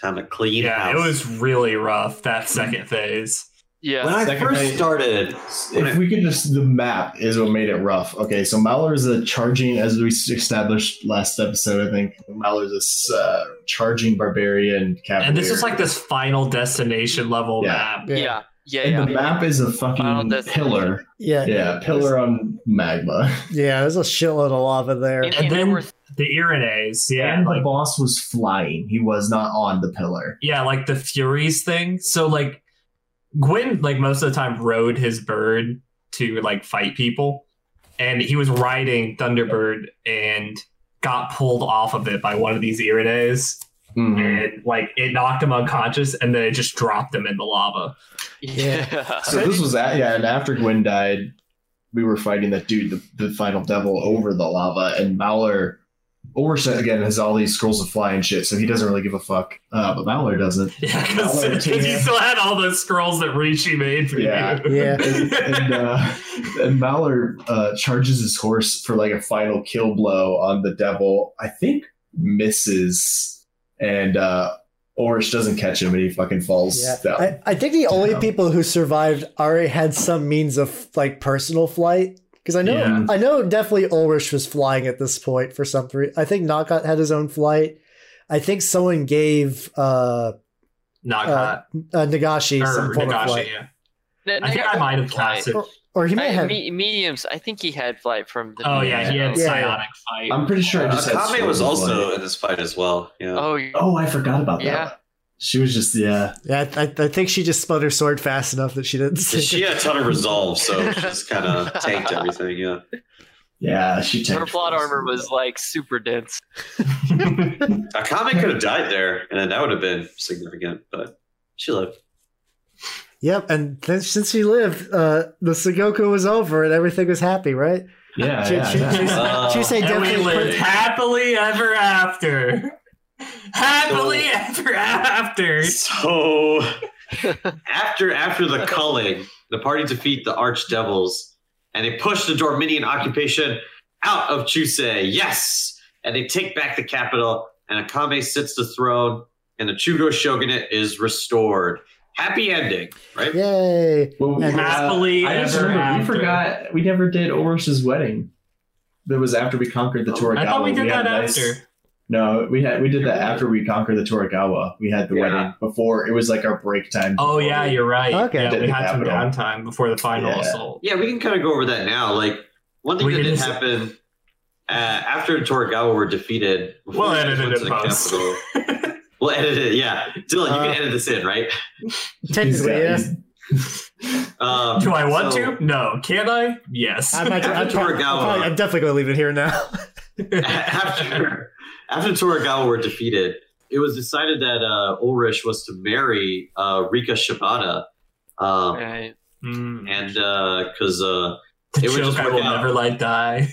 Speaker 5: time to clean
Speaker 2: Yeah,
Speaker 5: house.
Speaker 2: it was really rough that second phase.
Speaker 4: Yeah.
Speaker 5: when I
Speaker 3: Second
Speaker 5: first
Speaker 3: phase.
Speaker 5: started.
Speaker 3: If we could just, the map is what made it rough. Okay, so Mallard is a charging, as we established last episode. I think Mallard is a uh, charging barbarian cavalier.
Speaker 2: And this is like this final destination level
Speaker 3: Yeah.
Speaker 2: map.
Speaker 1: Yeah.
Speaker 4: yeah. Yeah.
Speaker 3: And
Speaker 4: Yeah.
Speaker 3: the map is a
Speaker 4: Final
Speaker 3: fucking
Speaker 4: destination.
Speaker 3: pillar.
Speaker 1: Yeah,
Speaker 3: Yeah, pillar on magma.
Speaker 1: yeah. There's a shitload of lava there.
Speaker 4: And,
Speaker 2: And
Speaker 4: and there
Speaker 2: then-
Speaker 4: were
Speaker 2: The Irenaeus, yeah.
Speaker 3: and
Speaker 2: like-
Speaker 3: the boss was flying. He was not on the pillar.
Speaker 2: yeah, like the Furies thing. So like Gwyn, like most of the time, rode his bird to like fight people, and he was riding Thunderbird and got pulled off of it by one of these Iridaes, and like it knocked him unconscious, and then it just dropped him in the lava.
Speaker 1: Yeah.
Speaker 4: yeah.
Speaker 3: So this was at, yeah, and after Gwen died, we were fighting that dude, the, the final devil, over the lava, and Mauler. Overset again has all these scrolls of fly and shit, so he doesn't really give a fuck. Uh, but Mauler doesn't.
Speaker 2: Yeah, because
Speaker 3: That one,
Speaker 2: he
Speaker 3: yeah.
Speaker 2: still had all those scrolls that Rishi made for
Speaker 3: Yeah.
Speaker 2: you.
Speaker 1: Yeah.
Speaker 3: And, and, uh, and Mauler uh, charges his horse for like a final kill blow on the devil. I think misses, and uh, Orish doesn't catch him, and he fucking falls
Speaker 1: Yeah.
Speaker 3: down.
Speaker 1: I, I think the only
Speaker 3: Yeah.
Speaker 1: people who survived already had some means of like personal flight. Because I know,
Speaker 3: Yeah.
Speaker 1: I know, definitely Ulrich was flying at this point for some reason. I think Knockout had his own flight. I think someone gave uh,
Speaker 2: Not
Speaker 1: uh, uh Nagashi
Speaker 2: or
Speaker 1: some form of
Speaker 2: Nagashi.
Speaker 1: flight,
Speaker 2: Yeah.
Speaker 4: N-
Speaker 2: I think I might have cast it.
Speaker 1: or, or he may
Speaker 4: I,
Speaker 1: have.
Speaker 4: me- mediums. I think he had flight from the.
Speaker 2: Oh yeah, he had
Speaker 1: Yeah.
Speaker 2: psionic fight.
Speaker 3: I'm pretty sure. I just had
Speaker 5: Akame uh, was
Speaker 3: scrolls of fly.
Speaker 5: also in this fight as well. Yeah.
Speaker 4: Oh
Speaker 3: Oh, I forgot about that.
Speaker 4: Yeah.
Speaker 3: one. She was just yeah.
Speaker 1: yeah, I, I think she just spun her sword fast enough that she didn't. sink
Speaker 5: She
Speaker 1: it.
Speaker 5: had a ton of resolve, so she's kind of tanked everything. Yeah.
Speaker 3: Yeah, she
Speaker 4: her
Speaker 3: tanked
Speaker 4: plot
Speaker 3: first.
Speaker 4: armor was like super dense.
Speaker 5: Akame could have Uh, died there, and then that would have been significant, but she lived.
Speaker 1: Yep, and then since she lived, uh, the Sugoku was over and everything was happy, right?
Speaker 3: Yeah,
Speaker 1: She-
Speaker 3: yeah,
Speaker 1: she-
Speaker 3: yeah.
Speaker 1: she's-
Speaker 5: Uh,
Speaker 1: Tuesday
Speaker 2: and we
Speaker 1: definitely
Speaker 2: lived
Speaker 1: put-
Speaker 2: happily ever after. Happily ever after.
Speaker 3: uh,
Speaker 5: So after after the culling, the party defeat the archdevils, and they push the Dorminian occupation out of Chusei. Yes, and they take back the capital, and Akame sits the throne, and the Chugo shogunate is restored. Happy ending, right?
Speaker 1: Yay!
Speaker 3: Well, we-
Speaker 1: And
Speaker 2: happily
Speaker 3: I just
Speaker 2: ever
Speaker 3: remember, we
Speaker 2: after.
Speaker 3: forgot we never did Orish's wedding. That was after we conquered the Toragawa.
Speaker 2: I thought we did
Speaker 3: had
Speaker 2: that
Speaker 3: nice-
Speaker 2: after.
Speaker 3: No, we had we did that after we conquered the Toragawa. We had the
Speaker 5: Yeah.
Speaker 3: wedding before. It was like our break time.
Speaker 2: Oh yeah, you're right.
Speaker 1: Okay.
Speaker 2: Yeah, we had some
Speaker 3: Capital.
Speaker 2: downtime before the final
Speaker 3: Yeah.
Speaker 2: assault.
Speaker 5: Yeah, we can kind of go over that now. Like one thing
Speaker 2: We
Speaker 5: that did
Speaker 2: didn't-
Speaker 5: happen uh, after Toragawa were defeated. before
Speaker 2: We'll
Speaker 5: we
Speaker 2: edit
Speaker 5: went
Speaker 2: it
Speaker 5: to
Speaker 2: in
Speaker 5: the
Speaker 2: post.
Speaker 5: capital- We'll edit it. Yeah, Dylan, you
Speaker 1: Uh,
Speaker 5: can edit this in, right?
Speaker 3: He's
Speaker 1: Technically, yeah.
Speaker 3: got- he's-
Speaker 5: Um,
Speaker 2: Do I want
Speaker 5: so-
Speaker 2: to? No. Can I? Yes.
Speaker 1: I'm, actually- I'm,
Speaker 5: After
Speaker 1: probably, I'm,
Speaker 5: Toragawa.
Speaker 1: probably- I'm definitely going to leave it here now.
Speaker 5: after after Toragawa were defeated, it was decided that uh, Ulrich was to marry uh, Rika Shibata, um,
Speaker 4: Right.
Speaker 2: Mm.
Speaker 5: and because uh,
Speaker 2: The
Speaker 5: It would
Speaker 2: joke
Speaker 5: just
Speaker 2: I
Speaker 5: work
Speaker 2: will
Speaker 5: out.
Speaker 2: never like die.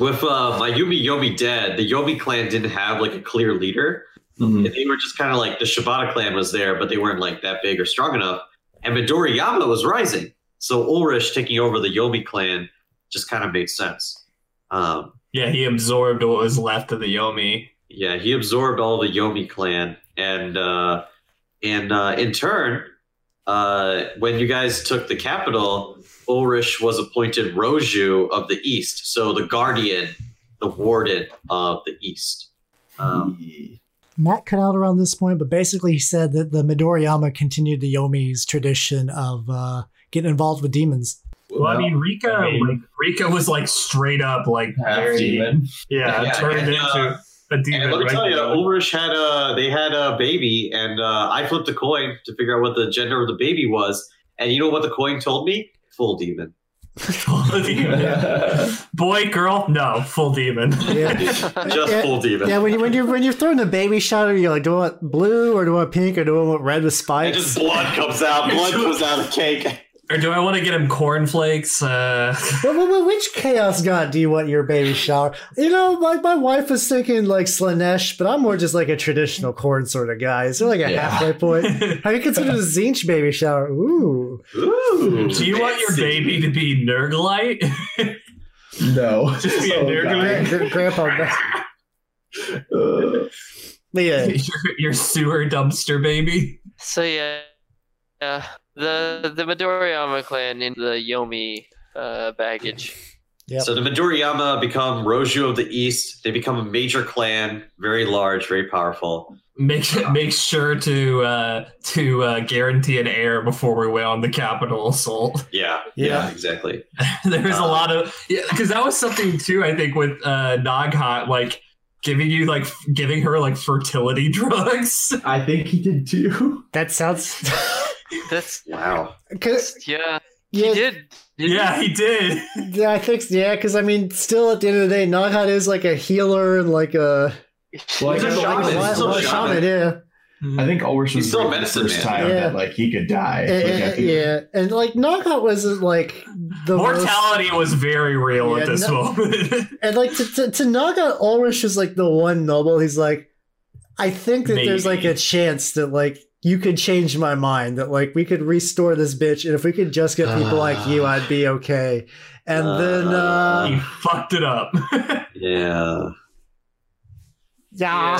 Speaker 5: with uh, Mayumi Yomi dead, the Yomi clan didn't have like a clear leader.
Speaker 3: Mhm.
Speaker 5: And they were just kind of like the Shibata clan was there, but they weren't like that big or strong enough. And Midori Yama was rising, so Ulrich taking over the Yomi clan just kind of made sense. Um,
Speaker 2: yeah, he absorbed what was left of the Yomi.
Speaker 5: Yeah, he absorbed all the Yomi clan, and uh, and uh, in turn, uh, when you guys took the capital, Ulrich was appointed Roju of the East, so the guardian, the warden of the East. Um,
Speaker 1: Matt cut out around this point, but basically he said that the Midoriyama continued the Yomi's tradition of uh, getting involved with demons.
Speaker 2: Well, I mean, Rika,
Speaker 3: I mean-
Speaker 2: like, Rika was like straight up, like
Speaker 3: half
Speaker 2: very,
Speaker 3: demon.
Speaker 2: yeah,
Speaker 5: Yeah,
Speaker 2: turned
Speaker 5: and, uh,
Speaker 2: into a demon.
Speaker 5: and let me
Speaker 2: right
Speaker 5: tell you,
Speaker 2: there.
Speaker 5: Ulrich had a they had a baby, and uh, I flipped a coin to figure out what the gender of the baby was, and you know what the coin told me? Full demon.
Speaker 2: Full demon. Boy, girl, no, full demon.
Speaker 1: Yeah.
Speaker 5: Just
Speaker 1: Yeah,
Speaker 5: full demon.
Speaker 1: Yeah, when you when you when you're throwing a baby shot, you're like, do I want blue or do I want pink or do I want red with
Speaker 5: And
Speaker 1: spikes?
Speaker 5: just blood comes out. Blood comes out of cake.
Speaker 2: or do I want to get him cornflakes? Uh,
Speaker 1: Wh- wh- wh- which chaos god do you want your baby shower? You know, like my wife was thinking like Slanesh, but I'm more just like a traditional corn sort of guy. Is there like a
Speaker 3: Yeah.
Speaker 1: halfway point? Have you considered a Zinch baby shower? Ooh.
Speaker 5: Ooh,
Speaker 2: do you want your
Speaker 5: fancy.
Speaker 2: baby to be Nergalite?
Speaker 3: no. Oh,
Speaker 2: Just be a
Speaker 1: Gra-
Speaker 2: nerd.
Speaker 1: gra- grandpa.
Speaker 3: Uh,
Speaker 1: But yeah.
Speaker 2: your, your sewer dumpster baby?
Speaker 4: So yeah, yeah. The the Midoriyama clan in the Yomi uh, baggage.
Speaker 1: Yep.
Speaker 5: So the Midoriyama become Roju of the East. They become a major clan, very large, very powerful.
Speaker 2: Make make sure to uh, to uh, guarantee an heir before we went on the capital assault.
Speaker 5: Yeah, yeah,
Speaker 1: Yeah.
Speaker 5: exactly.
Speaker 2: there was a
Speaker 5: Um,
Speaker 2: lot of yeah because that was something too i think with uh naghat like giving you like f- giving her like fertility drugs
Speaker 3: I think he did too.
Speaker 1: That sounds
Speaker 4: That's
Speaker 5: Wow.
Speaker 1: 'Cause-
Speaker 4: yeah. He
Speaker 1: yeah,
Speaker 4: did. didn't
Speaker 2: yeah
Speaker 4: he?
Speaker 2: he did
Speaker 1: yeah, I think yeah, because I mean, still at the end of the day, Naghat is like a healer and like a,
Speaker 3: Well,
Speaker 5: He's
Speaker 3: I
Speaker 5: a
Speaker 3: think-
Speaker 1: like
Speaker 5: shaman.
Speaker 1: a,
Speaker 5: He's
Speaker 1: wild-
Speaker 5: still
Speaker 1: wild
Speaker 5: a
Speaker 1: shaman,
Speaker 5: shaman.
Speaker 1: yeah.
Speaker 3: I think Ulrich was
Speaker 5: He's still a
Speaker 3: right the
Speaker 5: medicine
Speaker 3: first
Speaker 5: man.
Speaker 3: time
Speaker 1: Yeah.
Speaker 3: that like he could die.
Speaker 1: Eh,
Speaker 3: Like, I
Speaker 1: eh, eh,
Speaker 3: think-
Speaker 1: yeah, and like Naghat wasn't like the most-
Speaker 2: mortality was very real
Speaker 1: Yeah,
Speaker 2: at this
Speaker 1: no-
Speaker 2: moment
Speaker 1: And like to, to, to Naga Ulrich is like the one noble. He's like, I think that there's
Speaker 2: Maybe.
Speaker 1: like a chance that like you could change my mind. That like we could restore this bitch, and if we could just get people like you,
Speaker 5: Ah.
Speaker 1: I'd be okay. And then
Speaker 5: Ah.
Speaker 1: uh,
Speaker 2: he fucked it up
Speaker 5: Yeah.
Speaker 1: yeah,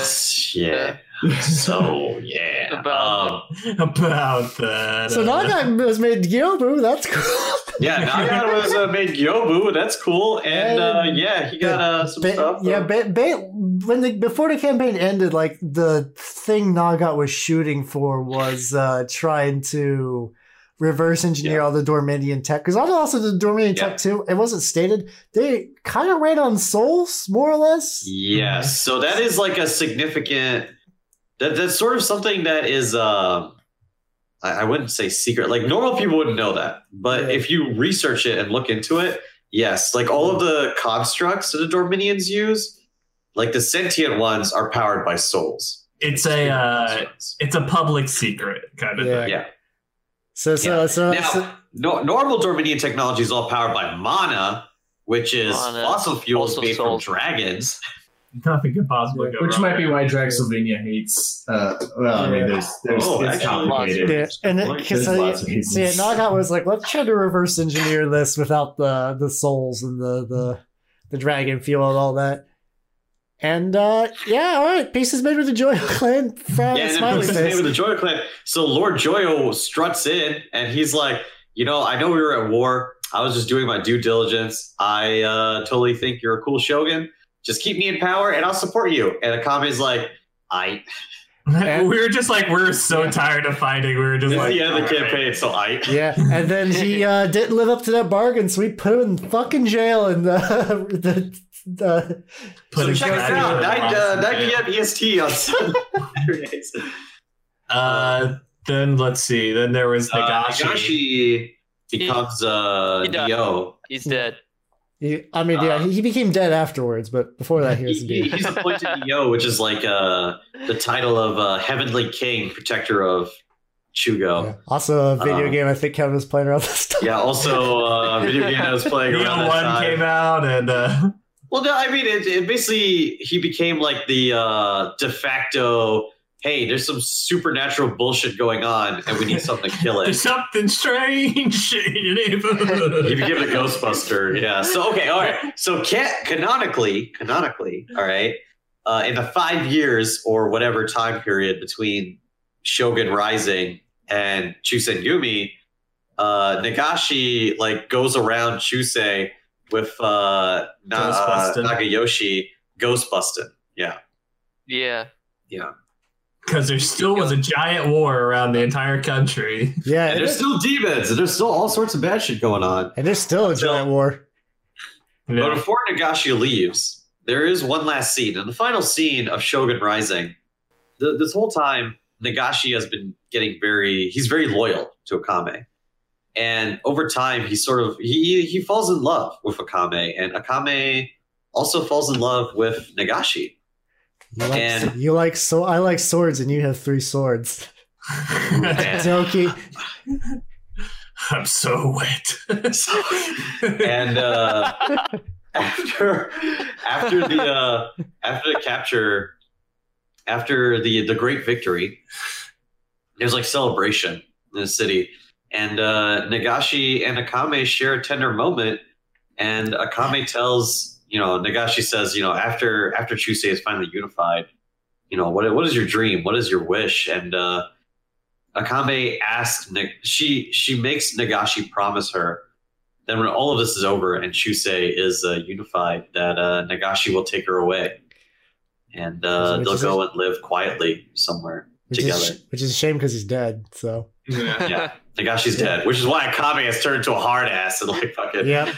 Speaker 5: Yeah. So yeah.
Speaker 4: About-
Speaker 5: Um,
Speaker 2: about that
Speaker 1: so
Speaker 2: uh,
Speaker 1: Naga was made Gyobu. That's cool.
Speaker 5: yeah. Nagan was uh, made Yobu. That's cool. And uh, yeah, he got uh, some
Speaker 1: Ba-
Speaker 5: stuff.
Speaker 1: yeah, ba- ba- when the before the campaign ended, like the thing Naga was shooting for was uh, trying to reverse engineer all the Dormandian tech. Because also the Dormandian
Speaker 5: Yeah.
Speaker 1: tech too, it wasn't stated. They kind of ran on souls, more or less.
Speaker 5: Yes. So that is like a significant that that's sort of something that is um I, I wouldn't say secret. Like normal people wouldn't know that. But
Speaker 1: Yeah.
Speaker 5: if you research it and look into it, yes, like all of the constructs that the Dorminians use, like the sentient ones are powered by souls.
Speaker 2: it's a uh it's a public secret kind of
Speaker 1: Yeah.
Speaker 2: thing
Speaker 5: yeah.
Speaker 1: So so
Speaker 5: Yeah.
Speaker 1: so,
Speaker 5: Now-
Speaker 1: so-
Speaker 5: No, normal Dorminian technology is all powered by mana, which is
Speaker 4: Mana,
Speaker 5: fossil fuels
Speaker 4: also
Speaker 5: made
Speaker 4: souls.
Speaker 5: from dragons.
Speaker 2: Nothing could possibly go
Speaker 3: Which
Speaker 2: wrong.
Speaker 3: might be why Draxylvania hates. Uh, well, I mean, there's, there's
Speaker 5: Oh,
Speaker 3: it's
Speaker 5: actually,
Speaker 3: complicated.
Speaker 1: Yeah, and
Speaker 5: Like,
Speaker 1: because
Speaker 3: there's lots of reasons.
Speaker 1: see, Nagat was like, let's try to reverse engineer this without the the souls and the the the dragon fuel and all that. And uh yeah, all right, pieces made with the joy clan from
Speaker 5: Yeah, and then
Speaker 1: smiley
Speaker 5: puts his name
Speaker 1: face.
Speaker 5: with the Joyo clan. So Lord Joyo struts in and he's like, you know, I know we were at war. I was just doing my due diligence. I uh, totally think you're a cool shogun. Just keep me in power and I'll support you. And Akame's like, I
Speaker 1: And-
Speaker 2: we were just like, we're so tired of fighting. We were just
Speaker 5: this is
Speaker 2: like,
Speaker 5: the end of the
Speaker 2: "All right."
Speaker 5: campaign, so I
Speaker 1: Yeah, and then he uh, didn't live up to that bargain, so we put him in fucking jail. And uh, the the, the
Speaker 2: Put
Speaker 5: so
Speaker 2: him
Speaker 5: check us
Speaker 2: back
Speaker 5: out.
Speaker 2: in the
Speaker 5: 9, uh,
Speaker 2: box.
Speaker 5: 9 p.m. EST on Saturdays.
Speaker 2: Uh, then let's see. Then there was
Speaker 5: Uh,
Speaker 2: Nagashi.
Speaker 5: Nagashi becomes uh,
Speaker 4: He does.
Speaker 5: Dio.
Speaker 4: He's dead.
Speaker 1: he, I mean, yeah, he, he became dead afterwards, but before that, he
Speaker 5: He,
Speaker 1: was a
Speaker 5: he-
Speaker 1: dude.
Speaker 5: he's appointed Dio, which is like uh, the title of uh, Heavenly King, Protector of Chugo.
Speaker 1: Yeah. Also, a video
Speaker 5: Uh,
Speaker 1: game I think Kevin was playing around this time.
Speaker 5: Yeah, also uh, video game I was playing
Speaker 2: Neo
Speaker 5: around that
Speaker 2: One
Speaker 5: time.
Speaker 2: came out, and uh,
Speaker 5: Well, no, I mean, it, it basically he became like the uh, de facto. Hey, there's some supernatural bullshit going on, and we need something to kill
Speaker 2: there's
Speaker 5: it.
Speaker 2: something strange in your
Speaker 5: He
Speaker 2: neighborhood.
Speaker 5: became a Ghostbuster. Yeah. So okay, all right. So cat canonically, canonically, all right. Uh, in the five years or whatever time period between Shogun Rising and Chusen Yumi, uh, Nagashi like goes around Chusei with uh, Na- uh,
Speaker 2: Ghostbustin'.
Speaker 5: Nagayoshi Ghostbustin.
Speaker 4: Yeah.
Speaker 5: Yeah,
Speaker 2: Because there still was a giant war around the entire country.
Speaker 1: Yeah,
Speaker 5: and
Speaker 1: and
Speaker 5: there's
Speaker 1: there's,
Speaker 5: still demons, and there's still all sorts of bad shit going on.
Speaker 1: and there's still a giant war.
Speaker 5: But
Speaker 2: Yeah.
Speaker 5: before Nagashi leaves, there is one last scene. And the final scene of Shogun Rising, th- this whole time, Nagashi has been getting very, he's very loyal to Akame. And over time, he sort of, he, he falls in love with Akame. And Akame also falls in love with Nagashi.
Speaker 1: You like,
Speaker 5: And-
Speaker 1: you like so I like swords, and you have three swords.
Speaker 5: And-
Speaker 1: Toki,
Speaker 2: I'm so wet.
Speaker 5: and uh, after after the uh, after the capture, after the the great victory, there's like celebration in the city, and uh, Nagashi and Akame share a tender moment, and Akame tells you know Nagashi says you know after after Chusei is finally unified, you know what what is your dream, what is your wish, and. Uh, Akame asks Nag- she she makes Nagashi promise her then when all of this is over and Chusei is uh, unified, that uh, Nagashi will take her away, and
Speaker 1: Is it-
Speaker 5: uh,
Speaker 1: which
Speaker 5: they'll
Speaker 1: is
Speaker 5: go and live quietly somewhere
Speaker 1: which
Speaker 5: together.
Speaker 1: is which is a shame because he's dead. So
Speaker 2: yeah.
Speaker 5: Yeah. Nagashi's dead, which is why Akame has turned to a hard ass and like fucking.
Speaker 1: yeah,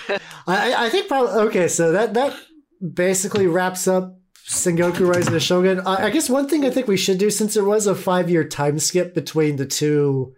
Speaker 1: I I- I think probably okay. So that that basically wraps up Sengoku Rising to Shogun. I, I guess one thing I think we should do since there was a five year time skip between the two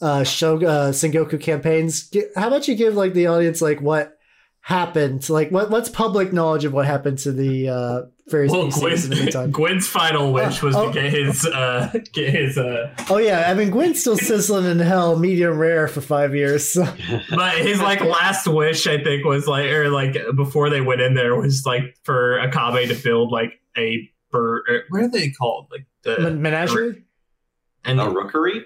Speaker 1: uh, Shogun uh, Sengoku campaigns. gi- How about you give like the audience like what happened? Like what what's public knowledge of what happened to the uh, various
Speaker 2: Well,
Speaker 1: PCs in the
Speaker 2: Gwen,
Speaker 1: meantime?
Speaker 2: Gwen's final wish
Speaker 1: Uh,
Speaker 2: was
Speaker 1: oh.
Speaker 2: to get his uh, get his uh,
Speaker 1: Oh yeah, I mean Gwen's still sizzling in hell, medium rare for five years. So.
Speaker 2: But his like last wish, I think, was like, or like before they went in there, was like for Akabe to build like a bird. or What are they called? Like the
Speaker 1: Men- Menagerie?
Speaker 2: and
Speaker 5: A rookery?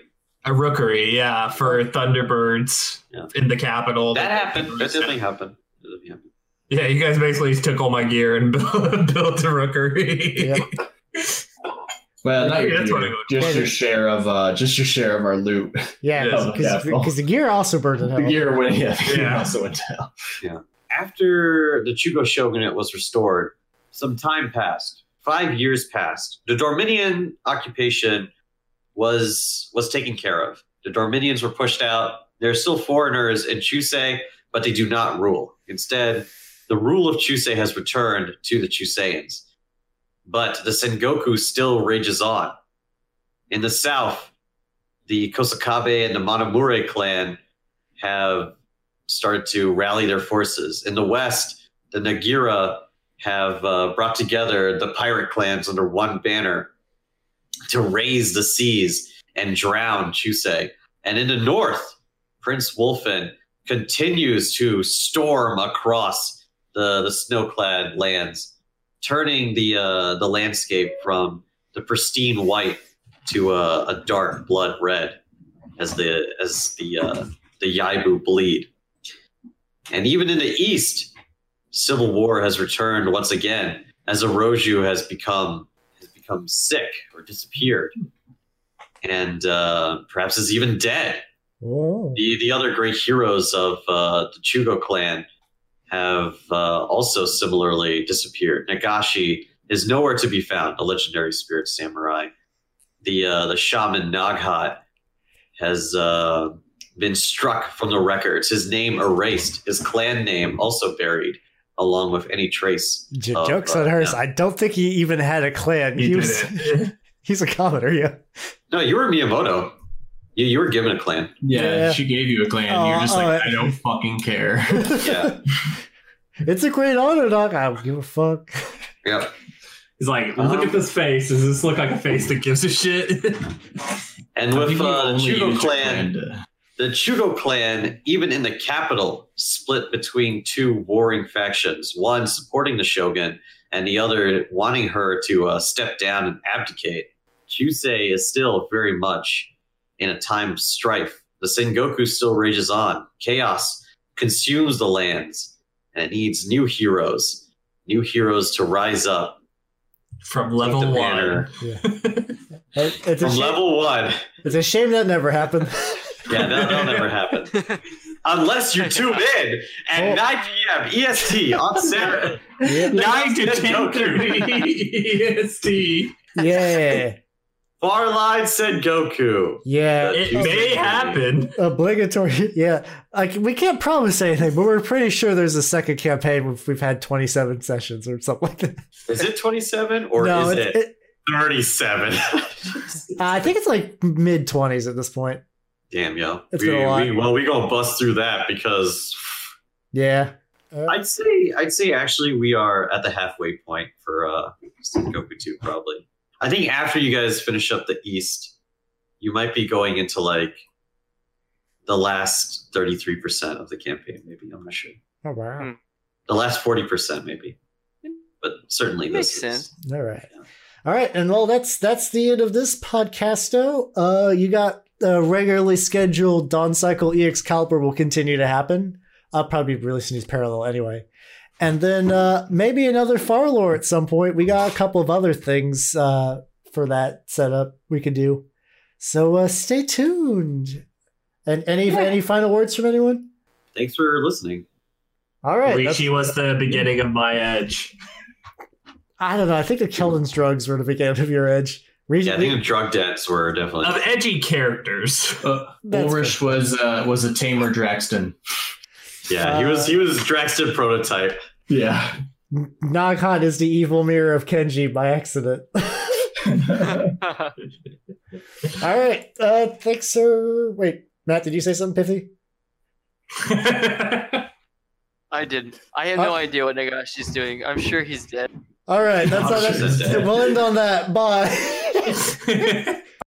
Speaker 2: a rookery, yeah, for thunderbirds
Speaker 5: Oh. Yeah.
Speaker 2: in the capital.
Speaker 5: That happened. That definitely happened. That definitely happened.
Speaker 2: Yeah, you guys basically took all my gear and built a rookery.
Speaker 1: Yep.
Speaker 3: Well, not
Speaker 2: Yeah,
Speaker 3: your
Speaker 2: that's
Speaker 3: gear,
Speaker 2: what I go-
Speaker 1: Yeah,
Speaker 3: just your
Speaker 1: the-
Speaker 3: share of uh, just your share of our loot.
Speaker 1: Yeah,
Speaker 2: Yeah,
Speaker 1: because
Speaker 3: yeah.
Speaker 1: the gear also burned in
Speaker 3: the
Speaker 1: hell.
Speaker 3: year when yeah, the year
Speaker 2: Yeah.
Speaker 3: also went down.
Speaker 5: after the Chugo shogunate was restored, some time passed. Five years passed. The Dorminian occupation was was taken care of. The Dorminians were pushed out. There are still foreigners in Chusei, but they do not rule. Instead, the rule of Chusei has returned to the Chuseans. But the Sengoku still rages on. In the south, the Kosakabe and the Manomure clan have started to rally their forces. In the West, the Nagira have uh, brought together the pirate clans under one banner to raise the seas and drown Chusei. And in the North, Prince Wolfen continues to storm across the, the snowclad lands turning the uh, the landscape from the pristine white to a, a dark blood red as the as the uh, the Yaibu bleed. And even in the east, civil war has returned once again as Oroju has become has become sick or disappeared, and uh, perhaps is even dead
Speaker 1: Oh.
Speaker 5: the the other great heroes of uh, the Chugo clan have uh, also similarly disappeared. Nagashi is nowhere to be found, a legendary spirit samurai. The uh, the shaman Naghat has uh, been struck from the records. His name erased. His clan name also buried, along with any trace.
Speaker 1: J-
Speaker 5: Oh,
Speaker 1: jokes
Speaker 5: but,
Speaker 1: on hers.
Speaker 5: yeah.
Speaker 1: I don't think he even had a clan.
Speaker 2: He
Speaker 1: He,
Speaker 2: did
Speaker 1: was,
Speaker 2: it.
Speaker 1: he's a commoner, yeah.
Speaker 5: No, you were Miyamoto. You, you were given a clan.
Speaker 3: Yeah,
Speaker 1: Yeah.
Speaker 3: she gave you a clan.
Speaker 1: Oh,
Speaker 3: You're just like,
Speaker 1: alright.
Speaker 3: I don't fucking care.
Speaker 5: Yeah.
Speaker 1: it's a great honor, dog. I don't give a fuck.
Speaker 5: Yep.
Speaker 2: He's like, look
Speaker 5: Um,
Speaker 2: at this face. Does this look like a face that gives a shit?
Speaker 5: And
Speaker 3: I
Speaker 5: with
Speaker 3: think you
Speaker 5: uh, the
Speaker 3: only
Speaker 5: Chugo
Speaker 3: used your
Speaker 5: clan,
Speaker 3: to-
Speaker 5: The Chugo clan, even in the capital, split between two warring factions, one supporting the shogun and the other wanting her to uh, step down and abdicate. Chusei is still very much in a time of strife. The Sengoku still rages on. Chaos consumes the lands, and it needs new heroes, new heroes to rise up.
Speaker 2: From
Speaker 5: take
Speaker 2: level
Speaker 5: the
Speaker 2: one.
Speaker 5: banner.
Speaker 1: It- It's a,
Speaker 5: From
Speaker 1: shame,
Speaker 5: level one.
Speaker 1: it's a shame that never happened.
Speaker 5: Yeah, that, that'll never happen. Unless you tune in at
Speaker 1: Oh.
Speaker 5: 9 p.m. EST E on Saturday.
Speaker 1: yeah.
Speaker 2: Nine to
Speaker 5: That's
Speaker 2: ten
Speaker 5: Sengoku.
Speaker 2: thirty EST.
Speaker 1: yeah.
Speaker 5: Farline said Goku.
Speaker 1: Yeah.
Speaker 2: It may happen.
Speaker 1: Obligatory. Yeah. Like, we can't promise anything, but we're pretty sure there's a second campaign where we've had 27 sessions or something like that.
Speaker 5: Is it 27 or
Speaker 1: no,
Speaker 5: is
Speaker 1: it's-
Speaker 5: it, 37?
Speaker 1: I think it's like mid 20s at this point.
Speaker 5: Damn, yo.
Speaker 1: It's
Speaker 5: we,
Speaker 1: been a lot.
Speaker 5: we, well, we gonna bust through that because
Speaker 1: Yeah.
Speaker 5: I'd say I'd say actually we are at the halfway point for uh Goku 2 probably. I think after you guys finish up the East, you might be going into like the last 33% of the campaign, maybe. I'm not sure.
Speaker 1: Oh, wow.
Speaker 5: The last 40% maybe. But certainly
Speaker 4: Makes
Speaker 5: this
Speaker 4: sense.
Speaker 5: Is,
Speaker 1: All right.
Speaker 5: Yeah.
Speaker 1: All right. And well, that's that's the end of this podcasto. Uh, you got uh, regularly scheduled Dawn Cycle EX Caliber will continue to happen. I'll probably be releasing these parallel anyway. And then uh, maybe another Farlore at some point. We got a couple of other things uh, for that setup we could do. So uh, stay tuned. And any any final words from anyone?
Speaker 5: thanks for listening.
Speaker 1: All right. that's-
Speaker 2: Rishi was the beginning of my edge.
Speaker 1: I don't know. I think the Keldon's drugs were the beginning of your edge. Region,
Speaker 5: Yeah, I think the drug debts were definitely
Speaker 2: Of edgy characters.
Speaker 3: Uh,
Speaker 1: That's
Speaker 3: Ulrich was uh, was a tamer Draxton.
Speaker 5: Yeah, he was he was Draxton prototype.
Speaker 3: Yeah.
Speaker 1: Naghan is the evil mirror of Kenji by accident. All right. Uh, thanks, sir. Wait, Matt, did you say something pithy?
Speaker 4: I didn't. I have no idea what Nagashi's doing. I'm sure he's dead.
Speaker 1: All right. That's all.
Speaker 5: Oh,
Speaker 1: That's,
Speaker 5: shit.
Speaker 1: we'll end on that. Bye.
Speaker 2: Bye.